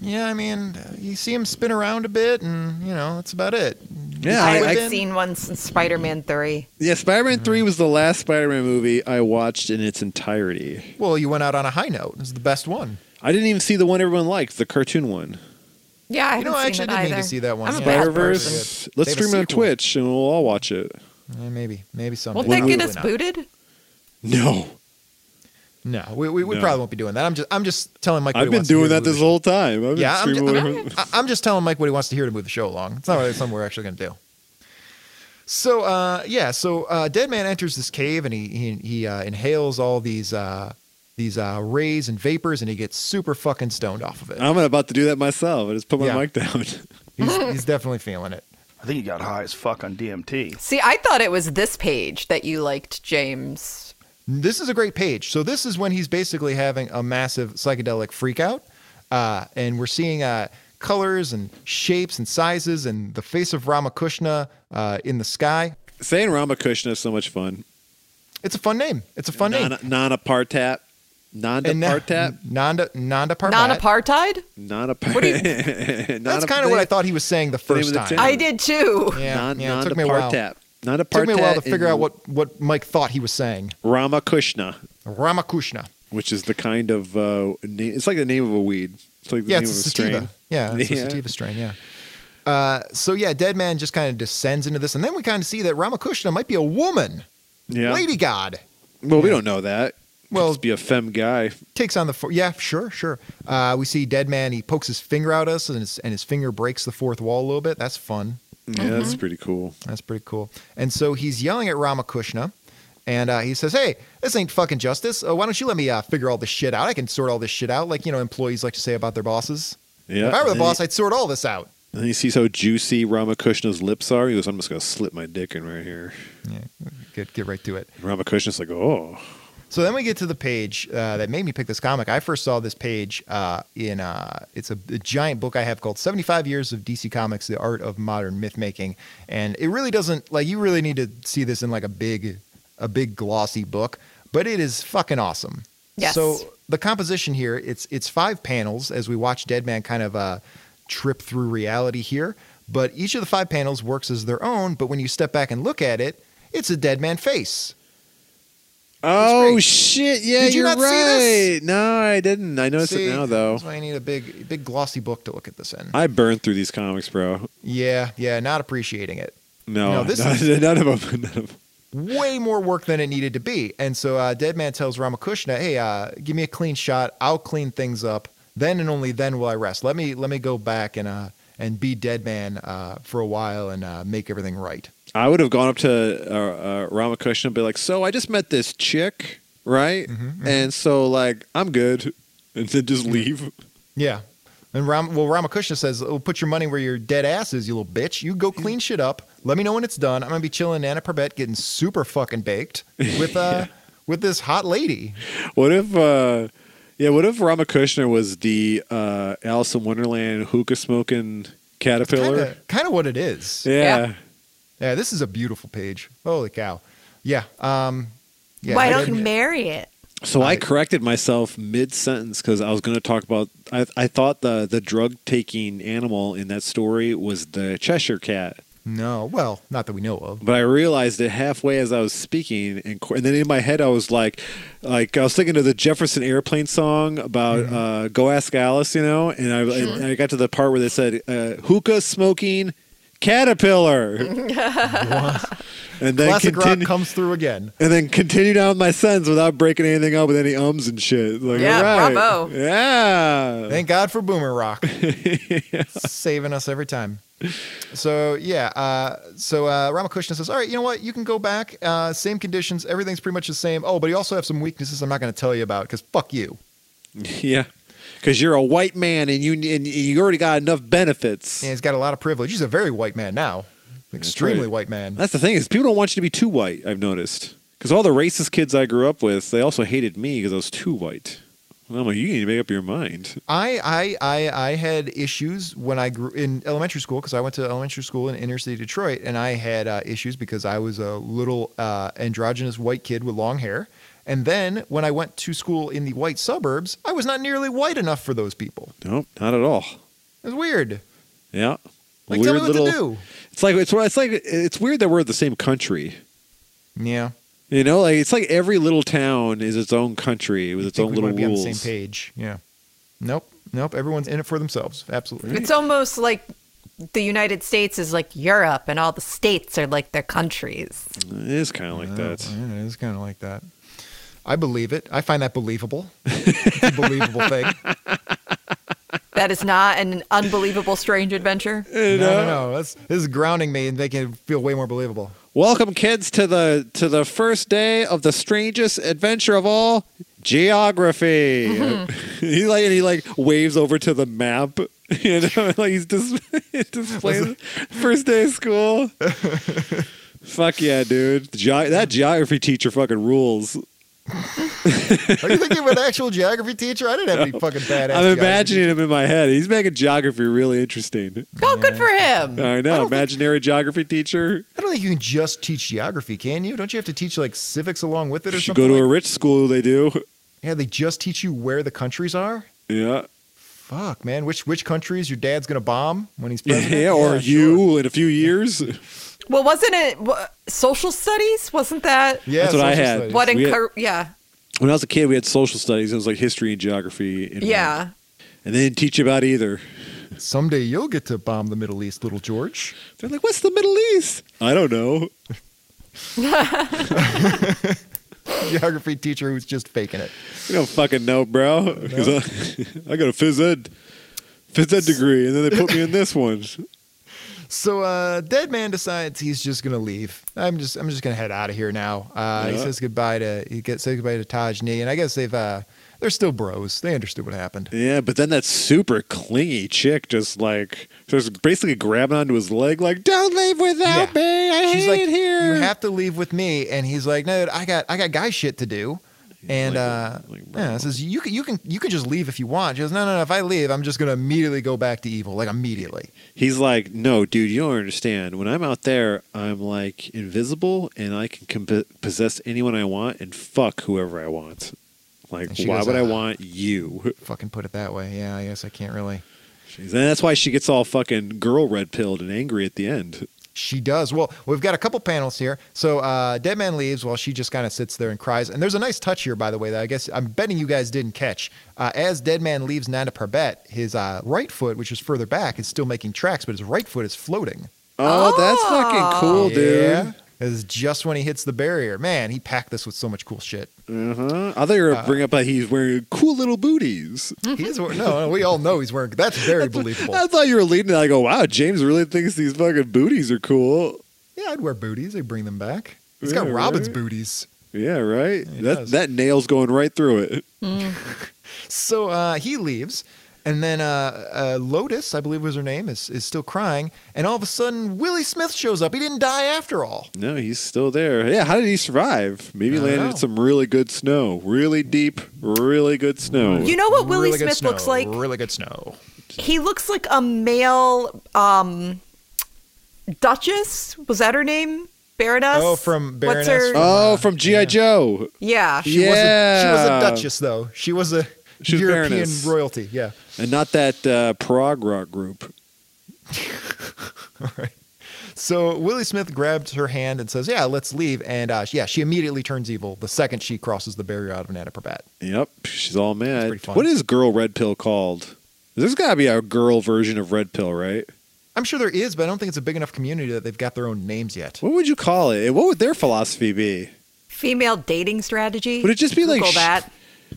B: Yeah, I mean, you see him spin around a bit, and you know that's about it.
C: Yeah,
D: I
C: I-
D: haven't
B: I-
D: seen one since Spider Man 3.
C: Yeah, Spider Man 3 was the last Spider Man movie I watched in its entirety.
B: Well, you went out on a high note. It's the best one.
C: I didn't even see the one everyone liked, the cartoon one.
D: Yeah, I
B: You
D: haven't
B: know, I
D: seen
B: actually
D: it
B: didn't
D: either.
B: need to see that one.
D: I'm a bad
C: Spider
D: person.
C: Verse.
B: They
C: Let's
B: have a
C: stream it on
B: sequel.
C: Twitch and we'll all watch it.
B: Yeah, Eh, maybe, maybe someday.
D: Won't that
C: Well,
D: get
C: no.
D: us booted?
C: No.
B: No, we, we, we
C: No.
B: probably won't be doing that. I'm just I'm just telling Mike. what
C: I've
B: he
C: been
B: wants to
C: doing
B: hear
C: that
B: to
C: this
B: move
C: whole time. I've been
B: Yeah, I'm
C: streaming
B: ju-
C: whatever-
B: the- I- I'm just telling Mike what he wants to hear to move the show along. It's not really something we're actually going to do. So uh, yeah, so uh, Dead Man enters this cave and he he, he uh, inhales all these uh, these uh, rays and vapors and he gets super fucking stoned off of it.
C: I'm about to do that myself. I just put my
B: Yeah.
C: mic down.
B: He's, he's definitely feeling it.
F: I think he got high as fuck on DMT.
D: See, I thought it was this page that you liked, James.
B: This is a great page. So this is when he's basically having a massive psychedelic freakout, uh, and we're seeing uh, colors and shapes and sizes and the face of Ramakrishna uh, in the sky.
C: Saying Ramakrishna is so much fun.
B: It's a fun name. It's a fun name.
C: Nana, Nana Partap. Nanda
B: And now-
C: Partap.
B: Nanda Nanda Parbat.
D: Non apartheid?
C: Nana
D: What do you-
C: Partap.
B: That's kind of what I thought he was saying the
C: name
B: first
C: of the
B: time.
C: town.
D: I did too.
B: Yeah,
C: Nana
B: yeah, it took me a while.
C: Partap. Nana Partap.
B: Took me a while to
C: in
B: figure out what, what Mike thought he was saying.
C: Ramakrishna.
B: Ramakrishna.
C: which is the kind of uh, na- it's like the name of a weed. It's like the
B: Yeah,
C: name
B: it's a
C: of a
B: sativa.
C: strain.
B: Yeah, it's a sativa strain. Yeah. Uh, so yeah, Dead Man just kind of descends into this, and then we kind of see that Ramakrishna might be a woman,
C: Yeah.
B: lady god.
C: Well, we don't know that.
B: Well-
C: Well, just be a femme guy.
B: Takes on the four. Yeah, sure, sure. Uh, we see Dead Man. He pokes his finger out at us, and his, and his finger breaks the fourth wall a little bit. That's fun.
C: Yeah, that's
B: Mm-hmm.
C: pretty cool.
B: That's pretty cool. And so he's yelling at Ramakrishna, and uh, he says, "Hey, this ain't fucking justice. Uh, why don't you let me uh, figure all this shit out? I can sort all this shit out, like you know employees like to say about their bosses.
C: Yeah.
B: if I were the
C: and
B: boss,
C: Then
B: I'd sort all this out."
C: he, and he sees how juicy Ramakrishna's lips are. He goes, "I'm just gonna slip my dick in right here."
B: Yeah, get get right to it.
C: And Ramakrishna's like, "Oh,
B: So then we get to the page uh, that made me pick this comic. I first saw this page uh, in uh, it's a, a giant book I have called 75 Years of DC Comics: The Art of Modern Myth Making, and it really doesn't like you really need to see this in like a big a big glossy book, but it is fucking awesome.
D: Yes.
B: So the composition here it's it's five panels as we watch Dead Man kind of uh, trip through reality here, but each of the five panels works as their own. But when you step back and look at it, it's a Dead Man face.
C: oh
B: great.
C: shit! Yeah,
B: Did you
C: you're
B: not see
C: right.
B: this?
C: No, I didn't. I noticed
B: See,
C: it now though.
B: That's why I need a big, big glossy book to look at this in.
C: I burned through these comics, bro.
B: yeah, yeah, not appreciating it.
C: No,
B: No, this
C: none,
B: is-
C: none of them. None of them.
B: Way more work than it needed to be. And so uh, Dead Man tells Ramakrishna, "Hey, uh, give me a clean shot. I'll clean things up. Then and only then will I rest. Let me let me go back and uh, and be Dead Man uh, for a while and uh, make everything right."
C: I would have gone up to uh, uh, Ramakrishna and be like, "So I just met this chick, right?
B: Mm-hmm,
C: And so like I'm good," and then just leave.
B: Yeah. And Ram, well, Ramakrishna says, oh, "Put your money where your dead ass is, you little bitch. You go clean shit up. Let me know when it's done. I'm gonna be chilling in Anna Parbat, getting super fucking baked with uh with this hot lady.
C: What if, uh, yeah, what if Ramakrishna was the uh, Alice in Wonderland hookah smoking caterpillar?
B: Kind of what it is. Yeah.
C: yeah.
D: Yeah.
B: this is a beautiful page. Holy cow. Yeah. Um, yeah.
D: Why
B: I
D: don't you
B: didn't-
D: marry it?
C: So I
B: I-
C: corrected myself mid sentence because I was going to talk about. I, I thought the the drug taking animal in that story was the Cheshire cat.
B: No. Well, not that we know of.
C: But I realized it halfway as I was speaking, and, qu- and then in my head I was like, like I was thinking of the Jefferson Airplane song about
B: Mm-hmm.
C: uh, "Go Ask Alice," you know, and I, and I got to the part where they said uh, "hookah smoking caterpillar," and then
B: Classic
C: continu-
B: rock comes through again.
C: and then continued on with my sentence without breaking anything up with any ums and shit. Like,
D: Yeah,
C: all right.
D: bravo.
C: yeah.
B: Thank God for Boomer Rock, saving us every time. So yeah, uh, so uh, Ramakrishna says, "All right, you know what? You can go back. Uh, same conditions. Everything's pretty much the same. Oh, but you also have some weaknesses. I'm not going to tell you about because fuck you.
C: yeah, because you're a white man and you and you already got enough benefits.
B: And he's got a lot of privilege. He's a very white man now, extremely
C: right.
B: white man.
C: That's the thing is people don't want you to be too white. I've noticed because all the racist kids I grew up with, they also hated me because I was too white. And I'm like, you need to make up your mind.
B: I, I, I, I had issues when I grew in elementary school because I went to elementary school in inner city Detroit, and I had uh, issues because I was a little uh, androgynous white kid with long hair, And then when I went to school in the white suburbs, I was not nearly white enough for those people.
C: No, not at all.
B: It was weird.
C: Yeah.
B: Like, tell me what to do.
C: It's like it's it's like it's weird that we're the same country.
B: Yeah.
C: You know, like it's like every little town is its own country with its
B: Think
C: own
B: we
C: little
B: want to be
C: rules.
B: on the same page. Yeah. Nope. Nope. Everyone's in it for themselves. Absolutely.
D: It's almost like the United States is like Europe and all the states are like their countries.
C: It is kind of like that.
B: Yeah, it is kind of like that. I believe it. I find that believable. It's a believable thing.
D: That is not an unbelievable strange adventure.
B: No, no, no. That's, this is grounding me and making it feel way more believable.
C: Welcome, kids, to the to the first day of the strangest adventure of all, geography. he like and he like waves over to the map. You know, like he's just displaying first day of school. Fuck yeah, dude! Ge- that geography teacher fucking rules.
B: Are you thinking of an actual geography teacher? I didn't have any fucking badass.
C: I'm
B: geography
C: imagining him in my head. He's making geography really interesting.
D: Oh, good for him.
C: I know, imaginary geography teacher.
B: I don't think you can just teach geography, can you? Don't you have to teach like civics along with it or
C: You should
B: something?
C: go to a
B: like-
C: rich school. They do.
B: yeah, they just teach you where the countries are.
C: Yeah.
B: Fuck, man, which which countries your dad's gonna bomb when he's president?
C: Yeah, or you
B: sure.
C: in a few years.
D: Well, wasn't it wha- social studies? Wasn't that
B: Yeah,
C: That's what I
B: social
C: had.
B: studies.
D: what
C: We had-
D: encour yeah.
C: When I was a kid, we had social studies. It was like history and geography. in one.
D: Yeah.
C: And they didn't teach you about either.
B: Someday you'll get to bomb the Middle East, little George.
C: They're like, what's the Middle East? I don't know.
B: Geography teacher who's just faking it.
C: You don't fucking know, bro. 'Cause I, I got a phys ed, phys ed degree, and then they put me in this one.
B: So uh, Dead Man decides he's just gonna leave. I'm just I'm just gonna head out of here now. Uh, He
C: Yeah.
B: says goodbye to he gets says goodbye to Taj Nee, and I guess they've uh, they're still bros. They understood what happened.
C: Yeah, but then that super clingy chick just like, just basically grabbing onto his leg, like, don't leave without
B: Yeah.
C: me. I
B: She's
C: hate
B: like,
C: it here.
B: you have to leave with me, and he's like, no, I got I got guy shit to do. And
C: like,
B: uh,
C: like,
B: yeah, it says you can you can you can just leave if you want. She goes, no, no, no. If I leave, I'm just gonna immediately go back to evil, like immediately.
C: He's like, no, dude, you don't understand. When I'm out there, I'm like invisible, and I can com- possess anyone I want and fuck whoever I want. Like,
B: And she
C: why
B: goes,
C: would I
B: "Ah."
C: want you?
B: Fucking put it that way. Yeah, I guess I can't really.
C: She's, and that's why she gets all fucking girl red pilled and angry at the end.
B: She does. Well, we've got a couple panels here. So uh, Dead Man leaves while she just kind of sits there and cries. And there's a nice touch here, by the way, that I guess I'm betting you guys didn't catch. Uh, as Dead Man leaves Nanda Parbat, his uh, right foot, which is further back, is still making tracks, but his right foot is floating.
C: Oh, that's fucking cool, dude.
B: Is just when he hits the barrier. Man, he packed this with so much cool shit.
C: Uh-huh. I thought you were
B: Uh,
C: gonna bring up that he's wearing cool little booties.
B: He's no, no, we all know he's wearing. That's very believable.
C: I thought you were leading. I go, wow, James really thinks these fucking booties are cool.
B: yeah, I'd wear booties. They bring them back. He's got
C: Yeah,
B: Robin's
C: right.
B: booties.
C: Yeah, right.
B: He
C: that
B: does.
C: that nail's going right through it.
B: So uh, he leaves, and then uh, uh, Lotus, I believe was her name, is is still crying. And all of a sudden, Willie Smith shows up. He didn't die after all.
C: No, he's still there. Yeah, how did he survive? Maybe
B: I
C: he
B: don't
C: landed in
B: know.
C: some really good snow, really deep, really good snow.
D: You know what Willie
B: Really good
D: Smith
B: snow,
D: looks like?
B: Really good snow.
D: He looks like a male um Duchess. Was that her name? Baroness?
B: Oh, from
D: What's
B: Baroness
D: her-
B: from-
C: oh, from GI Joe.
D: yeah.
B: She was a, she was
C: Yeah.
B: a duchess, though. She was a
C: She was
B: European
C: Baroness.
B: royalty. Yeah.
C: and not that uh, prog rock group.
B: So Willie Smith grabs her hand and says, "Yeah, let's leave." And uh, yeah, she immediately turns evil the second she crosses the barrier out of Nana Parbat.
C: Yep, she's all mad.
B: pretty fun.
C: What is Girl Red Pill called? There's got to be a girl version of Red Pill, right?
B: I'm sure there is, but I don't think it's a big enough community that they've got their own names yet.
C: What would you call it? And What would their philosophy be?
D: Female dating strategy.
C: Would it just be like
D: Google
C: sh-
D: that?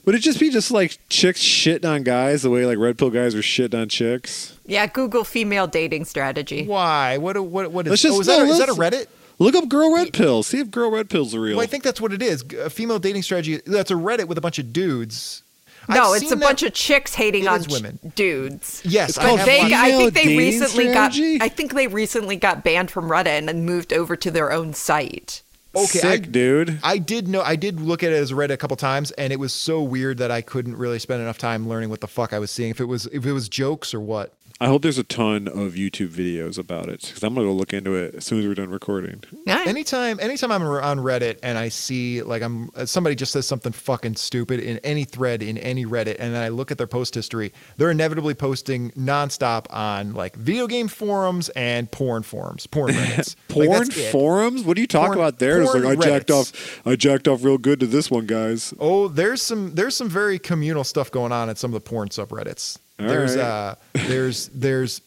C: Would it just be just like chicks shitting on guys the way like Red Pill guys are shitting on chicks?
D: Yeah, Google female dating strategy.
B: Why? What? What? What is?
C: Let's just-
B: oh, is, that,
C: no,
B: is that a
C: let's-
B: Reddit?
C: Look up Girl Red Pill. See if Girl Red Pill's real.
B: Well, I think that's what it is. A female dating strategy. That's a Reddit with a bunch of dudes.
D: No,
B: I've
D: it's a
B: seen
D: bunch
B: that-
D: of chicks hating
B: It
D: on
B: is
D: ch-
B: women.
D: dudes.
B: Yes, I
C: called
B: have
D: they,
B: watched-
D: I think they
C: Female dating
D: recently
C: strategy?
D: got. I think they recently got banned from Reddit and moved over to their own site.
B: okay,
C: Sick,
B: I-
C: dude.
B: I did know. I did look at it as Reddit a couple times, and it was so weird that I couldn't really spend enough time learning what the fuck I was seeing. If it was if it was jokes or what.
C: I hope there's a ton of YouTube videos about it because I'm gonna go look into it as soon as we're done recording.
D: Alright.
B: Anytime, anytime I'm on Reddit and I see like I'm uh, somebody just says something fucking stupid in any thread in any Reddit, and then I look at their post history, they're inevitably posting nonstop on like video game forums and porn forums, porn Reddits, Like,
C: Porn
B: that's it.
C: forums? What do you talk
B: Porn-
C: about there? It's
B: porn
C: like I jacked
B: Reddits.
C: off, I jacked off real good to this one, guys.
B: Oh, there's some there's some very communal stuff going on at some of the porn subreddits.
C: All
B: there's
C: right.
B: uh there's there's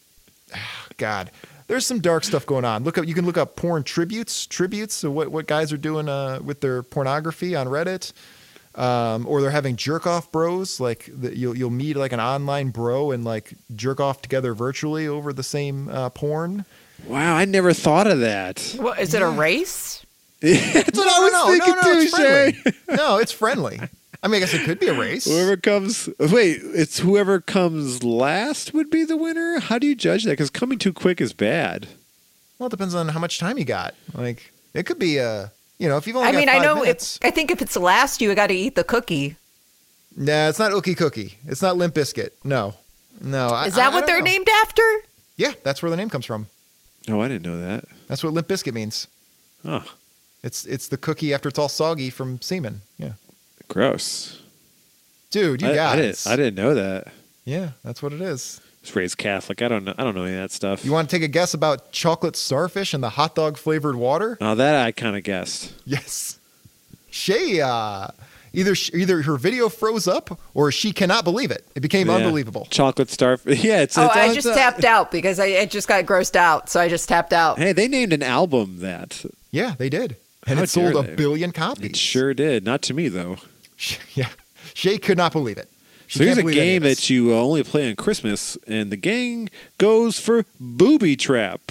B: ah, God. There's some dark stuff going on. Look up you can look up porn tributes, tributes, so what, what guys are doing uh with their pornography on Reddit. Um, or they're having jerk off bros, like the, you'll you'll meet like an online bro and like jerk off together virtually over the same uh, porn.
C: Wow, I never thought of that.
D: What is it a race?
C: That's what I was thinking too,
B: it's
C: Shay.
B: friendly. no, it's friendly. I mean, I guess it could be a race.
C: Whoever comes, wait, it's whoever comes last would be the winner. How do you judge that? Because coming too quick is bad.
B: Well, it depends on how much time you got. Like it could be a, you know, if you've only
D: I
B: got
D: mean, I
B: five
D: know
B: minutes.
D: it's. I think if it's last, you got to eat the cookie.
B: Nah, it's not Ookie Cookie. It's not Limp Biscuit. No, no. I-
D: Is
B: I-
D: that
B: I
D: what
B: don't
D: they're
B: know.
D: named after?
B: Yeah, that's where the name comes from.
C: No, I didn't know that.
B: That's what Limp Biscuit means.
C: Oh,
B: It's it's the cookie after it's all soggy from semen. Yeah,
C: gross.
B: dude, you
C: I,
B: got
C: I
B: it.
C: didn't. I didn't know that. I
B: Yeah, that's what it is.
C: was raised Catholic. I don't know. I don't know any of that stuff.
B: You want to take a guess about chocolate starfish and the hot dog flavored water?
C: Now that I kind of guessed.
B: Yes. She uh, either sh either her video froze up or she cannot believe it. It became
C: Yeah.
B: unbelievable.
C: Chocolate starfish. Yeah, it's.
D: Oh,
C: it's,
D: I
C: it's,
D: just
C: uh,
D: tapped out because I, I just got grossed out, so I just tapped out.
C: Hey, they named an album that.
B: Yeah, they did. And
C: How
B: it sold
C: dare
B: a
C: they?
B: billion copies.
C: It sure did. Not to me though.
B: Yeah. Shay could not believe it. She
C: So here's
B: can't
C: a
B: believe any
C: game
B: of this.
C: that you only play on Christmas, and the gang goes for booby trap.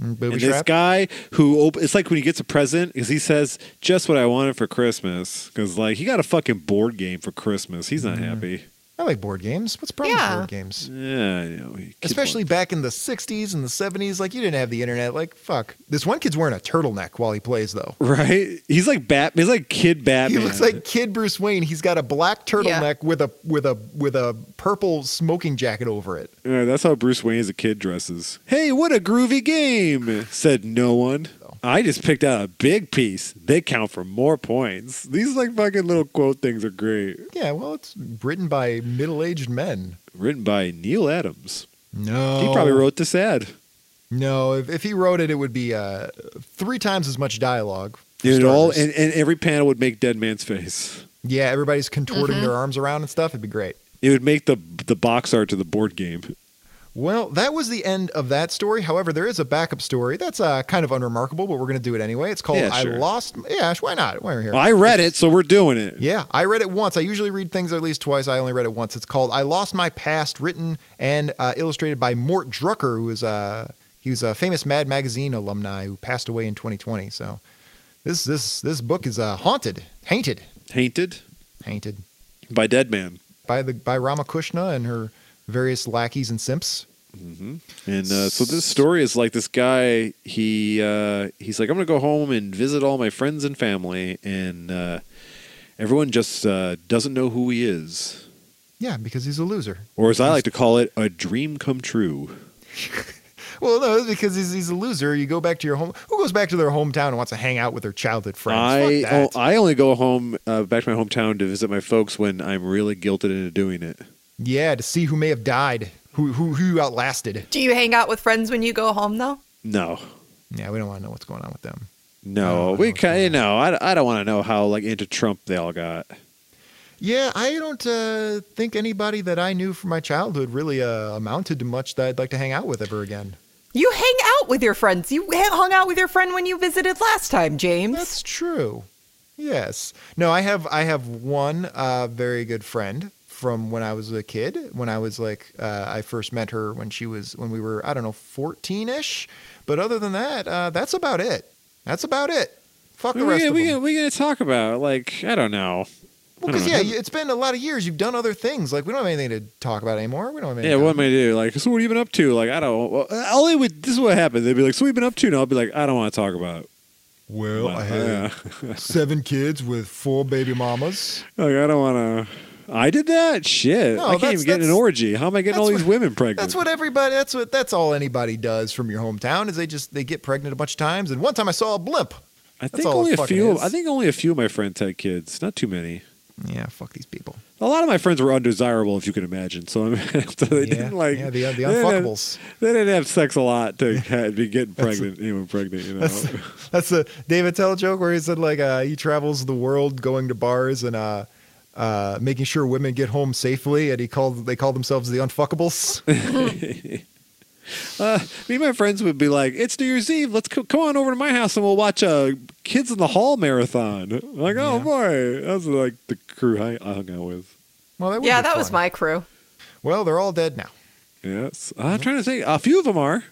B: Mm, booby
C: and this
B: trap.
C: guy who op- it's like when he gets a present because he says just what I wanted for Christmas because like he got a fucking board game for Christmas. He's not happy.
B: I like board games. What's the problem
D: Yeah.
B: with board games?
C: Yeah, I know. He- kids
B: Especially
C: want-
B: back in the 60s and the 70s, like you didn't have the internet. Like, fuck. This one kid's wearing a turtleneck while he plays, though.
C: right. He's like Bat. He's like kid
B: He
C: Batman.
B: looks like Kid Bruce Wayne. He's got a black turtleneck with a with a with a purple smoking jacket over it.
C: Yeah, that's how Bruce Wayne as a kid dresses. Hey, what a groovy game, said no one. I just picked out a big piece. They count for more points. These like fucking little quote things are great.
B: Yeah, well, it's written by middle-aged men.
C: Written by Neil Adams.
B: No,
C: He probably wrote this ad.
B: No, if, if he wrote it, it would be uh, three times as much dialogue. for
C: It all
B: starters.
C: and, and every panel would make Dead Man's face.
B: Yeah, everybody's contorting their arms around and stuff. It'd be great.
C: It would make the the box art to the board game.
B: Well, that was the end of that story. However, there is a backup story that's uh, kind of unremarkable, but we're going to do it anyway. It's called
C: Yeah,
B: I
C: sure.
B: Lost. Yeah, why not? Why are we here?
C: I read it, so we're doing it.
B: yeah, I read it once. I usually read things at least twice. I only read it once. It's called I Lost My Past, written and uh, illustrated by Mort Drucker, who is uh, he was a famous Mad Magazine alumni who passed away in 2020. So this this this book is uh, haunted, haunted,
C: Tainted
B: haunted
C: by Dead Man.
B: by the by Ramakrishna and her various lackeys and simps.
C: And uh, so this story is like this guy. He uh, he's like, I'm gonna go home and visit all my friends and family, and uh, everyone just uh, doesn't know who he is,
B: Yeah, because he's a loser.
C: or as I like to call it, a dream come true.
B: Well, no, it's because he's, he's a loser. You go back to your home. Who goes back to their hometown and wants to hang out with their childhood friends?
C: I
B: Fuck
C: oh,
B: that.
C: I only go home uh, back to my hometown to visit my folks when I'm really guilted into doing it.
B: yeah, to see who may have died, who who who you outlasted.
D: Do you hang out with friends when you go home though?
C: No,
B: Yeah, we don't want to know what's going on with them.
C: no,
B: Oh,
C: we
B: okay.
C: kind of no. I, I don't want to know how like into Trump they all got.
B: Yeah, I don't uh, think anybody that I knew from my childhood really uh, amounted to much that I'd like to hang out with ever again.
D: You hang out with your friends. You ha- hung out with your friend when you visited last time, James.
B: That's true. Yes. No, I have I have one uh, very good friend from when I was a kid. When I was like uh, I first met her when she was when we were I don't know fourteen ish. But other than that, uh, that's about it. That's about it. Fuck the
C: We
B: rest
C: gonna,
B: of
C: we
B: them.
C: gonna, we gonna talk about like I don't know. I
B: because
C: don't
B: yeah,
C: know.
B: you- it's been a lot of years. You've done other things. Like we don't have anything to talk about anymore. We don't have anything.
C: Yeah,
B: to-
C: what am I to do? Like, so what are you been up to? Like, I don't. Well, all they would. This is what happened. They'd be like, "So we've been up to," and I'll be like, "I don't want to talk about." It.
B: well, Oh, I had
C: Yeah.
B: seven kids with four baby mamas.
C: like, I don't want to. I did that. Shit.
B: No,
C: I can't
B: that's-
C: even get in an
B: that's-
C: orgy. How am I getting all
B: that's
C: these
B: what-
C: women pregnant?
B: That's what everybody. That's what. That's all anybody does from your hometown is they just they get pregnant a bunch of times. And one time I saw a blimp.
C: I
B: that's
C: think
B: all it
C: only a
B: fucking
C: few.
B: is.
C: I think only a few of my friends had kids. Not too many.
B: Yeah, fuck these people.
C: A lot of my friends were undesirable, if you can imagine. So, I mean, so they
B: Yeah,
C: didn't like
B: yeah, the- the
C: they didn't have-
B: unfuckables.
C: They didn't have sex a lot to ha- be getting pregnant, anyone pregnant. You know,
B: That's that's the David Tell joke where he said like uh, he travels the world going to bars and uh, uh, making sure women get home safely, and he called they call themselves the unfuckables.
C: uh, me and my friends would be like, "It's New Year's Eve. Let's co- come on over to my house and we'll watch a Kids in the Hall marathon." I'm like, oh boy, that's like the crew I, I hung out with.
B: well, that would
D: yeah,
B: be
D: that was
B: fun.
D: my crew.
B: Well, they're all dead now.
C: Yes, I'm trying to think. A few of them are,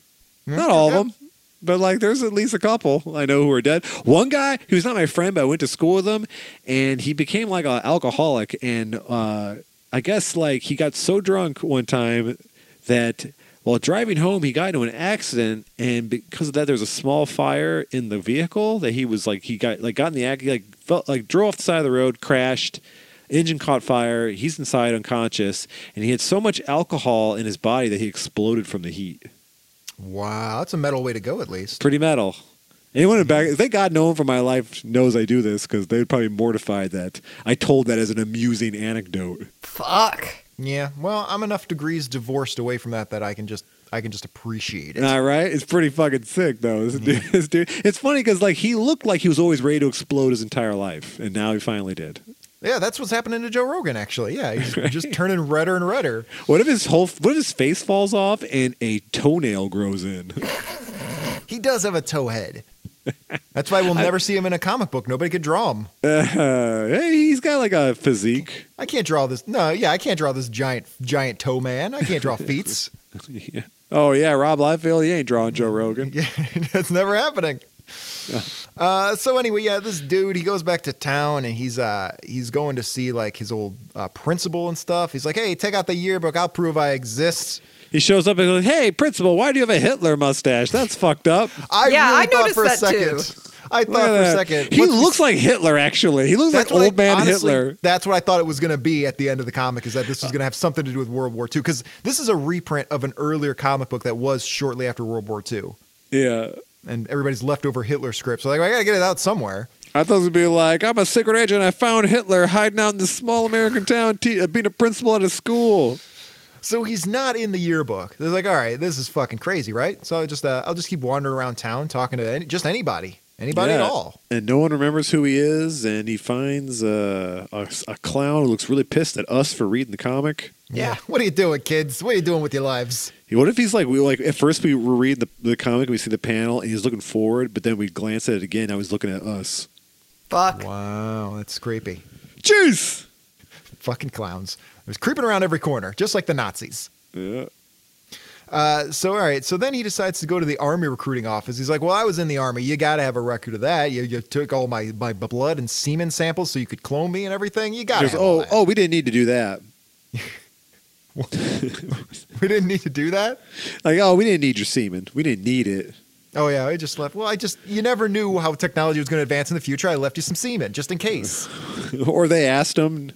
C: not all of them, but like there's at least a couple I know who are dead. One guy who's not my friend, but I went to school with him, and he became like an alcoholic, and uh, I guess like he got so drunk one time that while driving home he got into an accident, and because of that there was a small fire in the vehicle that he was like he got like got in the act he, like felt like drove off the side of the road, crashed engine caught fire he's inside unconscious and he had so much alcohol in his body that he exploded from the heat
B: Wow, that's a metal way to go, at least.
C: pretty metal anyone in back thank god no one from my life knows i do this because they'd probably be mortified that i told that as an amusing anecdote
D: Fuck.
B: Yeah. Well, I'm enough degrees divorced away from that that I can just I can just appreciate it.
C: all right it's pretty fucking sick though this dude,
B: Mm-hmm.
C: this dude it's funny because like he looked like he was always ready to explode his entire life and now he finally did
B: yeah, that's what's happening to Joe Rogan. Actually, yeah, he's just turning redder and redder.
C: what if his whole what if his face falls off and a toenail grows in
B: He does have a toe head. That's why we'll never see him in a comic book. Nobody could draw him.
C: uh, hey, he's got like a physique
B: I can't draw this. No, yeah, I can't draw this giant giant toe man. I can't draw feats.
C: Yeah. Oh yeah, Rob Liefeld, he ain't drawing Joe Rogan.
B: yeah, that's never happening. Uh, so anyway, yeah, this dude he goes back to town and he's uh he's going to see like his old uh, principal and stuff. He's like, hey, take out the yearbook. I'll prove I exist.
C: He shows up and goes, "Hey, principal, why do you have a Hitler mustache? That's fucked up."
B: I
D: Yeah,
B: really
D: I
B: thought for a
D: noticed that
B: second. I
C: Look at
B: thought for a
C: that.
B: second.
C: He
B: once we
C: looks like Hitler. Actually, he looks like
B: what I-
C: old man
B: honestly,
C: Hitler.
B: That's what I thought it was going to be at the end of the comic. Is that this was going to have something to do with World War II? Because this is a reprint of an earlier comic book that was shortly after World War II,
C: Yeah.
B: and everybody's leftover Hitler scripts. So like, I got to get it out somewhere.
C: I thought it would be like, I'm a secret agent. I found Hitler hiding out in this small American town, te- uh, being a principal at a school.
B: So he's not in the yearbook. They're like, all right, this is fucking crazy, right? So I just, uh, I'll just keep wandering around town talking to any, just anybody, anybody at
C: Yeah.
B: all.
C: And no one remembers who he is. And he finds uh, a, a clown who looks really pissed at us for reading the comic.
B: Yeah. What are you doing, kids? What are you doing with your lives?
C: What if he's like we like at first we read the the comic we see the panel and he's looking forward, but then we glance at it again. Now he's looking at us.
D: Fuck.
B: Wow, that's creepy.
C: Juice.
B: Fucking clowns. It was creeping around every corner, just like the Nazis.
C: Yeah.
B: Uh, so all right, so then he decides to go to the army recruiting office. He's like, "Well, I was in the army. You got to have a record of that. You, you took all my, my blood and semen samples so you could clone me and everything. You got to.
C: Just, oh, oh, we didn't need to do that.
B: we didn't need to do that.
C: Like, oh, we didn't need your semen. We didn't need it.
B: Oh yeah, I just left. Well, I just you never knew how technology was going to advance in the future. I left you some semen just in case.
C: or they asked him,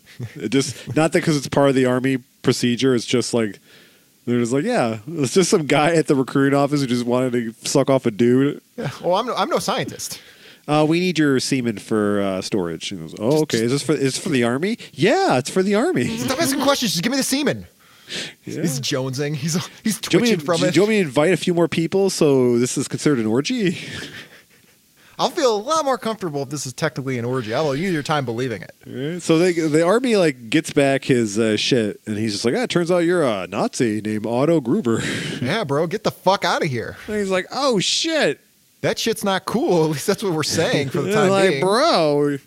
C: just not that because it's part of the army procedure. It's just like they're just like, yeah, it's just some guy at the recruiting office who just wanted to suck off a dude.
B: yeah. Well, Oh, I'm no, I'm no scientist.
C: Uh, we need your semen for uh, storage. And he goes, oh, okay. Is this for is this for the army? Yeah, it's for the army.
B: Stop asking questions. Just give me the semen.
C: Yeah.
B: He's jonesing. He's he's
C: Do you, want me
B: twitching
C: to,
B: from
C: do
B: it.
C: you want me to invite a few more people so this is considered an orgy?
B: I'll feel a lot more comfortable if this is technically an orgy. I'll have an easier time believing it.
C: So they, the army like gets back his uh, shit, and he's just like, "Ah, it turns out you're a Nazi named Otto Gruber." and
B: Yeah, bro, get the fuck out of here.
C: he's like, "Oh shit!"
B: that shit's not cool. At least that's what we're saying for the
C: And
B: time
C: like,
B: being.
C: bro, we-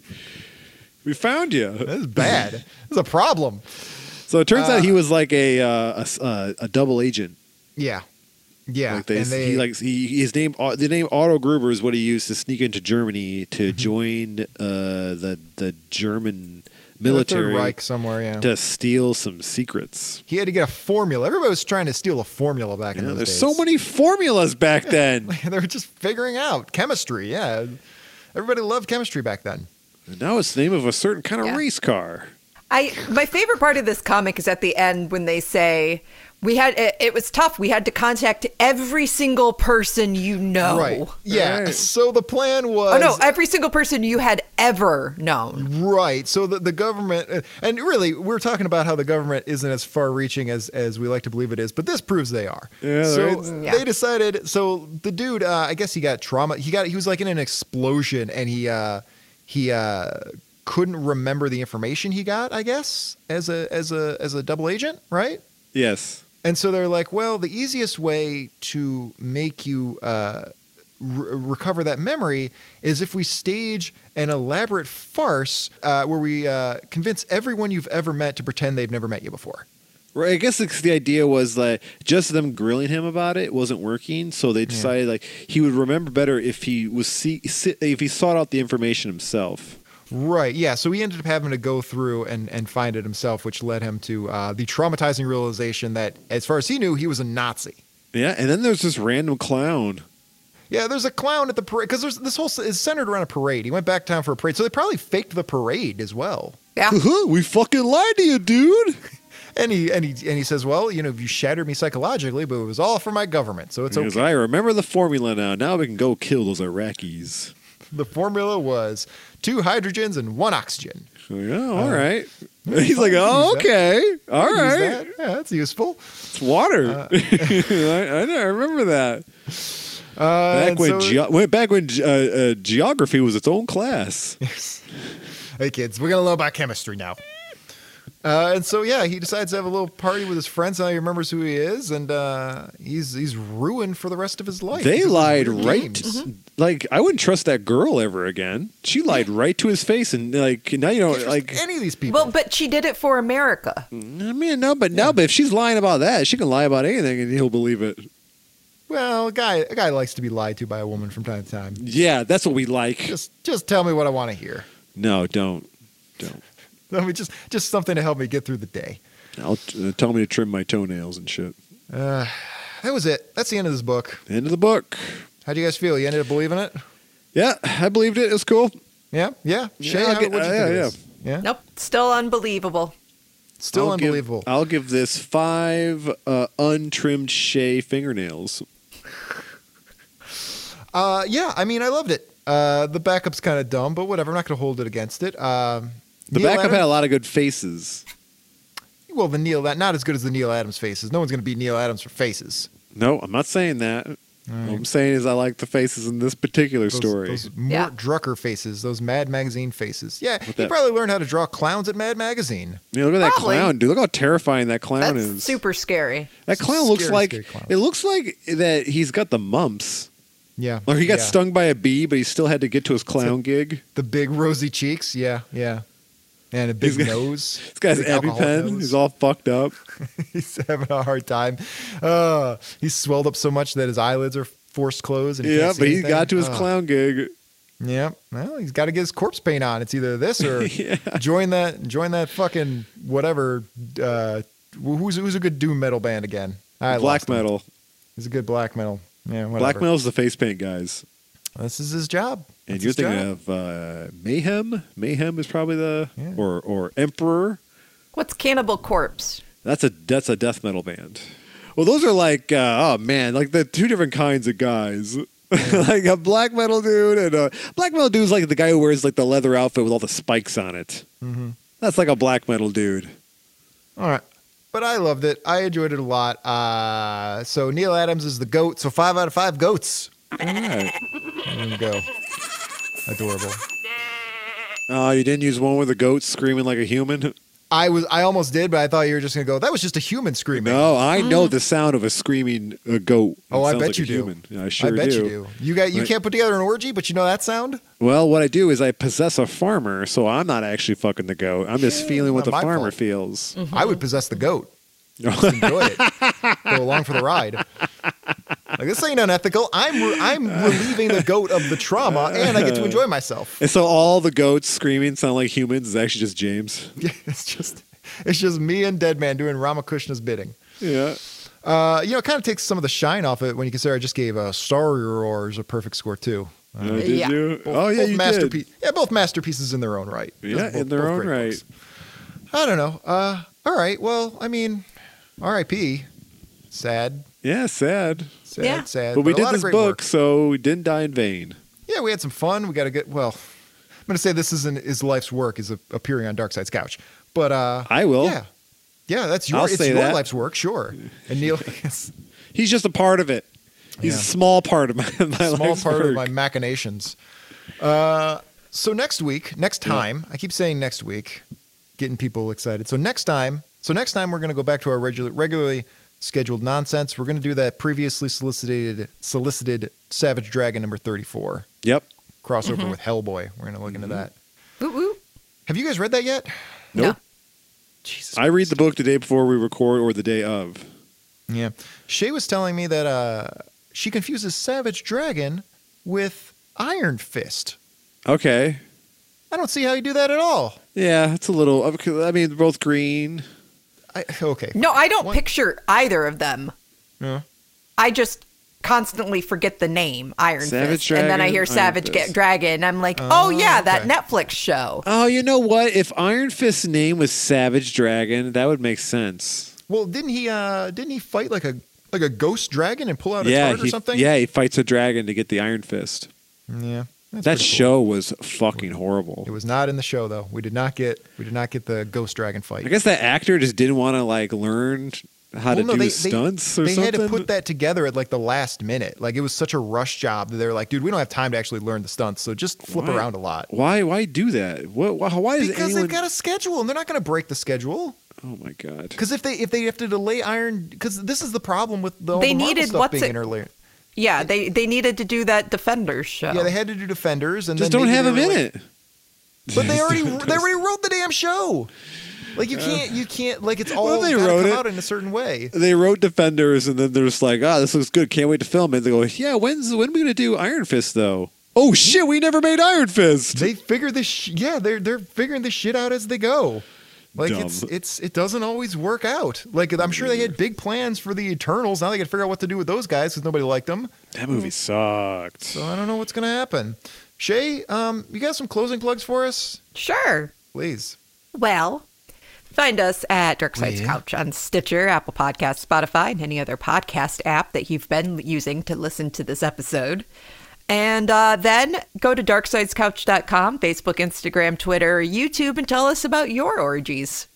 C: we found you.
B: This is bad. This is a problem.
C: So it turns out he was like a uh, a s- uh, a double agent.
B: Yeah, yeah.
C: Like they,
B: and they,
C: he like he his name Au- the name Otto Gruber is what he used to sneak into Germany to
B: Mm-hmm.
C: join uh, the the German
B: the Third
C: military
B: Reich somewhere. Yeah,
C: to steal some secrets.
B: he had to get a formula. Everybody was trying to steal a formula back in
C: Yeah,
B: those
C: there's
B: days.
C: so many formulas back then.
B: they were just figuring out chemistry. Yeah, everybody loved chemistry back then.
C: And now it's the name of a certain kind of
D: Yeah.
C: race car.
D: I my favorite part of this comic is at the end when they say we had it, it was tough. We had to contact every single person you know.
B: Right. Yeah.
C: Right.
B: So the plan was.
D: Oh no, every single person you had ever known.
B: Right. So the, the government, uh, and really, we're talking about how the government isn't as far reaching as, as we like to believe it is, but this proves they are.
C: Yeah,
B: so
C: right.
D: Yeah.
B: they decided, so the dude, uh, I guess he got trauma. He got, he was like in an explosion and he, uh, he, uh, couldn't remember the information he got, I guess, as a, as a, as a double agent, right?
C: Yes.
B: And so they're like, well, the easiest way to make you uh, re- recover that memory is if we stage an elaborate farce uh, where we uh, convince everyone you've ever met to pretend they've never met you before.
C: Right. I guess it's- the idea was that just them grilling him about it wasn't working, so they decided like he would remember better if he was see, si- if he sought out the information himself.
B: Right. Yeah. So he ended up having to go through and, and find it himself, which led him to uh, the traumatizing realization that, as far as he knew, he was a Nazi.
C: Yeah, and then there's this random clown.
B: Yeah, there's a clown at the parade because there's this whole s- is centered around a parade. He went back town for a parade, so they probably faked the parade as well.
D: Yeah.
C: we fucking lied to you, dude.
B: And he and he and he says, "Well, you know, you shattered me psychologically, but it was all for my government, so it's
C: Because
B: okay."
C: I remember the formula now. Now we can go kill those Iraqis.
B: The formula was two hydrogens and one oxygen.
C: Like, oh, all right. He's like, oh,
B: use
C: okay, all
B: Use
C: right.
B: that. Yeah, that's useful.
C: It's water. I, I know, I remember that.
B: Uh,
C: Back
B: and
C: when,
B: so-
C: geo- when- back when ge- uh, uh, geography was its own class.
B: hey kids, we're gonna learn about chemistry now. Uh, and so yeah, he decides to have a little party with his friends. Now he remembers who he is, and uh, he's he's ruined for the rest of his life.
C: They
B: because of
C: lied
B: weird
C: right.
B: games.
C: Like I wouldn't trust that girl ever again. She lied right to his face, and like now you know, like
B: Any of these people.
D: Well, but she did it for America.
B: Mm.
C: I mean, no, but no, but if she's lying about that, she can lie about anything, and he'll believe it.
B: Well, a guy a guy likes to be lied to by a woman from time to time.
C: Yeah, that's what we like.
B: Just just tell me what I want to hear.
C: No, don't, don't.
B: I mean, just just something to help me get through the day.
C: I'll uh, tell me to trim my toenails and shit.
B: That was it. That's the end of this book.
C: End of the book.
B: How do you guys feel? You ended up believing it?
C: Yeah, I believed it. It was cool.
B: Yeah, yeah. Shay,
C: Yeah, I'll
B: how,
C: get-
B: what'd you
C: yeah,
B: think
C: yeah.
B: of this? yeah.
D: Nope. Still unbelievable.
B: Still
C: I'll give-
B: unbelievable.
C: I'll give this five uh, untrimmed Shea fingernails.
B: uh, yeah, I mean, I loved it. Uh, the backup's kind of dumb, but whatever. I'm not going to hold it against it. Um,
C: The
B: Neil
C: backup
B: Adams-
C: had a lot of good faces.
B: well, the Neil that not as good as the Neil Adams faces. No one's going to beat Neil Adams for faces.
C: No, I'm not saying that. What I'm saying is I like the faces in this particular
B: Those,
C: story.
B: those Mort
D: Yeah.
B: Drucker faces, those Mad Magazine faces. Yeah, he
C: that-
B: probably learned how to draw clowns at Mad Magazine.
C: Yeah, look at that
D: Probably.
C: clown, dude. Look how terrifying that clown
D: That's
C: is.
D: super scary.
C: that clown looks
B: Scary,
C: like
B: scary clown.
C: it looks like that he's got the mumps.
B: Yeah,
C: Or he got
B: yeah.
C: stung by a bee, but he still had to get to his clown gig.
B: The big rosy cheeks. Yeah, yeah, and a big
C: got-
B: nose.
C: This guy's
B: Big alcoholic
C: EpiPen.
B: nose.
C: He's all fucked up.
B: he's having a hard time. Uh, he's swelled up so much that his eyelids are forced closed. And he
C: yeah,
B: can't see
C: but he
B: anything.
C: got to his
B: Uh,
C: clown gig.
B: Yeah, well, he's got to get his corpse paint on. It's either this or join that join that fucking whatever. Uh, wh- who's who's a good doom metal band again? I
C: black
B: lost him.
C: metal.
B: He's a good black metal. Yeah, whatever.
C: Black metal's the face paint guys.
B: This is his job.
C: And
B: That's
C: you're
B: his
C: thinking
B: job.
C: of uh, Mayhem. Mayhem is probably the
B: Yeah.
C: or or Emperor.
D: What's Cannibal Corpse?
C: That's a that's a death metal band. Well, those are like uh, oh man, like the two different kinds of guys. like a black metal dude and a black metal dude's like the guy who wears like the leather outfit with all the spikes on it. That's like a black metal dude.
B: All right. But I loved it. I enjoyed it a lot. Uh, so Neil Adams is the goat. So five out of five goats. There we go. Adorable.
C: Oh, you didn't use one with a goat screaming like a human.
B: I was I almost did, but I thought you were just gonna go. That was just a human screaming.
C: No, I know the sound of a screaming uh goat. It
B: Oh, I
C: sounds
B: bet
C: like
B: you
C: a
B: do.
C: Human. I sure
B: I bet
C: do.
B: you do. You got you
C: Right.
B: can't put together an orgy, but you know that sound.
C: Well, what I do is I possess a farmer, so I'm not actually fucking the goat. I'm just feeling what
B: Not
C: the
B: my
C: farmer
B: fault.
C: feels.
B: I would possess the goat. Just enjoy it. Go along for the ride. Like this ain't unethical. I'm re- I'm relieving the goat of the trauma, and I get to enjoy myself.
C: And so all the goats screaming sound like humans is actually just James.
B: Yeah, it's just it's just me and Dead Man doing Ramakrishna's bidding.
C: Yeah.
B: Uh, you know, it kind of takes some of the shine off it when you consider I just gave uh, Star Roars a perfect score too.
C: Uh, did
D: Yeah.
C: you? oh yeah,
B: both
C: you
B: masterpiece.
C: did.
B: Yeah, both masterpieces in their own right.
C: Yeah,
B: Both-
C: in their
B: both
C: own
B: great
C: right.
B: books. I don't know. Uh, all right. Well, I mean, R.I.P. Sad,
C: Yeah, sad.
B: sad,
D: Yeah.
B: sad.
C: But we
B: a
C: did
B: lot of
C: this
B: great
C: book,
B: work.
C: so we didn't die in vain.
B: Yeah, we had some fun. We got to get well. I'm gonna say this isn't his life's work is a, appearing on Darkseid's couch, but uh,
C: I will.
B: Yeah, yeah, that's your
C: I'll
B: it's
C: say
B: your
C: that.
B: life's work, sure. And Neil, it's
C: He's just a part of it. He's
B: Yeah.
C: a small part of my, my
B: a small
C: life's
B: part of
C: work.
B: my machinations. Uh, so next week, next time, I keep saying next week, getting people excited. So next time, so next time we're gonna go back to our regular regularly scheduled nonsense. We're gonna do that previously solicited solicited Savage Dragon number thirty four
C: Yep.
B: crossover with Hellboy. We're gonna look into that.
D: Woo woo.
B: Have you guys read that yet?
D: No.
C: Nope. I read the book the day before we record or the day of.
B: Yeah. Shay was telling me that uh, she confuses Savage Dragon with Iron Fist.
C: Okay.
B: I don't see how you do that at all.
C: Yeah, it's a little. I mean, they're both green.
B: I, okay.
D: No, I don't
B: What?
D: picture either of them.
B: Yeah.
D: I just constantly forget the name Iron
C: Savage
D: Fist, and then I
C: Dragon,
D: hear
C: Iron
D: Savage
C: Fist.
D: Ga- Dragon. I'm like, oh, yeah, that
B: okay.
D: Netflix show.
C: Oh, you know what? If Iron Fist's name was Savage Dragon, that would make sense.
B: Well, didn't he? Uh, didn't he fight like a like a ghost dragon and pull out a
C: yeah,
B: card or
C: he,
B: Oh, something?
C: yeah, he fights a dragon to get the Iron Fist.
B: Yeah. That's
C: that
B: pretty cool.
C: show was fucking horrible.
B: It was not in the show though. We did not get we did not get the ghost dragon fight.
C: I guess that actor just didn't want to like learn how to
B: Well, no,
C: do
B: they-
C: his
B: they-
C: stunts or
B: they
C: something.
B: had to put that together at like the last minute. Like it was such a rush job that they were like, dude, we don't have time to actually learn the stunts, so just flip
C: Why?
B: around a lot.
C: Why? Why do that? What? Why, why does
B: Because
C: anyone?
B: they've got a schedule and they're not going to break the schedule.
C: oh my god!
B: Because if they if they have to delay Iron, because this is the problem with the, all
D: They
B: the Marvel
D: needed
B: stuff
D: what's
B: being
D: it-
B: interlinked.
D: Yeah, they they needed to do that Defenders show.
B: Yeah, they had to do Defenders, and
C: Just
B: then
C: don't
B: maybe
C: have
B: they
C: him
B: were
C: in
B: like-
C: it.
B: But they already they already wrote the damn show. Like you can't you can't like it's all
C: Well, they
B: gotta
C: wrote
B: come
C: it.
B: out in a certain way.
C: They wrote Defenders, and then they're just like, "Ah, this looks good. Can't wait to film it." They go, "Yeah, when's when are we gonna do Iron Fist though?" Oh shit, we never made Iron Fist.
B: They figure this sh- yeah they're they're figuring this shit out as they go. Like
C: Dumb.
B: it's it's it doesn't always work out. Like I'm sure they had big plans for the Eternals. Now they got to figure out what to do with those guys because nobody liked them.
C: That movie sucked.
B: So I don't know what's gonna happen. Shay, um, you got some closing plugs for us,
D: Sure.
B: please.
D: Well, find us at Dark Side's Couch on Stitcher, Apple Podcasts, Spotify, and any other podcast app that you've been using to listen to this episode. And uh, then go to darksidescouch.com, Facebook, Instagram, Twitter, YouTube, and tell us about your orgies.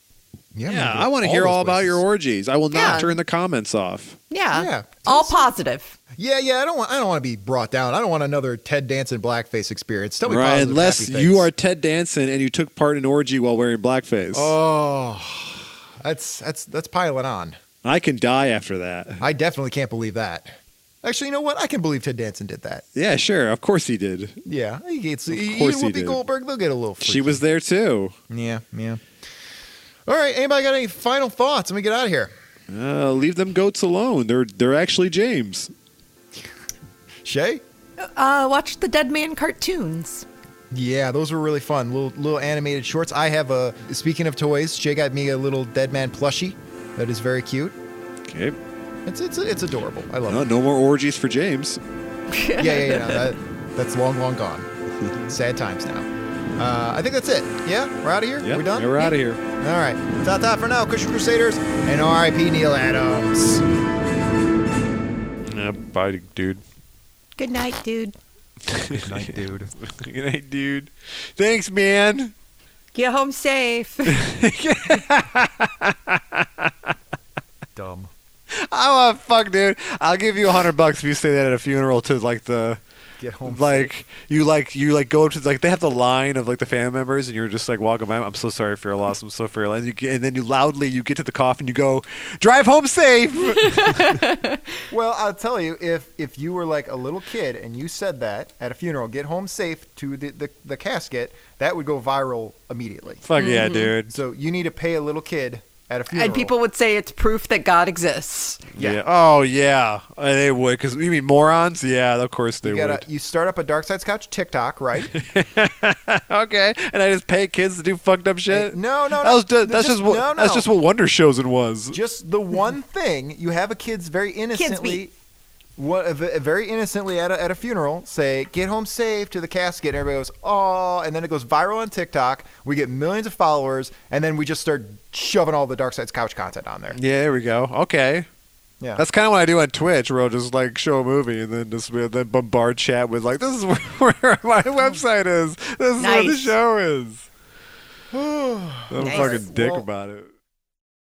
B: I'm
C: Yeah,
B: gonna go
C: I want to hear
B: those
C: all about
B: places.
C: your orgies. I will not
D: Yeah.
C: turn the comments off.
D: Yeah.
B: Yeah.
D: All positive.
B: Yeah, yeah. I don't want. I don't want to be brought down. I don't want another Ted Danson blackface experience. Tell me
C: Right,
B: positive,
C: unless
B: happy
C: you
B: things.
C: are Ted Danson and you took part in an orgy while wearing blackface.
B: Oh, that's that's that's piling on.
C: I can die after that.
B: I definitely can't believe that. Actually, you know what? I can believe Ted Danson did that.
C: Yeah, sure. Of course he did.
B: Yeah, he gets. Of
C: course he
B: even Whoopi
C: did.
B: Goldberg, they'll get a little. Freaky.
C: She was there too.
B: Yeah, yeah. All right. Anybody got any final thoughts? Let me get out of here.
C: Uh, leave them goats alone. They're they're actually James.
B: Shay.
D: Uh, watch the Dead Man cartoons.
B: Yeah, those were really fun. Little little animated shorts. I have a. Speaking of toys, Shay got me a little Dead Man plushie. That is very cute.
C: Okay.
B: It's it's it's adorable. I love it.
C: No, no more orgies for James.
B: yeah, yeah, yeah. no, that, that's long, long gone. Sad times now. Uh, I think that's it. Yeah, we're out of here.
C: Yep,
B: we're done.
C: yeah, We're out of here.
B: All right. Ta ta for now, Christian Crusaders, and R.I.P. Neil Adams.
G: Nah, bye, dude.
D: Good night, dude.
G: Good night, dude. Good night, dude.
C: Thanks, man.
D: Get home safe.
G: Dumb.
C: I want Oh, fuck, dude. I'll give you a hundred bucks if you say that at a funeral to like the
B: Get home.
C: like you like you like go up to like they have the line of like the family members and you're just like walking by. I'm so sorry for your loss. I'm so for your loss. You get, and then you loudly you get to the coffin. You go drive home safe.
B: Well, I'll tell you, if if you were like a little kid and you said that at a funeral, get home safe to the the, the casket, that would go viral immediately.
C: fuck yeah, dude.
B: Mm-hmm. So you need to pay a little kid at a funeral.
D: and people would say it's proof that God exists.
B: Yeah.
C: Oh yeah, Uh, they would. Cause you mean morons? Yeah, of course they
B: You, gotta,
C: would.
B: you start up a Dark Side's Couch TikTok, right?
C: Okay, and I just pay kids to do fucked up shit.
B: No, no,
C: that
B: no.
C: was ju- that's just, what
B: no,
C: that's
B: no.
C: just what Wonder Shows it was.
B: just the one thing you have a kid's very
D: be-
B: innocently what, a ve- very innocently at a, at a funeral say, get home safe to the casket. And everybody goes, oh. And then it goes viral on TikTok. We get millions of followers. And then we just start shoving all the Dark Side's Couch content on there.
C: Yeah, there we go. Okay.
B: Yeah.
C: That's kind of what I do on Twitch, where I'll just like show a movie and then just and then bombard chat with like, "This is where, where my website is. This is where the
D: Nice.
C: show is." I'm a
D: Nice.
C: fucking dick
B: Well-
C: about it.